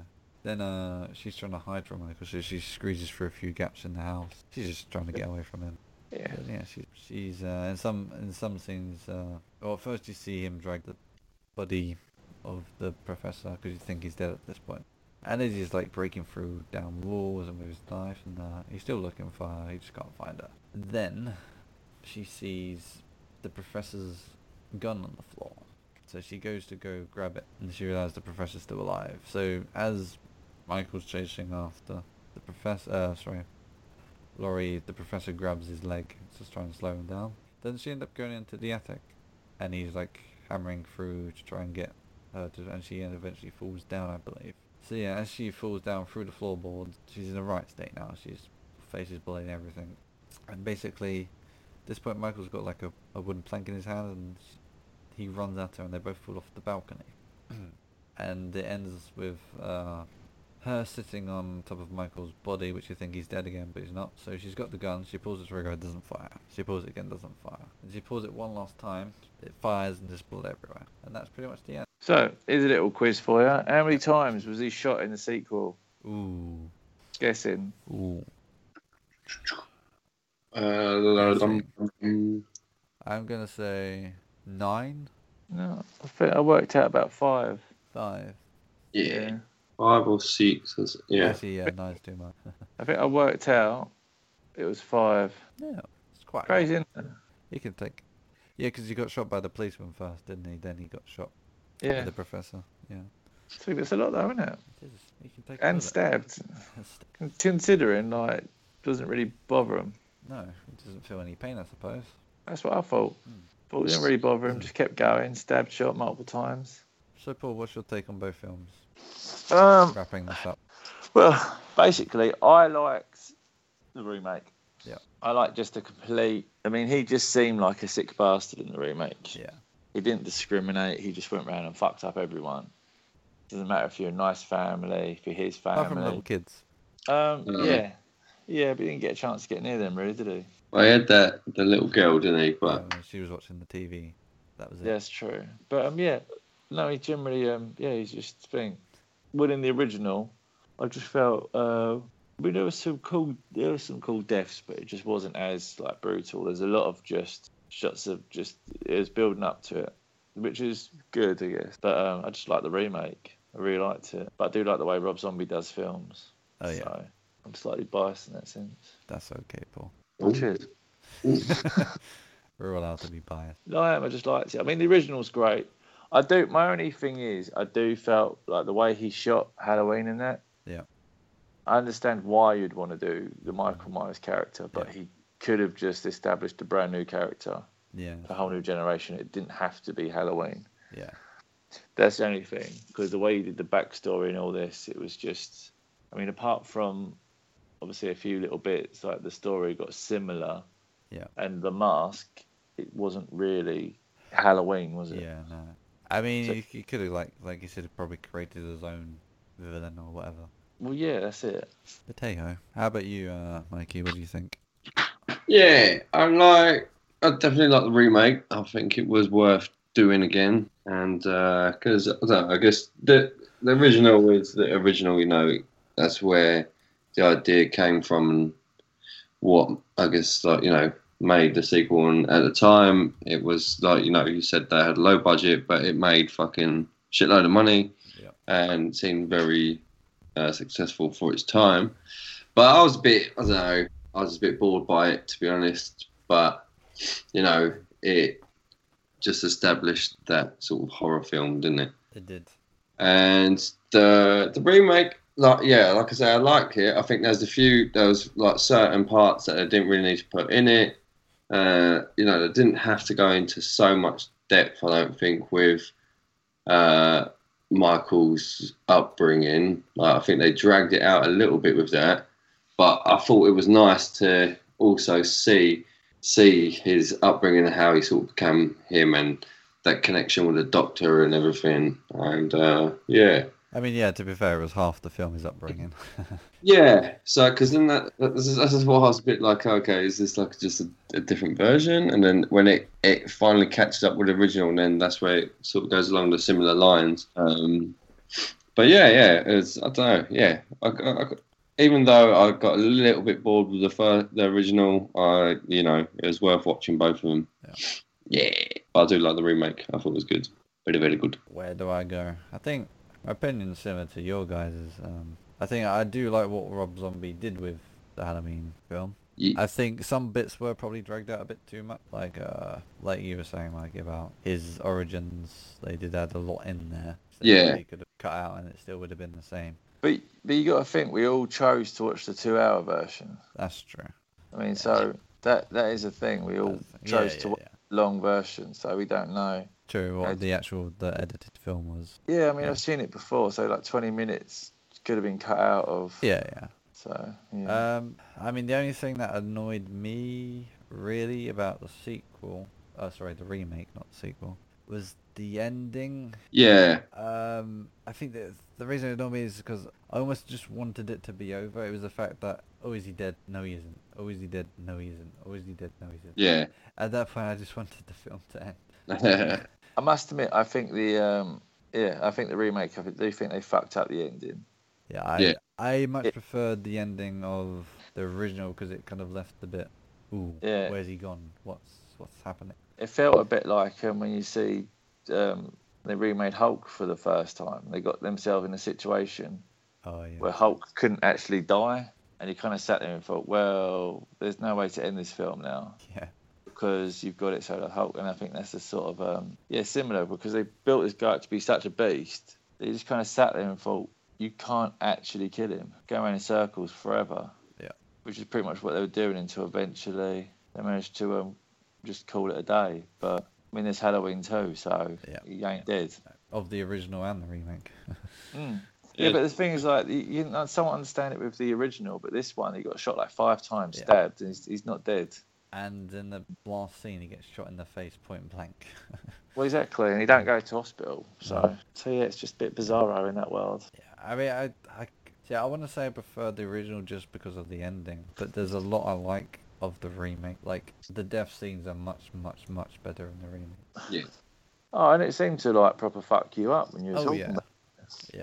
Then uh, she's trying to hide from Michael, so she squeezes through a few gaps in the house. She's just trying to get away from him.
Yeah.
But yeah, she, she's uh, in some in some scenes. Uh, well, at first you see him drag the body of the professor because you think he's dead at this point, and then he's like breaking through down walls and with his knife, and uh, he's still looking for her. He just can't find her. Then she sees the professor's gun on the floor, so she goes to go grab it, and she realizes the professor's still alive. So as Michael's chasing after the professor, uh, sorry, Laurie, the professor grabs his leg, just trying to slow him down. Then she ends up going into the attic, and he's like hammering through to try and get her to, and she eventually falls down, I believe. So yeah, as she falls down through the floorboards, she's in the right state now. She's faces blood and everything, and basically, at this point Michael's got like a, a wooden plank in his hand, and he runs at her, and they both fall off the balcony. and it ends with uh, her sitting on top of Michael's body, which you think he's dead again, but he's not. So she's got the gun. She pulls the trigger. It doesn't fire. She pulls it again. Doesn't fire. And she pulls it one last time. It fires and just blood everywhere. And that's pretty much the end.
So, here's a little quiz for you. How many times was he shot in the sequel?
Ooh,
Guessing.
ooh.
Uh, um, um,
I'm gonna say nine,
No, I think I worked out about five.
five.
yeah, five or six. Or so. Yeah,
(laughs)
Actually, yeah, nine's too much.
I think I worked out it was five.
yeah, it's quite
Crazy, isn't it?
You can take. Yeah, because he got shot by the policeman first, didn't he? Then he got shot by
Yeah.
the professor. Yeah.
So that's a lot, though, isn't it?
It is. You can take. all
And
of it. (laughs)
stabbed. Considering, like, doesn't really bother him.
No, it doesn't feel any pain, I suppose.
That's what I thought.
Hmm.
Thought it didn't really bother him. Just kept going. Stabbed, shot multiple times.
So, Paul, what's your take on both films?
Um.
Wrapping
(sighs)
this up.
Well, basically, I liked the remake.
Yeah.
I like just a complete. I mean, he just seemed like a sick bastard in the remake.
Yeah.
He didn't discriminate. He just went round and fucked up everyone. Doesn't matter if you're a nice family, if you're his
Apart from little
family.
kids.
Um.
Mm.
Yeah. Yeah, but he didn't get a chance to get near them, really, did he?
I had that the little girl, didn't he? But
Yeah, when um, she was watching the TV. That was it.
That's true. But um, yeah, no, he generally um, yeah, he's just being would in the original. I just felt uh, I mean, there was some cool there were some cool deaths, but it just wasn't as like brutal. There's a lot of just shots of just it was building up to it, which is good, I guess. But um, I just like the remake. I really liked it, but I do like the way Rob Zombie does films.
Oh yeah,
So I'm slightly biased in that sense.
that's okay, Paul.
Ooh.
Cheers.
We're allowed to be biased.
No, I am. I just liked it. I mean, the original's great. I do. My only thing is, I do felt like the way he shot Halloween in that.
Yeah.
I understand why you'd want to do the Michael Myers character, but he could have just established a brand new character,
Yeah,
a whole new generation. It didn't have to be Halloween.
yeah,
That's the only thing, because the way you did the backstory and all this, it was just. I mean, apart from obviously a few little bits, like the story got similar.
Yeah.
And the mask, it wasn't really Halloween, was it?
yeah. No, I mean,
So-
you, you could have like, like you said, probably created his own villain or whatever.
Well, yeah, that's it.
But hey ho. How about you, uh, Mikey? What do you think?
Yeah, I'm like, I definitely like the remake. I think it was worth doing again, and because I, don't know, I guess the the original is the original. You know, that's where the idea came from, and what I guess like you know made the sequel. And at the time, it was like you know you said they had low budget, but it made fucking shitload of money,
Yeah.
and seemed very uh, successful for its time. But I was a bit, I don't know. I was a bit bored by it, to be honest. But you know, it just established that sort of horror film, didn't it?
It did.
And the the remake, like yeah, like I say, I like it. I think there's a few, there was like certain parts that I didn't really need to put in it. Uh, you know, they didn't have to go into so much depth. I don't think with uh, Michael's upbringing. Like, I think they dragged it out a little bit with that, but I thought it was nice to also see see his upbringing and how he sort of became him and that connection with the doctor and everything. And uh, yeah,
I mean, yeah. To be fair, it was half the film his upbringing. (laughs)
yeah. So because then that that's, that's just what I was a bit like. Okay, is this like just a, a different version? And then when it it finally catches up with the original, and then that's where it sort of goes along the similar lines. Um, but yeah, yeah, it's I don't know. Yeah, I, I- I- even though I got a little bit bored with the first, the original, I you know it was worth watching both of them.
Yeah.
Yeah, but I do like the remake. I thought it was good, very very good.
Where do I go? I think my opinion's similar to your guys's. Um, I think I do like what Rob Zombie did with the Halloween film.
Ye-
I think some bits were probably dragged out a bit too much, like uh, like you were saying, like about his origins. They did add a lot in there. So
Yeah.
They could have cut out, and it still would have been the same.
But but you got to think we all chose to watch the two-hour version.
That's true.
I mean, so that that is a thing. We all
That's- yeah,
chose
yeah,
to watch
yeah.
the long version, so we don't know.
True. What
That's-
the actual the edited film was.
Yeah, I mean,
Yeah.
I've seen it before, so like 20 minutes could have been cut out of.
Yeah, yeah.
So yeah.
Um, I mean, the only thing that annoyed me really about the sequel, oh sorry, the remake, not the sequel, was the ending.
Yeah,
Um, I think that the reason it annoyed me is because I almost just wanted it to be over. It was the fact that oh, is he dead? No, he isn't. Oh, is he dead? No, he isn't. Oh, is he dead? No, he isn't.
yeah. (laughs)
At that point, I just (laughs) wanted the film to end.
I must admit, I think the um, yeah, I think the remake. I do think they fucked up the ending.
Yeah, I
Yeah.
I much
It-
preferred the ending of the original because it kind of left the bit. Ooh,
Yeah.
where's he gone? What's what's happening?
It felt a bit like um, when you see um, they remade Hulk for the first time. They got themselves in a situation
Oh yeah.
where Hulk couldn't actually die, and you kind of sat there and thought, well, there's no way to end this film now
(laughs) yeah.
because you've got it so the Hulk, and I think that's a sort of um, yeah similar because they built this guy up to be such a beast. They just kind of sat there and thought, you can't actually kill him. Go around in circles forever.
Yeah.
Which is pretty much what they were doing until eventually they managed to um, just call it a day. But I mean, there's Halloween too, so
Yeah.
he ain't dead.
of the original and the remake.
Mm. Yeah,
Yeah.
but the thing is, like, you, you know, someone understand it with the original, but this one, he got shot like five times,
Yeah.
stabbed, and he's, he's not dead.
And in the last scene, he gets shot in the face point blank. (laughs)
Well, exactly, and he don't go to hospital. So, so yeah, it's just a bit bizarro in that world.
yeah, I mean, I, I yeah, I want to say I prefer the original just because of the ending, but there's a lot I like of the remake. Like the death scenes are much, much, much better in the remake.
Oh, and it seemed to like proper fuck you up when you were
Oh
talking.
yeah,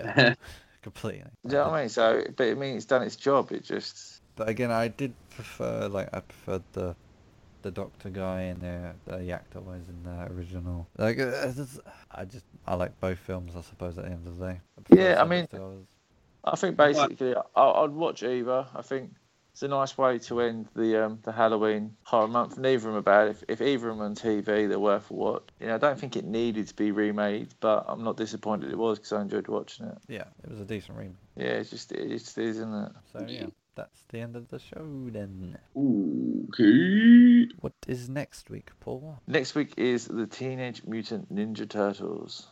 (laughs) about
yeah. completely.
Do you know what I mean? So, but I mean, it's done its job. It just
But again, I did prefer like I preferred the the doctor guy and the the actor was in the original. Like uh, it's just- I just I like both films, I suppose. At the end of the day. prefer
Yeah, I
Sonic
mean-
to others.
I think basically, I, I'd watch either. I think it's a nice way to end the um, the Halloween horror month. Neither of them are bad. If, if either of them on TV, they're worth a watch. You know, I don't think it needed to be remade, but I'm not disappointed it was because I enjoyed watching it.
yeah, it was a decent remake.
Yeah, it's just it just is, isn't it?
So yeah, that's the end of the show. Then
Okay.
what is next week, Paul?
Next week is the Teenage Mutant Ninja Turtles.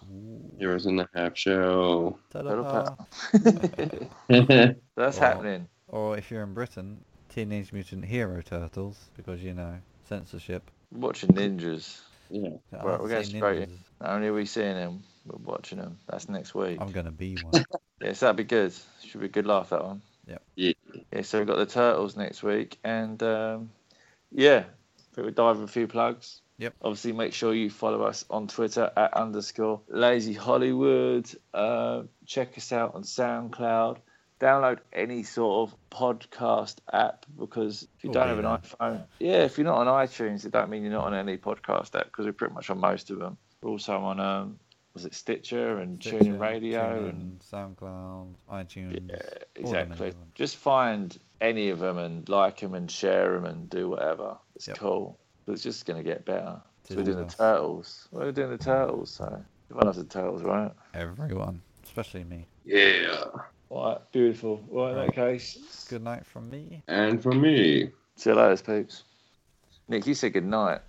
Heroes in the Half Show. (laughs)
Ta-da.
That's
(laughs) That's
Wow.
happening.
Or if you're in Britain, Teenage Mutant Hero Turtles, because you know censorship.
Watching ninjas.
I
Right, we're
say
going straight in.
ninjas.
Not only are we seeing them, we're watching them. That's next week.
I'm gonna be
(laughs)
one.
Yes, that'd be good. Should be a good laugh that one.
Yep.
Yeah.
Yeah, so we've got the turtles next week, and um, yeah, I think we dive with a few plugs.
Yep.
Obviously, make sure you follow us on Twitter at underscore Lazy Hollywood. Uh, check us out on SoundCloud. Download any sort of podcast app because if you
Oh,
don't
yeah.
have an iPhone, yeah, if you're not on iTunes, it don't mean you're not on any podcast app because we're pretty much on most of them. We're also on um, was it Stitcher and
Stitcher,
Tuning Radio and
TuneIn, SoundCloud, iTunes.
yeah,
all the main
exactly.
ones.
Just find any of them and like them and share them and do whatever. It's
Yep.
cool. It's just going to get better. So we're
Disney
doing the
Plus.
turtles. We're doing the turtles. So everyone loves the turtles, right?
Everyone, especially me.
Yeah.
All right, beautiful. Well, in that case,
Good night from me.
And for me.
see you later, peeps. Nick, you said good night.